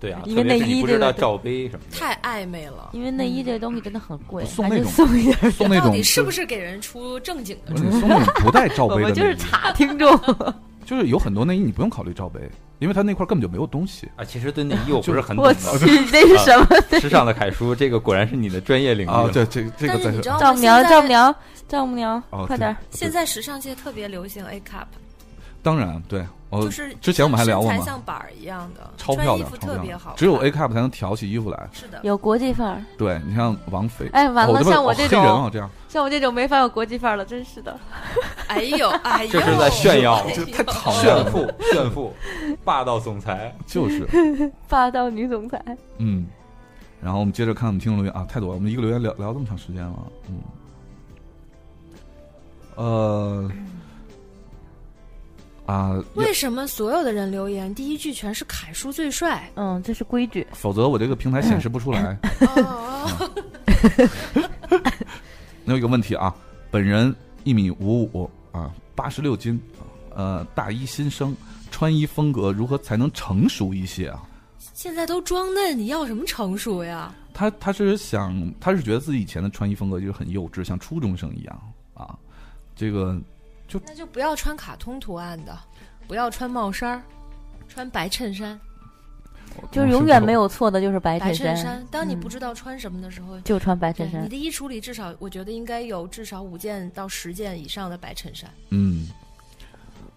S4: 对啊，
S6: 因为
S4: 特别是
S6: 内衣
S4: 你不
S6: 这
S4: 知
S6: 个
S4: 道
S6: 对
S4: 罩杯什么 的。
S7: 太暧昧 了，
S6: 因为内衣这东西真的很贵，
S5: 哦送
S6: 还
S5: 那
S6: 是
S5: 种
S6: 送一点儿。
S5: 送那
S7: 到
S5: 种
S7: 底是不
S5: 是？
S7: 是给人出正经的
S5: 你？送那种不带罩
S6: 我
S5: 杯的内
S6: 们
S5: 衣，
S6: 就是查听众，
S5: 就是有很多内衣你不用考虑罩杯，因为它那块根本就没有东西。
S4: 啊，其实对内衣我不是很懂
S6: 我
S4: 的。
S5: 哦
S6: 去，这是什么？
S4: 时尚的凯叔，这个果然是你的专业领域
S5: 啊，
S4: 了
S5: 对，这这个
S7: 但是
S5: 在
S7: 你知道
S6: 丈
S7: 吗？
S6: 母
S7: 现
S6: 娘，
S7: 在
S6: 丈母娘，丈母娘，
S5: 哦，
S6: 快
S5: 对
S6: 点儿！
S7: 现在时尚界特别流行 A cup，
S5: 当然对，我
S7: 就是
S5: 之前我们还聊过
S7: 身材
S5: 嘛，
S7: 像板儿一样的，
S5: 超漂
S7: 穿衣
S5: 亮
S7: 服，
S5: 超
S7: 特
S5: 漂
S7: 别
S5: 亮
S7: 好看，，
S5: 只有 A cup 才能挑起衣服来。
S7: 是的，
S6: 有国际范儿，
S5: 对你像王菲，
S6: 哎完
S5: 哦
S6: 了
S5: 这不
S6: 像我
S5: 哦
S6: 这
S5: 黑人
S6: 种
S5: 啊，这样
S6: 像我这种没法有国际范儿了，真是的。
S7: 哎呦，哎呦，
S4: 这是在炫耀
S7: 哎呦
S5: 这太讨厌
S4: 炫
S5: 了，
S4: 富，炫富，霸道总裁，
S5: 就是
S6: 霸道女总裁，
S5: 嗯。然后我们接着看我们听众留言啊，太多了，我们一个留言聊聊这么长时间了，嗯，呃，啊，要
S7: 为什么所有的人留言第一句全是凯叔最帅？
S6: 嗯，这是规矩。
S5: 否则我这个平台显示不出来。嗯
S7: 哦，
S5: 那有一个问题啊，本人一米五五啊，八十六斤，呃，大一新生，穿衣风格如何才能成熟一些啊？
S7: 现在都装嫩，你要什么成熟呀？
S5: 他他是想，他是觉得自己以前的穿衣风格就是很幼稚，像初中生一样啊。这个
S7: 那就不要穿卡通图案的，不要穿帽衫儿，穿白衬衫。
S5: 哦
S6: 就是永远没有错的，就是白
S7: 白
S6: 衬
S7: 衬
S6: 衫。
S7: 衫，当你不
S6: 嗯
S7: 知道穿什么的时候，
S6: 就穿白衬
S7: 对你
S6: 衫，
S7: 的衣橱里至少我觉得应该有至少五件到十件以上的白衬衫。
S5: 嗯，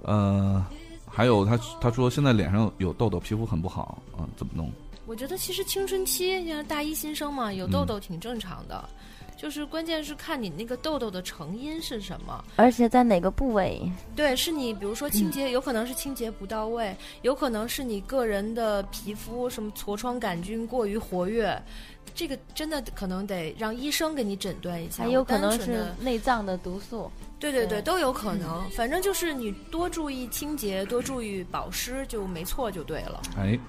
S5: 呃，还有他他说现在脸上有痘痘，皮肤很不好啊、怎么弄？
S7: 我觉得其实青春期，像大一新生嘛，有痘痘挺正常的，
S6: 嗯
S7: 就是关键是看你那个痘痘的成因是什么。
S6: 而且在哪个部位？
S7: 对，是你比如说清
S6: 嗯
S7: 洁，有可能是清洁不到位，有可能是你个人的皮肤什么痤疮杆菌过于活跃，这个真的可能得让医生给你诊断一下。
S6: 还有
S7: 我
S6: 可
S7: 单
S6: 能
S7: 纯
S6: 是
S7: 地
S6: 内脏的毒素。
S7: 对对对，
S6: 对
S7: 都有可能。反正就是你多注意清洁，多注意保湿，就没错就对了。
S5: 哎，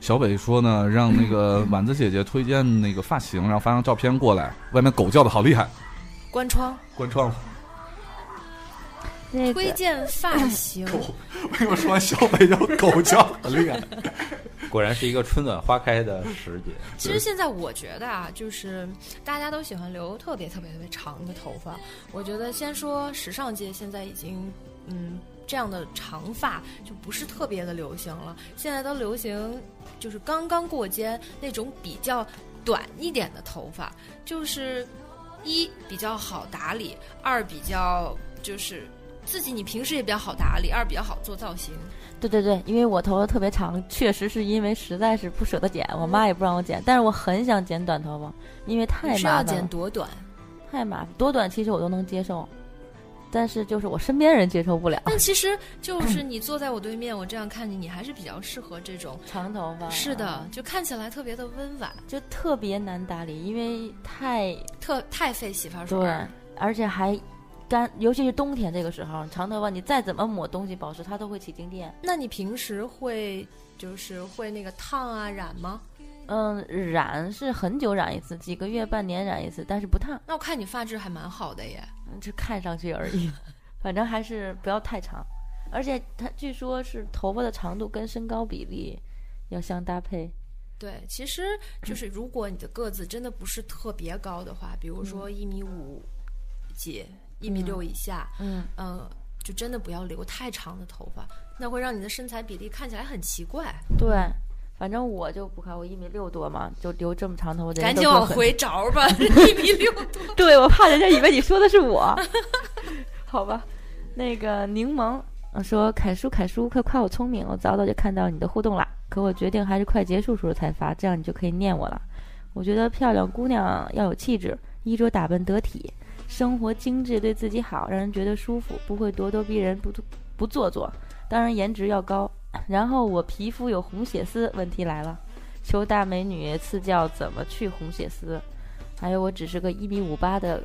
S5: 小北说呢，让那 个丸子姐姐推荐那个发型，然后发张照片过来。外面狗叫的好厉害，
S7: 关窗，
S5: 关 窗户。
S6: 那
S7: 推
S6: 个
S7: 荐发型，
S5: 为什么说完小北叫狗叫 很厉害？
S4: 果然是一个春暖花开的时节。
S7: 其实现在我觉得啊，就是大家都喜欢留特别特别特别长的头发。我觉得先说时尚界现在已经，嗯，这样的长发就不是特别的流行了。现在都流行就是刚刚过肩那种比较短一点的头发，就是一比较好打理，二比较就是自己你平时也比较好打理，二比较好做造型。
S6: 对对对，因为我头发特别长，确实是因为实在是不舍得剪，我妈也不让我剪，但是我很想剪短头发，因为太
S7: 你是
S6: 麻
S7: 要
S6: 烦
S7: 剪
S6: 了，
S7: 多短？
S6: 太麻烦，多短其实我都能接受，但是就是我身边人接受不了。
S7: 但其实就是你坐在我对面，我这样看你，你还是比较适合这种。
S6: 长头发
S7: 是的，，就看起来特别的温婉，
S6: 就特别难打理，因为太
S7: 特太费洗发水。
S6: 对，而且还干，尤其是冬天这个时候，长头发你再怎么抹东西保湿，它都会起静电。
S7: 那你平时会就是会那个烫啊染吗？
S6: 嗯，染是很久染一次，几个月、半年染一次，但是不烫，
S7: 那我看你发质还蛮好的耶。
S6: 嗯就看上去而 已。反正还是不要太长，而且它据说是头发的长度跟身高比例要相搭配。
S7: 对，其实就是如果你的个子真的不是特别高的话，比如说一米五几、一米六以下，
S6: 嗯嗯，
S7: 嗯、就真的不要留太长的头发，那会让你的身材比例看起来很奇怪。
S6: 对。反正我就不看，我一米六多嘛，就留这么长头发的人
S7: 赶
S6: 都
S7: 紧
S6: 说
S7: 往
S6: 很
S7: 回找吧， 一米六多。
S6: 对，我怕人家以为你说的是我。 好吧，那个柠檬呃说：“凯叔，凯叔，快夸我聪明！我早早就看到你的互动啦，可我决定还是快结束时候才发，这样你就可以念我了。我觉得漂亮姑娘要有气质，衣着打扮得体，生活精致，对自己好，让人觉得舒服，不会咄咄逼人，不不做作。当然颜值要高。然后我皮肤有红血丝，问题来了，求大美女赐教怎么去红血丝。”还有我只是个一米五八的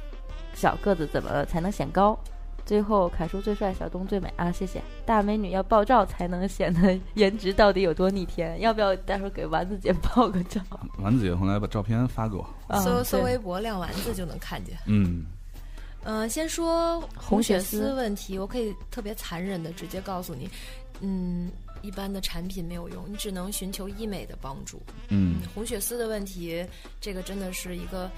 S6: 小个子，怎么才能显高？最后，凯叔最帅，小东最美啊！谢谢，大美女要爆照才能显得颜值到底有多逆天。要不要待会儿给丸子姐爆个 照？
S5: 丸子姐后来把照片发给我，
S6: 啊
S7: 搜搜
S6: 对
S7: 微博亮丸子就能看见。
S5: 嗯，
S7: 嗯，先说
S6: 红血
S7: 血
S6: 丝
S7: 丝问题，我可以特别残忍的直接告诉你，嗯，一般的产品没有用，你只能寻求医美的帮助。
S5: 嗯，
S7: 红血丝的问题，这个真的是一个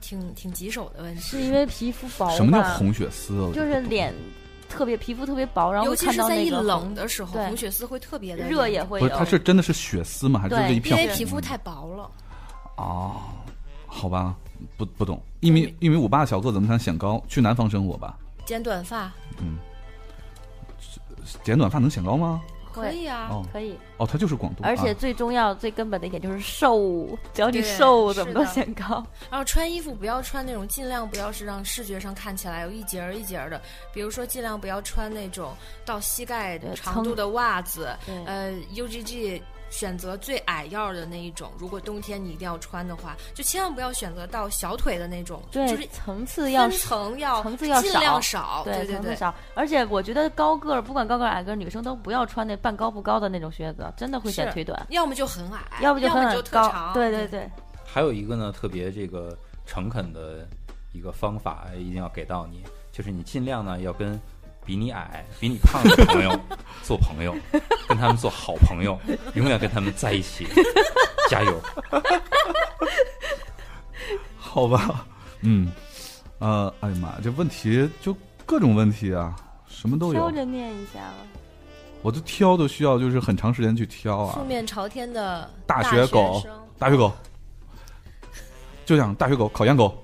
S7: 挺挺棘手的问题，
S6: 是因为皮肤薄
S5: 什么
S7: 嗯
S5: 叫
S6: 吗？
S5: 红血丝啊？我
S6: 就是脸特别皮肤特别薄，然后
S7: 尤其
S6: 看
S7: 是
S6: 到
S7: 在
S6: 那
S7: 一
S6: 个
S7: 冷
S6: 红
S7: 的时候，
S6: 对
S7: 红血丝会特别的
S6: 热也
S7: 严重，
S6: 会
S5: 不
S6: 有。嗯
S5: 是，它是真的是血丝吗？还是
S6: 对
S5: 这一
S7: 因
S5: 片
S7: 为
S6: 是
S7: 皮肤太薄了。
S5: 啊？好吧，不不懂，一米一米五八的小个子怎么才能显高？去南方生活吧，
S7: 剪短发
S5: 剪短发能显高吗？
S7: 可以啊，
S5: 哦
S6: 可以，
S5: 哦，他就是广东，
S6: 而且
S5: 啊
S6: 最重要、最根本的一点就是瘦，只要你
S7: 对
S6: 瘦，
S7: 是
S6: 怎么都
S7: 的
S6: 显高。
S7: 然后啊穿衣服不要穿那种，尽量不要是让视觉上看起来有一节儿一节儿的，比如说尽量不要穿那种到膝盖
S6: 对
S7: 长度
S6: 撑
S7: 的袜子，
S6: 对
S7: 呃，UGG 选择最矮腰的那一种。如果冬天你一定要穿的话，就千万不要选择到小腿的那种，就
S6: 对
S7: 是，
S6: 层次要
S7: 分层要
S6: 层次要
S7: 尽
S6: 少
S7: 量少，哦对
S6: 层次
S7: 对。
S6: 少。而且我觉得高个儿，不管高个儿矮个儿，女生都不要穿那半高不高的那种靴子，真的会显
S7: 是
S6: 腿短，哎
S7: 要么就很矮，
S6: 要
S7: 要
S6: 不
S7: 就
S6: 很
S7: 特
S6: 高。
S7: 长。
S6: 对对对，
S4: 还有一个呢，特别这个诚恳的一个方法，
S8: 哎
S4: 一定要给到你，就是你尽量呢要跟比你矮、比你胖的朋友 做朋友，跟他们做好朋友，永远跟他们在一起，加油！
S5: 好吧，嗯，呃，哎呀妈呀，这问题就各种问题啊，什么都有，
S6: 挑着念一下啊吧。
S5: 我都挑都需要就是很长时间去挑啊
S7: 负，面朝天的
S5: 大
S7: 大
S5: 学狗
S7: 生
S5: 大学狗，就想大学狗、考研狗、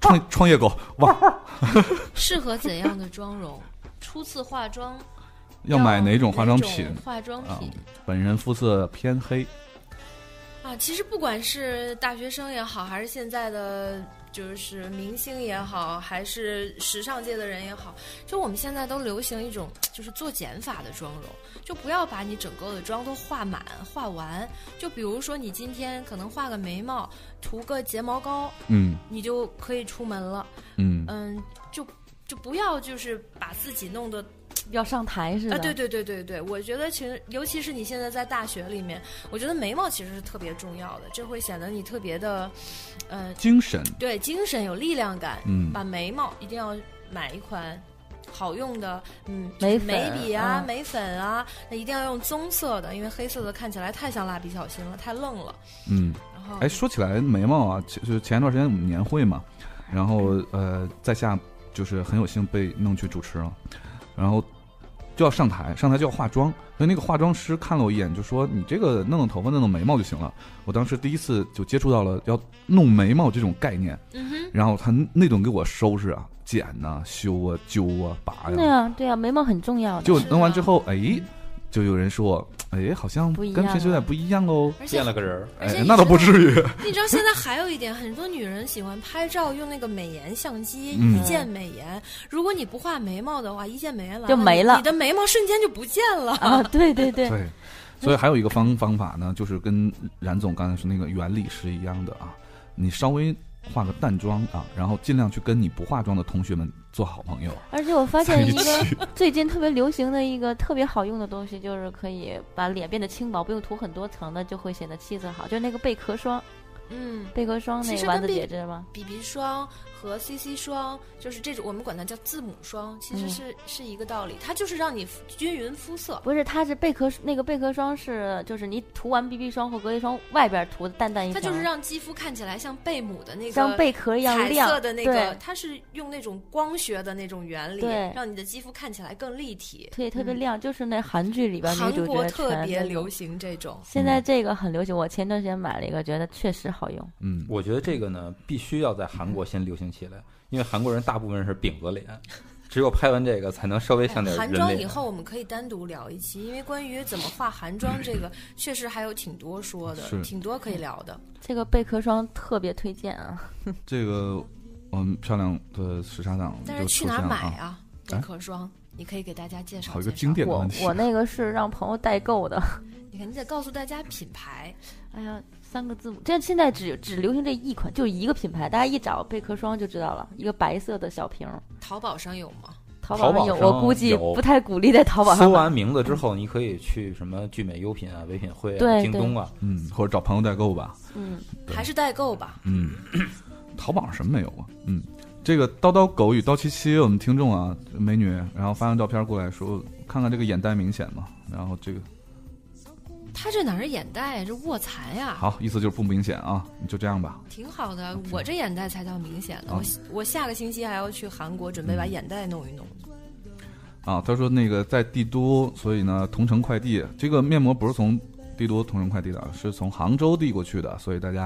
S5: 创创业狗，哇，
S7: 适合怎样的妆容？初次化妆
S5: 要买哪种化妆
S7: 哪
S5: 品
S7: 种化妆
S5: 啊
S7: 品、？
S5: 本人肤色偏黑，
S7: 啊，其实不管是大学生也好，还是现在的就是明星也好，还是时尚界的人也好，就我们现在都流行一种就是做减法的妆容，就不要把你整个的妆都画满画完。就比如说你今天可能画个眉毛，涂个睫毛膏，
S5: 嗯
S7: 你就可以出门了。
S5: 嗯，
S7: 嗯，就就不要就是把自己弄得
S6: 要上台似的。
S7: 啊，对对对对对，我觉得其实尤其是你现在在大学里面，我觉得眉毛其实是特别重要的，这会显得你特别的，呃，
S5: 精神，
S7: 对，精神有力量感。
S5: 嗯
S7: 把眉毛一定要买一款好用的，嗯，
S6: 眉
S7: 就是眉
S6: 粉
S7: 笔啊、
S6: 嗯
S7: 眉粉啊，那一定要用棕色的，因为黑色的看起来太像蜡笔小新了，太愣了。
S5: 嗯。
S7: 然后，
S5: 哎，说起来眉毛啊，其就是前一段时间我们年会嘛，然后
S7: 嗯
S5: 呃，在下就是很有幸被弄去主持了，然后就要上台，上台就要化妆，所以那个化妆师看了我一眼，就说你这个弄弄头发、弄弄眉毛就行了。我当时第一次就接触到了要弄眉毛这种概念，
S7: 嗯哼，
S5: 然后他那顿给我收拾啊、剪呐、修啊、揪啊、拔
S6: 对
S5: 呀、
S6: 啊，对啊，眉毛很重要的。
S5: 就弄完之后，哎，就有人说我，哎，好像
S6: 不一
S5: 跟
S6: 样
S5: 平时有点不一样喽。
S7: 而且
S8: 变了个人儿，
S7: 而且
S5: 哎，
S7: 你
S5: 那倒
S7: 知
S5: 不
S7: 道
S5: 至于。
S7: 你知道现在还有一点，很多女人喜欢拍照用那个美颜相机，
S5: 嗯
S7: 一键美颜。如果你不画眉毛的话，一键美颜来
S6: 就没了
S7: 你的眉毛瞬间就不见了。
S6: 啊，对对 对，
S5: 对，所以还有一个方方法呢，就是跟冉总刚才说那个原理是一样的啊，你稍微化个淡妆啊，然后尽量去跟你不化妆的同学们做好朋友。
S6: 而且我发
S5: 在
S6: 现
S5: 一
S6: 一个
S5: 起，
S6: 最近特别流行的一个特别好用的东西，就是可以把脸变得轻薄，不用涂很多层的，就会显得气色好。就是那个贝壳霜，
S7: 嗯，
S6: 贝壳霜
S7: 其
S6: 那
S7: 实
S6: 个丸
S7: 跟
S6: 子
S7: 贝
S6: 姐知道吗？
S7: BB 霜和 CC 霜，就是这种我们管它叫字母霜，其实
S6: 嗯
S7: 是、是一个道理，它就是让你均匀肤色。
S6: 不是，它是贝壳那个贝壳霜是，就是你涂完 BB 霜或隔离霜，外边涂的淡淡一
S7: 它
S6: 层，
S7: 就是让肌肤看起来像贝母的那个
S6: 像贝壳一样
S7: 彩
S6: 亮
S7: 色的那个
S6: 对，
S7: 它是用那种光学的那种原理
S6: 对，
S7: 让你的肌肤看起来更立体。
S6: 特别特别亮，就是那韩剧里边女
S7: 嗯韩
S6: 主
S7: 国
S6: 角
S7: 特
S6: 全
S7: 别
S6: 那
S7: 流
S6: 种。
S7: 行这种，
S6: 现在这个很流行，我前段时间买了一个，觉得确实好用。
S5: 嗯，
S8: 我觉得这个呢，必须要在韩国先流行起来，因为韩国人大部分是饼子脸，只有拍完这个才能稍微像点人
S7: 韩
S8: 脸。
S7: 妆以后我们可以单独聊一期，因为关于怎么画韩妆这 个，确实还有挺多说
S5: 是
S7: 的，挺多可以聊的。
S6: 这个贝壳霜特别推荐啊！
S5: 这个嗯，漂亮的时尚党
S7: 但
S5: 就是
S7: 去
S5: 出
S7: 哪
S5: 现了
S7: 儿买
S5: 啊，哎
S7: 啊？贝壳霜，你可以给大家介绍
S5: 好一个
S7: 介绍
S5: 经典的
S6: 我
S5: 问题。
S6: 我那个是让朋友代购 的，
S7: 你看，你得告诉大家品牌，
S6: 哎呀，三个字母，这现在只只流行这一款，就一个品牌，大家一找贝壳霜就知道了，一个白色的小瓶儿，
S7: 淘宝上有吗？
S6: 淘
S8: 淘
S6: 宝上
S8: 宝
S6: 有，
S8: 上
S6: 我估计
S8: 有
S6: 不太鼓励在淘宝
S8: 搜
S6: 上买。
S8: 完名字之后，你可以去什么聚美优品啊、唯品会啊、
S6: 对
S8: 京东啊，
S5: 嗯，或者找朋友代购吧。
S6: 嗯，
S5: 对
S7: 还是代购吧？
S5: 嗯，淘宝上什么没有啊？嗯，这个叨叨狗与叨七七，我们听众啊，美女，然后发张照片过来说，看看这个眼袋明显吗？然后这个
S7: 他这哪是眼袋啊呀，这卧蚕呀、
S5: 好，嗯意思就是不明显啊，就这样吧。
S7: 挺好的。我这眼袋才叫明显呢。
S5: 啊
S7: 我我下个星期还要去韩国，
S5: 嗯
S7: 准备把眼袋弄一弄。
S5: 啊，他说那个在帝都，所以呢，同城快递这个面膜不是从帝都同城快递的，是从杭州递过去的，所以大家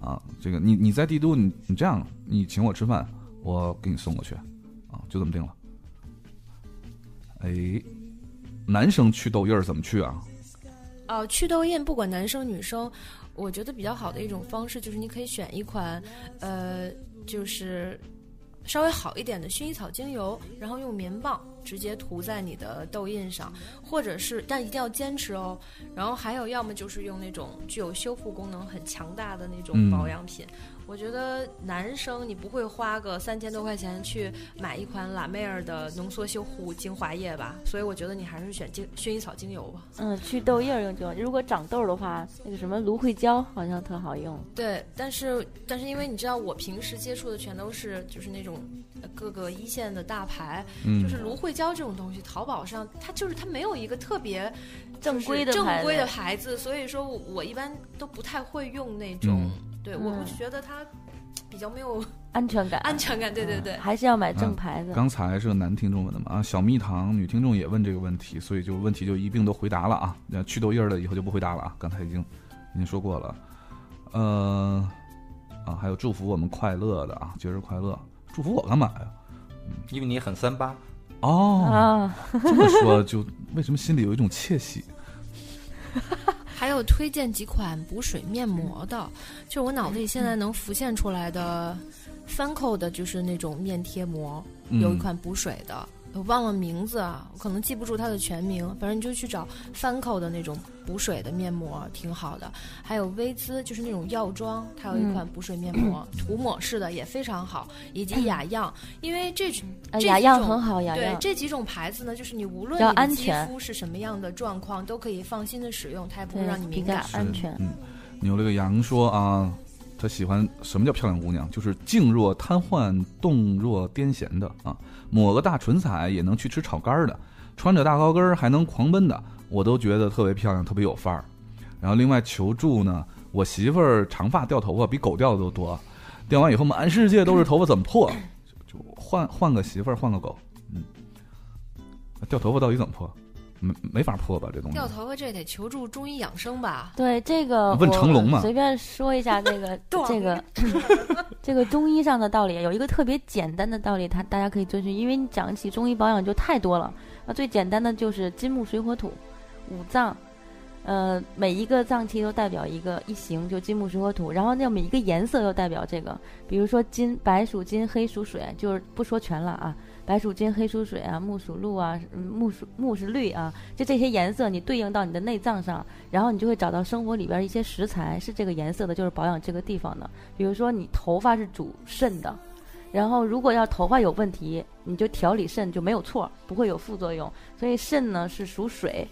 S5: 啊，这个你你在帝都，你你这样，你请我吃饭，我给你送过去，啊，就这么定了。哎，男生去痘印儿怎么去啊？
S7: 哦、祛痘印不管男生女生，我觉得比较好的一种方式就是你可以选一款，呃，就是稍微好一点的薰衣草精油，然后用棉棒直接涂在你的痘印上，或者是但一定要坚持哦。然后还有要么就是用那种具有修复功能很强大的那
S5: 嗯
S7: 种保养品。我觉得男生你不会花个三千多块钱去买一款拉妹儿的浓缩修护精华液吧？所以我觉得你还是选精薰衣草精油吧。
S6: 嗯，去痘印儿用就，如果长痘儿的话，那个什么芦荟胶好像特好用。
S7: 对，但是但是因为你知道，我平时接触的全都是就是那种呃各个一线的大牌，
S5: 嗯，
S7: 就是芦荟胶这种东西，淘宝上它就是它没有一个特别
S6: 正
S7: 就是
S6: 规的
S7: 正
S6: 牌
S7: 规的
S6: 子
S7: 牌子，所以说我我一般都不太会用那种，对我
S6: 嗯
S7: 我就觉得它比较没有
S6: 安全感，
S7: 安全感，对对对。
S6: 还是要买正
S5: 嗯
S6: 牌子。
S5: 刚才是个男听众问的嘛啊，小蜜糖女听众也问这个问题，所以就问题就一并都回答了啊。那祛痘印儿的以后就不回答了啊，刚才已经已经说过了。呃，啊，还有祝福我们快乐的啊，节日快乐，祝福我干嘛呀？
S8: 因为你很三八，
S5: 哦，
S6: 啊，
S5: 这么说就为什么心里有一种窃喜？
S7: 还有推荐几款补水面膜的，就是我脑子里现在能浮现出来的 Fanco 的就是那种面贴膜，
S5: 嗯
S7: 有一款补水的，我忘了名字啊，我可能记不住它的全名，反正你就去找 Fanco 的那种补水的面膜，挺好的。还有薇姿，就是那种药妆，它
S6: 嗯
S7: 有一款补水面膜，涂抹式的也非常好，以及 雅漾，因为这种
S6: 呃
S7: 这
S6: 雅
S7: 几
S6: 漾
S7: 种
S6: 很好，雅
S7: 对
S6: 漾。
S7: 这几种牌子呢，就是你无论
S6: 比较
S7: 你的
S6: 安
S7: 肌
S6: 全
S7: 肤是什么样的状况，都可以放心的使用，它也不
S6: 对
S7: 会让你
S6: 比
S7: 敏
S6: 较
S7: 感。
S6: 安全。
S5: 嗯，牛了个羊说啊，他喜欢什么叫漂亮姑娘？就是静若瘫痪，动若癫痫的啊，抹个大唇彩也能去吃炒肝儿的，穿着大高跟儿还能狂奔的，我都觉得特别漂亮，特别有范儿。然后另外求助呢，我媳妇儿长发掉头发比狗掉的都多，掉完以后满世界都是头发，怎么破？就就换换个媳妇儿，换个狗，嗯，掉头发到底怎么破？没没法破吧，这东西
S7: 掉头发这得求助中医养生吧？
S6: 对这个，
S5: 问成龙嘛
S6: 随便说一下这个
S7: 懂
S6: 这个这个 中医上的道理，有一个特别简单的道理，它大家可以遵循，因为你讲起中医保养就太多了。那最简单的就是金木水火土，五脏，呃，每一个脏器都代表一个一行，就金木水火土，然后那每一个颜色又代表这个，比如说金白属金，黑属水，就是不说全了啊，白属金，黑属水啊，木属鹿啊，嗯木属木是绿啊，就这些颜色你对应到你的内脏上，然后你就会找到生活里边一些食材是这个颜色的，就是保养这个地方的，比如说你头发是主肾的。然后，如果要头发有问题，你就调理肾就没有错，不会有副作用。所以肾呢是属水，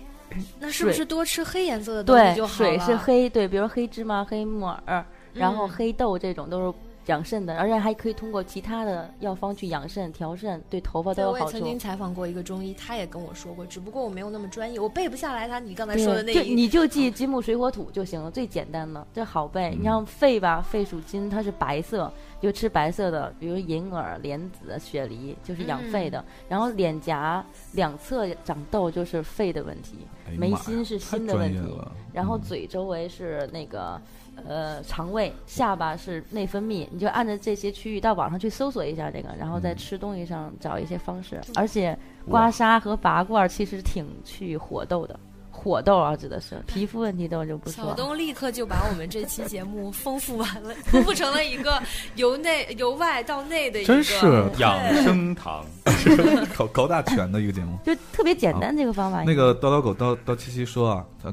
S7: 那是不是多吃黑颜色的东西
S6: 对
S7: 就，好
S6: 水
S7: 了？
S6: 是黑，对，比如黑芝麻、黑木耳，然后
S7: 嗯
S6: 黑豆这种都是养肾的，而且还可以通过其他的药方去养肾、调肾，对头发都
S7: 对，
S6: 有
S7: 我也
S6: 好处。
S7: 曾经采访过一个中医，他也跟我说过，只不过我没有那么专业，我背不下来他你刚才说的那
S6: 对，就
S7: 一。嗯
S6: 你就记金木水火土就行了，最简单的，这好背。
S5: 嗯
S6: 你像肺吧，肺属金，它是白色，就吃白色的，比如银耳、莲子、雪梨，就是养肺
S7: 嗯
S6: 的。然后脸颊两侧长痘就是肺的问题，
S5: 哎呀妈
S6: 眉
S5: 呀
S6: 心是
S5: 太
S6: 心的
S5: 专
S6: 问
S5: 业
S6: 题
S5: 了，
S6: 然后嘴周围是那个。呃，肠胃、下巴是内分泌，你就按照这些区域到网上去搜索一下这个，然后在吃东西上找一些方式。
S7: 嗯
S6: 而且刮痧和拔罐其实挺去火痘的，火痘啊指的是皮肤问题痘就不说
S7: 小
S6: 了。
S7: 东立刻就把我们这期节目丰富完了， 丰富成了一个由内由外到内的一个，
S5: 真是啊
S4: 养生堂，
S5: 高高大全的一个节目。
S6: 就特别简单这个方法。
S5: 那个叨叨狗叨叨七七说啊，他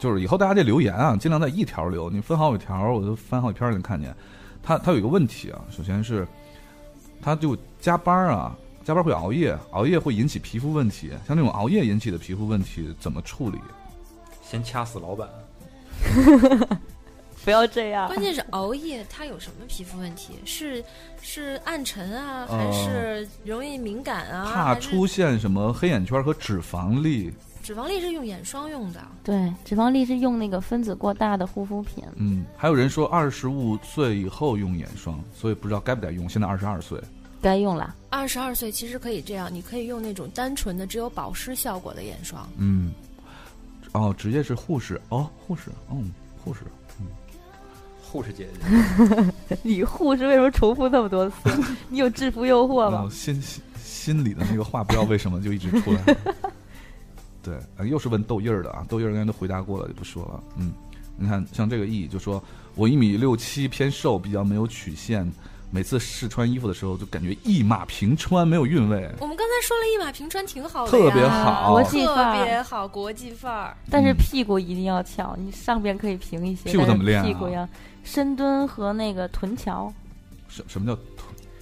S5: 就是以后大家这留言啊，尽量在一条留，你分好几条，我就翻好几篇儿能看见。他他有一个问题啊，首先是他就加班儿啊，加班儿会熬夜，熬夜会引起皮肤问题，像这种熬夜引起的皮肤问题怎么处理？
S8: 先掐死老板。
S6: 不要这样
S7: 关键是熬夜，它有什么皮肤问题？是是暗沉啊，
S5: 哦
S7: 还是容易敏感啊？
S5: 怕
S7: 还是
S5: 出现什么黑眼圈和脂肪粒？
S7: 脂肪粒是用眼霜用的，
S6: 对，脂肪粒是用那个分子过大的护肤品。
S5: 嗯，还有人说二十五岁以后用眼霜，所以不知道该不该用。现在二十二岁，
S6: 该用 了。
S7: 二十二岁其实可以这样，你可以用那种单纯的只有保湿效果的眼霜。
S5: 嗯，哦，职业是护士哦，护士，嗯，护士，
S8: 护士姐姐，
S6: 你护士为什么重复那么多次？你有制服诱惑
S5: 然后
S6: 吗？
S5: 心心心里的那个话，不知道为什么就一直出来了。 对，呃又是问痘印儿的啊，痘印儿刚才都回答过了，就不说了。嗯，你看像这个意义，就说我一米六七，偏瘦，比较没有曲线，每次试穿衣服的时候就感觉一马平川，没有韵味。
S7: 我们刚才说了一马平川挺好的
S5: 特
S7: 呀
S5: 别好
S6: 国际范
S7: 特
S6: 儿
S7: 别好，国际范儿。
S6: 但是屁股一定要翘，你上边可以平一些，
S5: 屁股怎么练啊
S6: 但是屁股要深蹲和那个臀桥。
S5: 什什么叫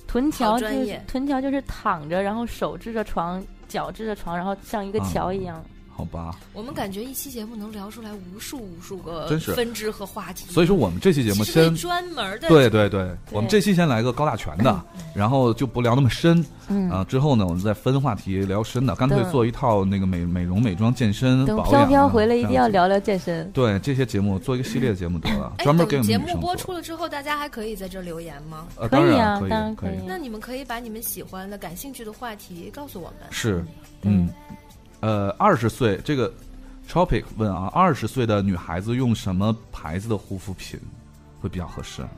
S6: 臀桥
S7: 好
S6: 就
S7: 专
S6: 是
S7: 业
S6: 臀桥就是躺着，然后手支着床，脚支着床，然后像一个
S5: 啊
S6: 桥一样。
S5: 好吧？
S7: 我们感觉一期节目能聊出来无数无数个
S5: 真是
S7: 分支和话题，
S5: 所以说我们这期节目
S7: 其实可
S5: 先
S7: 以专门的
S5: 对对对，我们这期先来个高大全的，然后就不聊那么深
S6: 嗯，
S5: 啊。之后呢，我们再分话题聊深的，干脆
S6: 对
S5: 做一套那个美美容、美妆、健身、
S6: 等
S5: 保养
S6: 飘
S5: 啊。
S6: 飘回来一定要
S5: 这样子。
S6: 聊聊健身。
S5: 对这些节目做一个系列节目得了，
S7: 哎，
S5: 专门给
S7: 等
S5: 我们
S7: 节
S5: 女
S7: 目
S5: 生
S7: 播
S5: 做。
S7: 出了之后，大家还可以在这留言吗？
S5: 呃，
S6: 可以
S5: 当
S6: 啊
S5: 然可
S6: 当然可
S5: 可
S6: 以
S7: 那你们可以把你们喜欢的、感兴趣的话题告诉我们。
S5: 是，
S6: 对
S5: 嗯，呃，二十岁这个 topic 问啊，二十岁的女孩子用什么牌子的护肤品会比较合适？
S6: 啊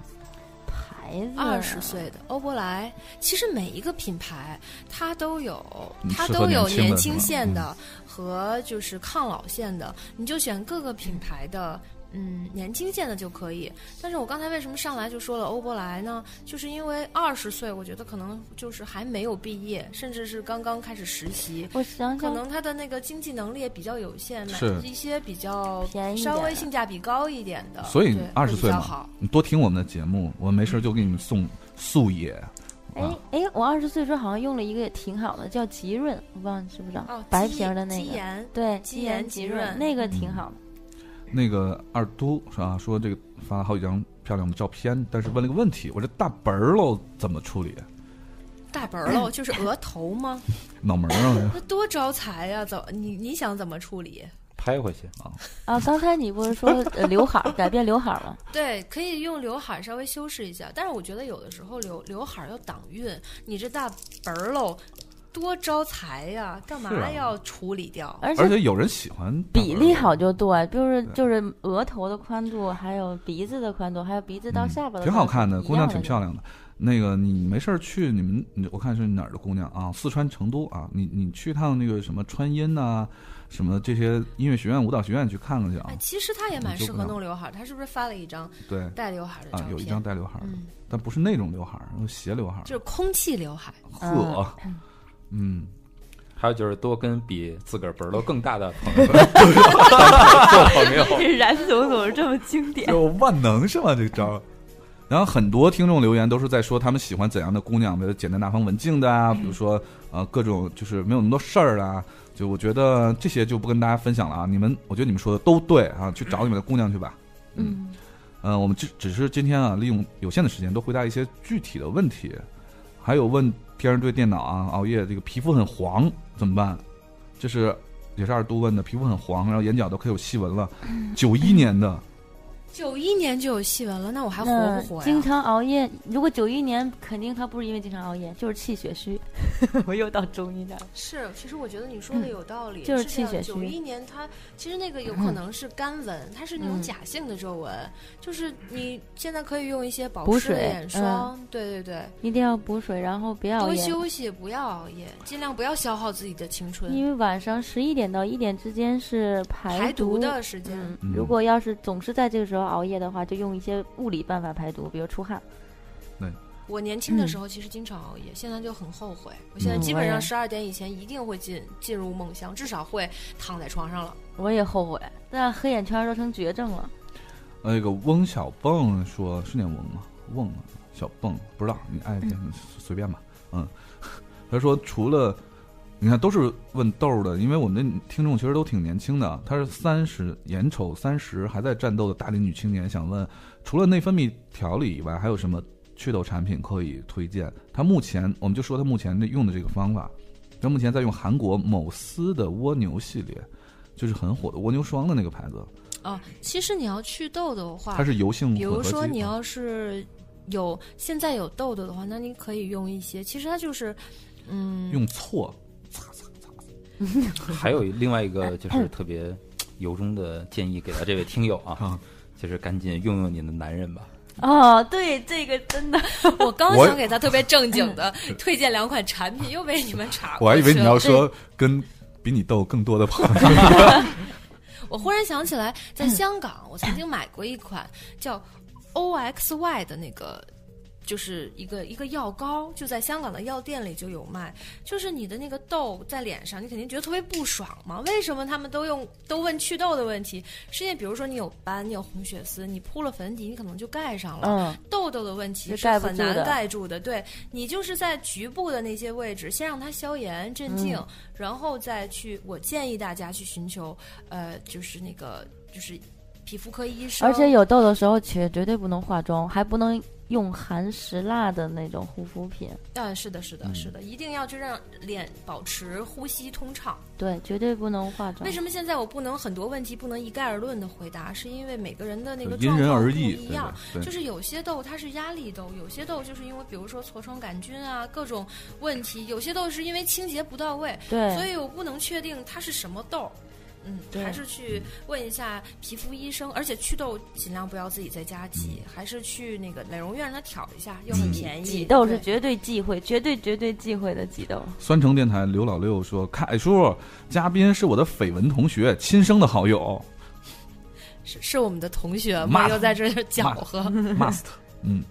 S6: 牌子
S7: 二十岁的欧珀莱，其实每一个品牌它都有，
S5: 嗯
S7: 它
S5: 适合
S7: 都
S5: 年
S7: 有
S5: 轻的
S7: 年
S5: 是吧嗯
S7: 轻线的和就是抗老线的，你就选各个品牌的。嗯，年轻线的就可以。但是我刚才为什么上来就说了欧珀莱呢？就是因为二十岁，我觉得可能就是还没有毕业，甚至是刚刚开始实习，
S6: 我想
S7: 可
S6: 想，
S5: 啊
S7: 能他的那个经济能力也比较有限，买
S5: 是
S7: 一些比较
S6: 便宜一点
S7: 稍微
S6: 的
S7: 性价比高一点的，
S5: 所以
S7: 对
S5: 二十
S7: 会
S5: 岁
S7: 比较
S5: 嘛
S7: 好。，
S5: 你多听我们的节目，我没事儿就给你们送素野。
S6: 哎哎，我二十岁时候好像用了一个也挺好的，叫吉润，我忘了是不是？
S7: 哦，
S6: 白
S7: 肌
S6: 瓶儿的那
S7: 肌
S6: 个，
S7: 研
S6: 对，
S7: 肌研
S6: 吉
S7: 吉润
S6: 那个
S5: 嗯
S6: 挺好的。
S5: 那个二都是吧？说这个发了好几张漂亮的照片，但是问了个问题：我这大本儿喽怎么处理？
S7: 大本儿喽，就是额头吗？
S5: 脑门儿上
S7: 那多招财呀、怎你你想怎么处理？
S8: 拍回去，
S6: 啊，刚才你不是说呃刘海儿改变刘海儿 吗？
S7: 对，可以用刘海儿稍微修饰一下，但是我觉得有的时候刘刘海儿要挡运，你这大本儿喽，多招财呀、干
S5: 是啊
S7: 嘛要处理掉？
S6: 而
S5: 而
S6: 且
S5: 且有人喜欢大
S6: 比
S5: 本儿
S6: 例
S5: 喽
S6: 好就对，就是
S5: 对
S6: 就是额头的宽度，还有鼻子的宽度，还有鼻子到
S5: 嗯
S6: 下巴的宽度、
S5: 挺好看的，
S6: 一
S5: 姑
S6: 样
S5: 娘
S6: 的
S5: 挺漂亮的。那个你没事儿去你们，你我看是哪儿的姑娘啊？四川成都啊，你你去趟那个什么川音呐、什么这些音乐学院、舞蹈学院去看看去啊
S7: 哎，。其实他也蛮
S5: 你就
S7: 适
S5: 不
S7: 合
S5: 能
S7: 弄刘海儿，他是不是发了一张
S6: 哎
S5: 对
S7: 带刘海儿的照
S5: 啊
S7: 片？，
S5: 有一张带刘海儿的，
S7: 嗯
S5: 但不是那种刘海儿，斜刘海儿
S7: 就。是空气刘海。
S5: 嗯呵，嗯，
S8: 还有就是多跟比自个儿本儿都更大的朋友 做朋友。
S6: 冉总总是这么经典，
S5: 有万能是吗？这招。然后很多听众留言都是在说他们喜欢怎样的姑娘，比如简单大方、文静的啊，比如说呃各种就是没有那么多事儿啊。就我觉得这些就不跟大家分享了啊。你们我觉得你们说的都对啊，去找你们的姑娘去吧。
S6: 嗯，
S5: 嗯、我们只只是今天啊，利用有限的时间多回答一些具体的问题，还有问天人对电脑啊，熬夜这个皮肤很黄怎么办？这是也是二度问的，皮肤很黄，然后眼角都开始有细纹了，九一年的。
S7: 九一年就有细纹了，那我还活
S6: 那
S7: 不活呀？
S6: 经常熬夜，如果九一年，肯定他不是因为经常熬夜，就是气血 虚。我又到中医那儿了，
S7: 是，其实我觉得你说的有道理，
S6: 嗯就是
S7: 这
S6: 气血
S7: 样。
S6: 虚
S7: 九一年它其实那个有可能是干纹，它是那种
S6: 嗯
S7: 假性的皱纹，就是你现在可以用一些保
S6: 补
S7: 湿的
S6: 水嗯
S7: 眼霜，对对对，
S6: 一定要补水，然后别熬
S7: 多
S6: 夜，
S7: 休息，不要熬夜，尽量不要消耗自己的青春
S6: 因。为晚上十一点到一点之间是排
S7: 排毒
S6: 毒
S7: 的时间，
S6: 嗯
S5: 嗯，
S6: 如果要是总是在这个时候熬夜的话，就用一些物理办法排毒，比如出汗。
S7: 我年轻的
S6: 嗯
S7: 时候其实经常熬夜，现在就很后悔。我现在
S5: 嗯
S7: 基本
S6: 我
S7: 上
S6: 也
S7: 十二点以前一定会进进入梦乡，至少会躺在床上了。
S6: 我也后悔，但黑眼圈都成绝症了。
S5: 呃那个翁小蹦说是念翁吗？翁啊小蹦不知道，你爱念随便吧。嗯， 他说除了你看都是问豆儿的，因为我们的听众其实都挺年轻的，他是三十眼瞅三十还在战斗的大龄女青年，想问除了内分泌调理以外，还有什么祛痘产品可以推荐？他目前我们就说他目前的用的这个方法，他目前在用韩国某司的蜗牛系列，就是很火的蜗牛霜的那个牌子，
S7: 啊，其实你要祛痘的话，
S5: 它是油 性
S7: 比
S5: 混合
S7: 如
S5: 剂。
S7: 说你要是有现在有痘痘的话，那你可以用一些，其实它就是，嗯，
S5: 用错，
S8: 还有另外一个就是特别由衷的建议给到这位听友啊
S6: 嗯
S5: 啊，
S8: 就是赶紧用用你的男人吧。
S6: 哦，对，这个真的，
S7: 我刚
S5: 我
S7: 想给他特别正经 的推荐两款产品，又被你们查
S5: 我
S7: 过
S5: 还以
S7: 去了。
S5: 为你要说跟比你逗更多的朋友。
S7: 我忽然想起来，在香港，我曾经买过一款叫 OXY 的那个，就是一个一个药膏，就在香港的药店里就有卖。就是你的那个痘在脸上，你肯定觉得特别不爽嘛？为什么他们都用都问祛痘的问题？是因为比如说你有斑，你有红血丝，你铺了粉底，你可能就盖上 了。
S6: 嗯，
S7: 痘痘的问题
S6: 是
S7: 是
S6: 盖不
S7: 很
S6: 住
S7: 难
S6: 的
S7: 盖住的，对你就是在局部的那些位置，先让它消炎镇静，
S6: 嗯
S7: 然后再去。我建议大家去寻求，呃，就是那个就是皮肤科医生，
S6: 而且有痘的时候，绝绝对不能化妆，还不能用含石蜡的那种护肤品，
S7: 嗯，是的，是的，是的，一定要去让脸保持呼吸通畅。
S6: 对，绝对不能化妆。
S7: 为什么现在我不能很多问题不能一概而论的回答？是因为每个人的那个
S5: 因
S7: 状
S5: 人
S7: 况
S5: 而
S7: 不
S5: 异，
S7: 一
S5: 对
S7: 样
S5: 吧。对
S7: 就是有些痘它是压力痘，有些痘就是因为比如说痤疮杆菌啊各种问题，有些痘是因为清洁不到位，
S6: 对，
S7: 所以我不能确定它是什么痘儿。嗯，
S6: 对
S7: 还是去问一下皮肤医生，而且祛痘尽量不要自己在家挤，还是去那个美容院让他挑一下，又很便宜。
S6: 嗯挤痘是
S7: 对
S6: 绝对忌讳，绝对绝对忌讳的挤痘。
S5: 酸橙电台刘老六说：“凯叔，嘉宾是我的绯闻同学，亲生的好友
S7: 是是我们的同学
S5: 骂
S7: 吗？
S5: 他
S7: 又在这儿搅和。
S5: ，must。”嗯，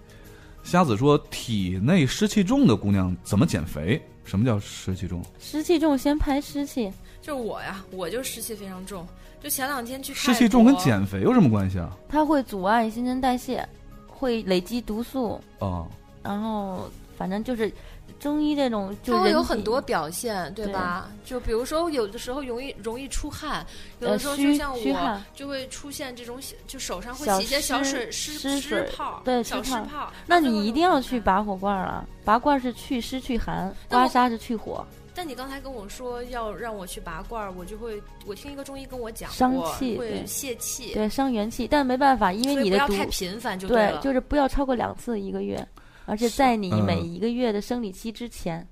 S5: 瞎子说：“体内湿气重的姑娘怎么减肥？什么叫湿气重？
S6: 湿气重，先排湿气。
S7: 就是我呀，我就湿气非常重。就前两天去泰
S5: 湿气重跟
S7: 国
S5: 减肥有什么关系啊？
S6: 它会阻碍新陈代谢，会累积毒素，
S5: 哦，
S6: 然后反正就是中医这种就
S7: 它会
S6: 人
S7: 有
S6: 体
S7: 很多表现，对
S6: 对
S7: 吧？就比如说，有的时候容易容易出汗，有的
S6: 呃
S7: 时候
S6: 虚
S7: 就像
S6: 虚
S7: 我
S6: 汗
S7: 就会出现这种小，就手上会
S6: 小
S7: 起一些小
S6: 湿
S7: 水湿
S6: 湿
S7: 湿
S6: 水
S7: 泡，
S6: 对
S7: 小
S6: 湿
S7: 湿
S6: 泡
S7: 泡。
S6: 那
S7: 就会
S6: 你一
S7: 容
S6: 定
S7: 易
S6: 要
S7: 出
S6: 去
S7: 汗。
S6: 拔火罐了，拔罐是去湿去寒，
S7: 但我
S6: 刮痧是去火，
S7: 但你刚才跟我说要让我去拔罐儿，我就会，我听一个中医跟我讲
S6: 伤
S7: 过，
S6: 气
S7: 会
S6: 对
S7: 泄气，
S6: 对，伤元气。但没办法，因
S7: 所
S6: 为
S7: 以
S6: 你
S7: 不
S6: 的
S7: 要
S6: 毒，
S7: 太频繁就
S6: 对，
S7: 了。啊
S6: 就是不要超过两次一个月，而且在你
S5: 嗯
S6: 每一个月的生理期之前，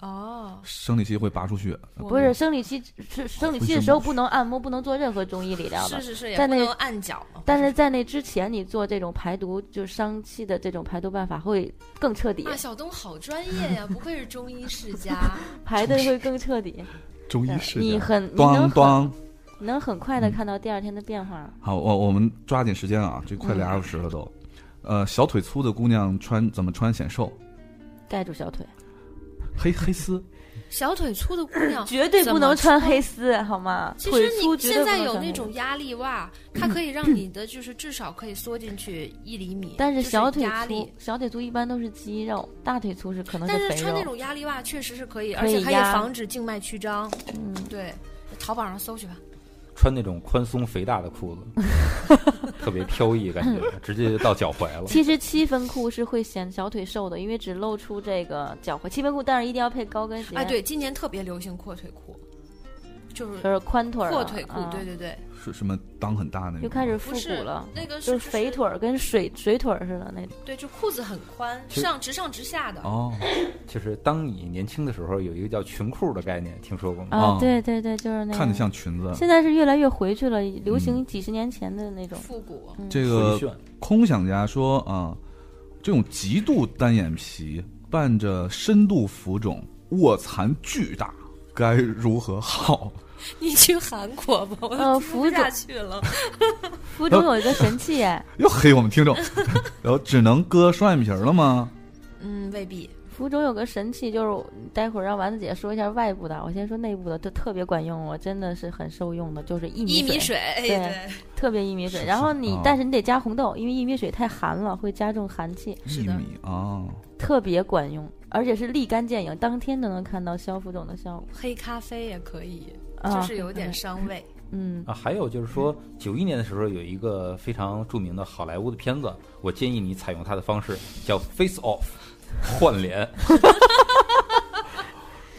S7: 哦，
S5: 生理期会拔出血，
S7: 我
S6: 不是生理期是生理期的时候不能按摩，不能做任何中医理疗的
S7: 是。是是，也
S6: 在
S7: 不
S6: 那
S7: 能按脚。
S6: 但是在那之前，你做这种排毒，就是伤气的这种排毒办法会更彻底，
S7: 啊，小东好专业呀，不愧是中医世 家。
S6: 排的会更彻底。
S5: 中
S6: 对
S5: 医视
S6: 你
S5: 角。
S6: 很你
S5: 咣嗯
S6: 能很
S5: 咣，
S6: 能很快的看到第二天的变化。
S5: 好，我我们抓紧时间啊，这快
S6: 嗯
S5: 俩小时了都。呃，小腿粗的姑娘穿怎么穿显瘦？
S6: 盖住小腿，，
S5: 黑黑丝，
S7: 小腿粗的姑娘
S6: 绝对不能穿
S7: 怎么
S6: 黑丝，好吗？
S7: 其
S6: 腿
S7: 实
S6: 粗
S7: 你
S6: 绝对
S7: 现
S6: 不
S7: 在
S6: 能
S7: 有
S6: 穿
S7: 那
S6: 黑
S7: 种压力袜，它可以让你的就是至少可以缩进去一厘米，
S6: 但
S7: 就是
S6: 小腿
S7: 压
S6: 粗
S7: 力。，
S6: 小腿粗一般都是肌肉，大腿粗是可能
S7: 但是
S6: 肥
S7: 穿那
S6: 肉。
S7: 种压力袜确实是可以，
S6: 可
S7: 而且
S6: 以
S7: 它也
S6: 压
S7: 防止静脉曲张。
S6: 嗯，
S7: 对，淘宝上搜去吧。
S8: 穿那种宽松肥大的 裤子，特别飘逸，感觉直接就到脚踝了。
S6: 其实七分裤是会显小腿瘦的，因为只露出这个脚踝。七分裤，但是一定要配高跟鞋，
S7: 哎，，对，今年特别流行阔腿裤，就是
S6: 就是宽腿儿了，
S7: 阔腿裤
S6: 嗯。
S7: 对对对，
S5: 是什么裆很大那
S6: 又
S5: 种？
S6: 开始复
S7: 不是
S6: 古了，
S7: 那个
S6: 就是肥，腿儿跟水水腿儿似的那种。
S7: 对，就裤子很宽，
S8: 其实
S7: 上直上直下的。
S5: 哦，
S8: 就是当你年轻的时候，有一个叫裙裤的概念，听说过吗？
S5: 哦
S6: 啊，对对对，就是那个。
S5: 看着像裙子。
S6: 现在是越来越回去了，流行几十年前的那种。
S5: 嗯
S7: 复古，
S5: 这
S8: 回
S5: 个
S8: 旋
S5: 空想家说啊，这种极度单眼皮伴着深度浮肿，卧蚕巨大，该如何好？
S7: 你去韩国吧，我
S6: 呃
S7: 都听不
S6: 浮
S7: 下
S6: 肿
S7: 去了。
S6: 福中有一个神器哎，
S5: 又黑我们听众，然后只能割双眼皮儿了吗？
S7: 嗯，未必。
S6: 福州有个神器，就是待会儿让丸子姐说一下外部的，我先说内部的，这特别管用，我真的是很受用的，就是薏
S7: 一
S6: 米
S7: 米水，哎，
S6: 对
S7: 对，
S6: 特别薏米水。
S5: 是
S6: 然后
S5: 是
S6: 你
S5: 哦，
S6: 但是你得加红豆，因为薏米水太寒了，会加重寒气，
S5: 一
S7: 的
S5: 米啊，
S6: 特别管用，而且是立竿见影，当天都能看到消浮肿的效果。
S7: 黑咖啡也可以，
S6: 啊
S7: 就是有点伤胃。
S6: 嗯，
S8: 啊，还有就是说，九一年的时候有一个非常著名的好莱坞的片子，我建议你采用它的方式，叫 Face Off，换脸。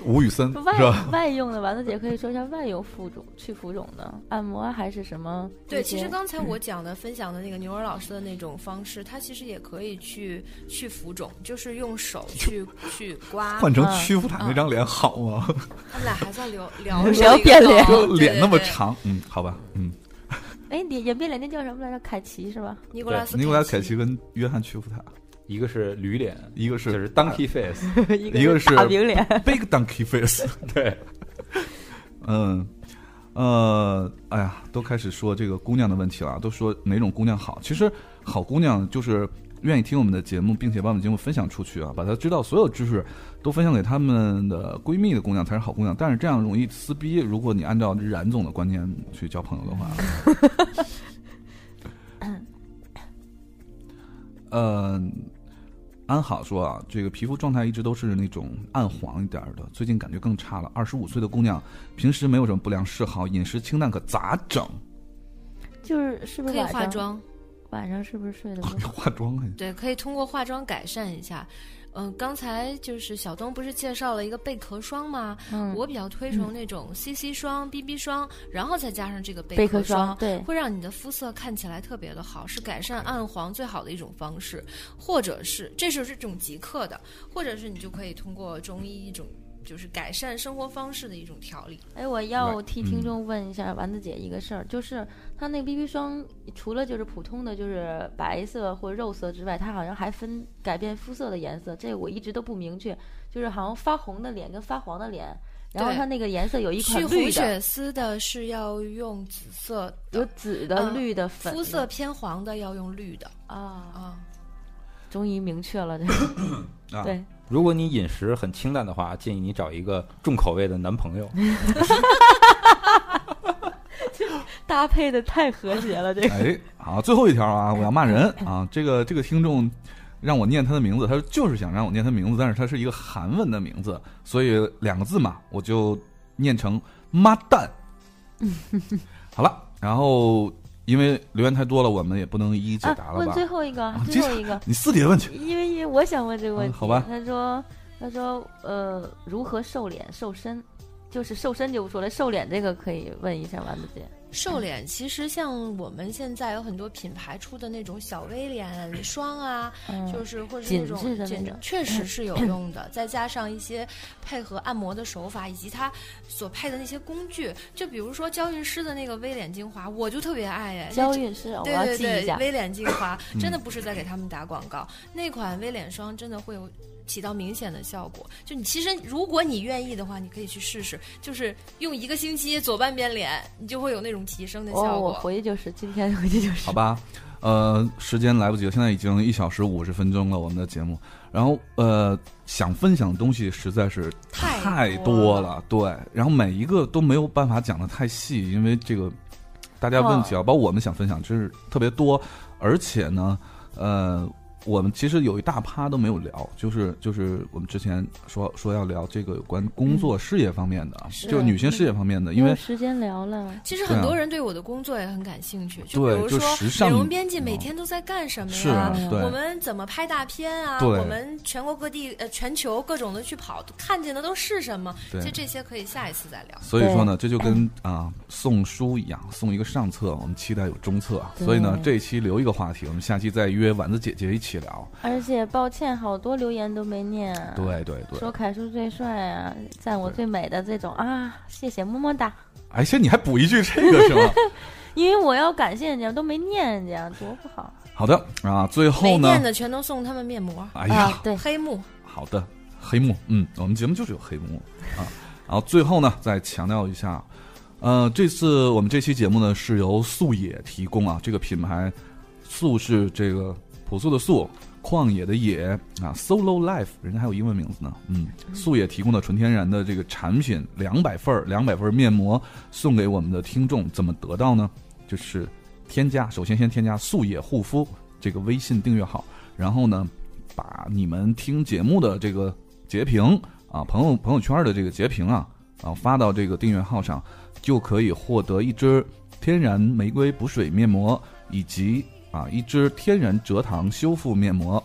S5: 吴宇森
S6: 外
S5: 是吧？
S6: 外用的，丸子姐可以说一下外用浮肿、去浮肿的按摩啊还是什么那些？
S7: 对，其实刚才
S6: 嗯
S7: 我讲的、分享的那个牛儿老师的那种方式，它其实也可以去去浮肿，就是用手 去去刮。
S5: 换成
S6: 嗯
S5: 屈服
S4: 啊
S5: 坦那张脸好吗？
S7: 他们俩还在 聊聊
S6: 聊变脸
S5: 就 脸那么。
S7: 哦对对对
S5: 长，嗯，好吧，嗯，
S6: 哎，脸眼边脸那叫什么来着？凯奇是吧？
S7: 尼古拉斯
S5: 尼古拉斯凯奇跟约翰屈服坦，
S8: 一个是驴脸，
S5: 一个
S8: 就是 是 Donkey Face，
S6: 一
S5: 一个是
S6: 大饼脸。
S5: Big Donkey Face，
S8: 对，
S5: 嗯，呃，哎呀，都开始说这个姑娘的问题了，啊都说哪种姑娘好。其实好姑娘就是愿意听我们的节目，并且把我们节目分享出去啊，把她知道所有知识都分享给她们的闺蜜的姑娘才是好姑娘。但是这样容易撕逼，如果你按照冉总的观念去交朋友的话。呃，安好说啊，这个皮肤状态一直都是那种暗黄一点儿的，最近感觉更差了。二十五岁的姑娘，平时没有什么不良嗜好，饮食清淡，可咋整？
S6: 就是是不
S7: 可
S6: 是
S7: 以
S6: 晚
S7: 化
S6: 上
S7: 妆，
S6: 晚上是不是睡 得不好？
S5: 化妆 还
S7: 对，可以通过化妆改善一下。嗯、刚才就是小东不是介绍了一个贝壳霜吗？
S6: 嗯，
S7: 我比较推崇那种 CC 霜、BB 霜，然后再加上这个贝
S6: 贝
S7: 壳
S6: 壳霜对
S7: 会让你的肤色看起来特别的好，是改善暗黄最好的一种方式，或者是这是这种即刻的，或者是你就可以通过中医一种就是改善生活方式的一种调理。
S6: 哎，我要替
S5: 嗯
S6: 听众问一下丸子姐一个事儿，就是它那个 BB 霜，除了就是普通的就是白色或肉色之外，它好像还分改变肤色的颜色，这个我一直都不明确，就是好像发红的脸跟发黄的脸，然后
S7: 对
S6: 它那个颜色有一款
S7: 去
S6: 绿
S7: 红
S6: 的，
S7: 血丝的是要用紫色
S6: 有
S7: 的，
S6: 紫的、
S7: 嗯
S6: 绿的、粉的
S7: 肤色偏黄的要用绿的
S6: 啊，
S7: 啊。
S6: 终于明 确了这个，
S5: 啊
S6: 对，
S8: 如果你饮食很清淡的话，建议你找一个重口味的男朋 友。
S6: 搭配的太和谐了，这个
S5: 哎，好，最后一条啊，我要骂人啊！这个这个听众让我念他的名字，他就是想让我念他名字，但是他是一个韩文的名字，所以两个字嘛，我就念成妈 蛋。好了，然后因为留言太多了，我们也不能一一解答
S6: 啊，
S5: 了
S6: 问
S5: 吧？
S6: 最后一个
S5: 啊，
S6: 最后一个。
S5: 你私底下问去。
S6: 因为因为我想问这个问
S5: 嗯
S6: 题，
S5: 好吧
S6: 他说他说呃，如何瘦脸瘦身？就是瘦身就不说了，瘦脸这个可以问一下丸子姐。
S7: 瘦脸其实像我们现在有很多品牌出的那种小 V 脸霜啊，
S6: 嗯
S7: 就是或者是
S6: 紧
S7: 那
S6: 致的
S7: 种
S6: 那
S7: 紧
S6: 种嗯
S7: 确实是有用的。再加上一些配合按摩的手法，以及它所配的那些工具，就比如说娇韵诗的那个微脸精华，我就特别爱哎。
S6: 娇韵诗，我
S7: 对
S6: 要
S7: 对
S6: 记一
S7: 对，
S6: 下。嗯
S7: 微脸精 华真的不是在给他们打广告，那款微脸霜真的会有起到明显的效果。就你其实如果你愿意的话，你可以去试试，就是用一个星期左半边脸，你就会有那种提升的效
S6: 哦，我
S7: 果。
S6: 回去就是今天回去就是
S5: 好。吧，呃，时间来不及了，现在已经一小时五十分钟了，我们的节目。然后呃，想分享的东西实在是
S7: 太
S5: 太
S7: 多
S5: 多了，对。然后每一个都没有办法讲的太细，因为这个大家问题啊，包括我们想分享，就是特别多，而且呢，呃。我们其实有一大趴都没有聊，就是就是我们之前说说要聊这个有关工作事业方面的啊，
S7: 是
S5: 嗯就是女性事业方面的，因
S6: 没
S5: 为
S6: 有时间聊了，
S7: 其实
S5: 对啊
S7: 很多人对我的工作也很感兴趣，就比
S5: 对
S7: 如
S5: 就
S7: 说
S5: 时尚
S7: 美容编辑
S5: 嗯
S7: 每天都在干什么
S5: 是
S7: 呀？
S5: 对
S7: 我们怎么拍大片啊？
S5: 对
S7: 我们全国各地呃全球各种的去跑，看见的都是什么？
S5: 对
S7: 其实这些可以下一次再聊。
S5: 所以说呢，这就跟啊、送书一样，送一个上册，我们期待有中册。啊
S6: 对
S5: 所以呢，这一期留一个话题，我们下期再约丸子姐姐一起聊。
S6: 而且抱歉，好多留言都没念。
S5: 对对对
S6: 说，凯叔最帅啊，赞我最美的这种啊，谢谢么么哒。
S5: 而且哎你还补一句这个是吗？
S6: 因为我要感谢人家，都没念人家，多不好
S5: 好的啊，最
S7: 没
S5: 后呢
S7: 念，的全都送他们面膜、
S5: 哎呀，
S6: 啊！对，
S7: 黑幕。
S5: 好的，黑幕，嗯，我们节目就是有黑幕啊。然后最后呢，再强调一下，呃，这次我们这期节目呢是由素野提供啊，这个品牌，素是这个朴素的素，旷野的野啊，Solo Life，人家还有英文名字呢，嗯，素野提供的纯天然的这个产品两百份儿，两百份儿面膜送给我们的听众，怎么得到呢？就是添加，首先先添加素野护肤这个微信订阅号，然后呢，把你们听节目的这个截屏啊，朋友朋友圈的这个截屏啊，啊发到这个订阅号上，就可以获得一支天然玫瑰补水面膜以及啊一支天然蔗糖修复面膜。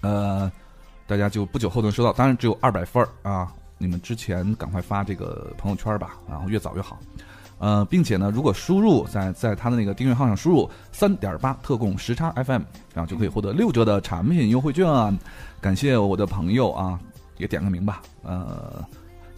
S5: 呃，大家就不久后能收到，当然只有二百份儿啊，你们之前赶快发这个朋友圈吧，然后越早越好。呃，并且呢，如果输入在在他的那个订阅号上输入三点八特供时差 FM，然后就可以获得六折的产品优惠券。感谢我的朋友啊，也点个名吧，呃，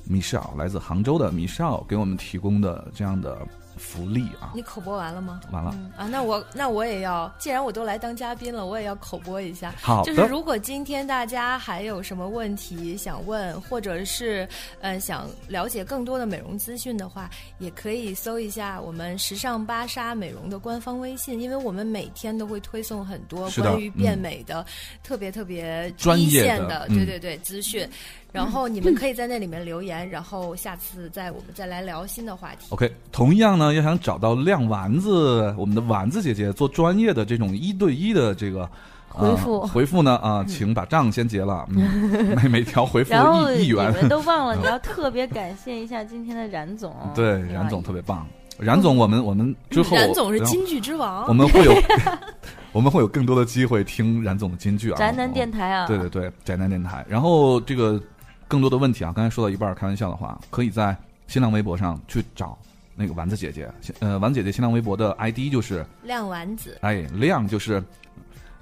S5: 米少来自杭州的米少给我们提供的这样的福利啊。
S7: 你口播完了吗？
S5: 完了，
S7: 嗯啊，那我那我也要，既然我都来当嘉宾了，我也要口播一下。
S5: 好
S7: 就是
S5: 的，嗯
S7: 如果今天大家还有什么问题想问，或者是呃想了解更多的美容资讯的话，也可以搜一下我们时尚芭莎美容的官方微信，因为我们每天都会推送很多
S5: 是的
S7: 关于
S5: 嗯
S7: 变美的、特别特别
S5: 专
S7: 一
S5: 业
S7: 线
S5: 的嗯
S7: 对对对资讯。然后你们可以在那里面留言，然后下次再我们再来聊新的话题。
S5: OK，同样呢，要想找到亮丸子，我们的丸子姐姐做专业的这种一对一的这个。呃
S6: 回复嗯
S5: 回复呢啊、请把账先结了， 嗯、每每条回复
S6: 然后
S5: 一一
S6: 你
S5: 元。
S6: 们都忘了，你要特别感谢一下今天的冉总。
S5: 对，
S6: 吧
S5: 冉总特别棒。冉总，我们我们之
S6: 嗯
S5: 后，
S7: 冉总是
S5: 然后
S7: 金句之
S5: 嗯我
S7: 王，
S5: 们会有 我们会有更多的机会听冉总的金句啊。
S6: 宅男电台啊，
S5: 对对对，宅男电台。然后这个更多的问题啊，刚才说到一半儿，开玩笑的话，可以在新浪微博上去找那个丸子姐姐。呃，丸子姐姐新浪微博的 ID 就是
S7: 亮丸子，
S5: 哎亮，就是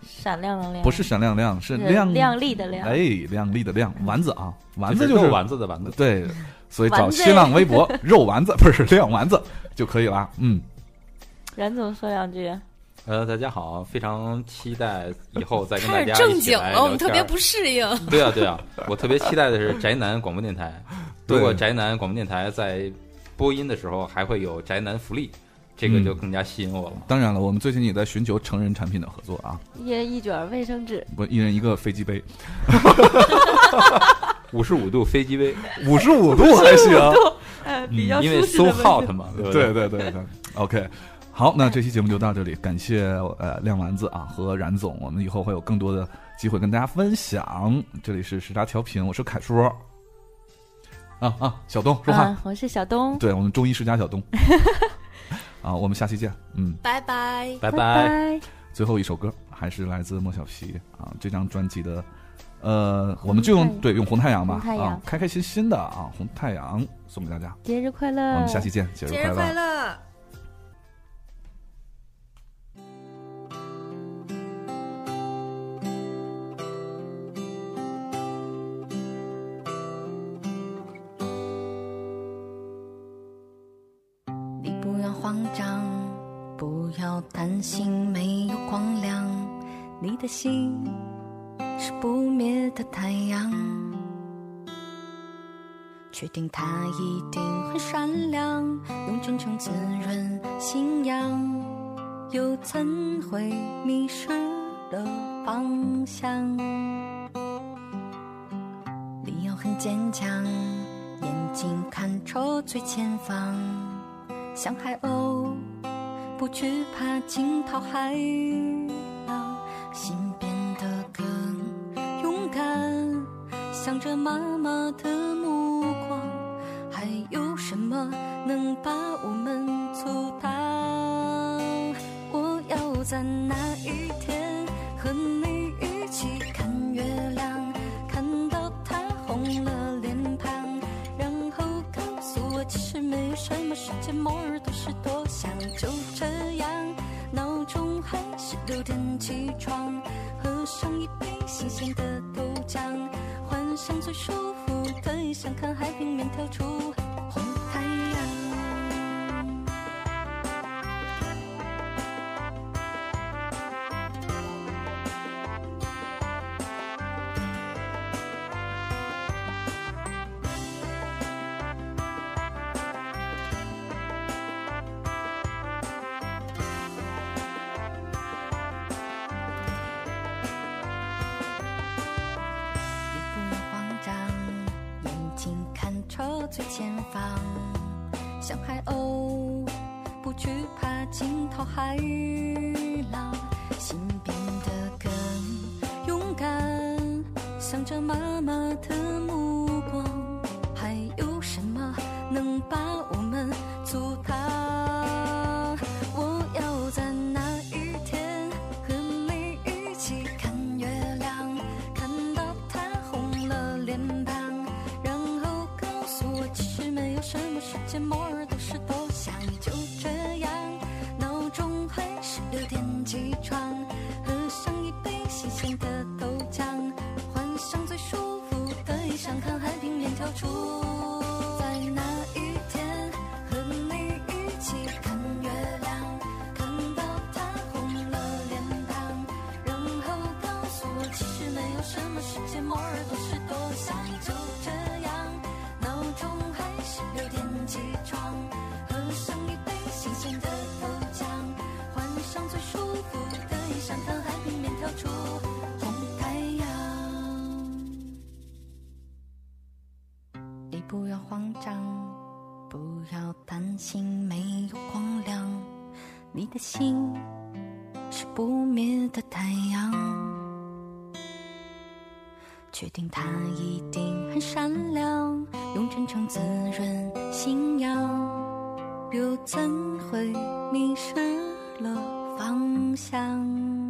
S6: 闪亮亮亮，
S5: 不是闪亮亮，是亮
S6: 亮丽的亮
S5: 哎，亮丽的亮丸子啊，丸子就
S8: 就是是丸子的丸子。
S5: 对，所以找
S6: 丸子
S5: 新浪微博“肉丸子”不是亮丸子就可以了。嗯，
S6: 冉总说两句，
S8: 呃，大家好，非常期待以后再跟大
S7: 开始
S8: 家
S7: 正
S8: 一起
S7: 经
S8: 来
S7: 了，
S8: 聊
S7: 我们特别
S8: 天儿
S7: 不适应。
S8: 对啊，对啊，我特别期待的是宅男广播电 台。
S5: 对
S8: 如果宅男广播电台在播音的时候还会有宅男福利，这个
S5: 嗯
S8: 就更加吸引我了。
S5: 当然了，我们最近也在寻求成人产品的合作啊，
S6: 一人一卷卫生纸，
S5: 不，一人一个飞机杯，
S8: 五十五度飞机杯，
S5: 五十五度还行，
S6: 呃，比较
S8: 嗯因为
S6: 舒适的
S8: so
S6: 卫生
S8: hot 嘛，对不
S5: 对对对对，OK。好，那这期节目就到这里，感谢呃亮丸子啊和冉总，我们以后会有更多的机会跟大家分享。这里是时差调频，我是凯叔，啊啊，小东说话，
S6: 嗯，我是小东，
S5: 对我们中医世家 小东，啊，我们下期见，嗯。
S7: 拜 拜。
S8: 拜拜
S6: 拜。
S5: 最后一首歌还是来自莫小皮啊，这张专辑的，呃，我们就用
S6: 红太阳
S5: 对用红太阳吧
S6: 红太阳
S5: 啊，开开心心的啊，红太阳送给大家，
S6: 节日快乐！
S5: 我们下期见，节日
S7: 节日
S5: 快乐
S7: 快。乐！不要慌张，不要担心没有光亮，你的心是不灭的太阳，确定它一定很闪亮，用真诚滋润信仰，又怎会迷失了方向？你要很坚强，眼睛看着最前方，像海鸥，不惧怕惊涛骇浪，心变得更勇敢，想着妈妈的目光，还有什么能把我们阻挡？我要在那一天和你一起看月亮。看到他红了脸庞，然后告诉我其实没有什么，世界末日都是多想。就这样，闹钟还是六点起床，喝上一杯新鲜的豆浆，换上最舒服的衣裳，看海平面跳出红太阳。也不要慌张，眼睛看着最前方，像海鸥，不惧怕惊涛骇浪，心变得更勇敢，想着妈妈的目光，还有什么能把我们阻挡？我要在那一天和你一起看月亮，看到它红了脸庞，然后告诉我其实没有什么世界末日都是多想。就这样，闹钟还是六点起床，喝上一杯新鲜的豆浆，换上最舒服的衣裳，看海平面跳出。在那一天和你一起看月亮，看到它红了脸庞，然后告诉我其实没有什么世界末日都是多想。就这样，闹钟还是六点起床，喝上一杯新鲜的豆浆，换上最舒服的衣裳，看海平面跳出红太阳。你不要慌张，不要担心没有光亮，你的心是不灭的太阳，确定它一定很闪亮，用真诚滋润信仰，又怎会迷失了方向？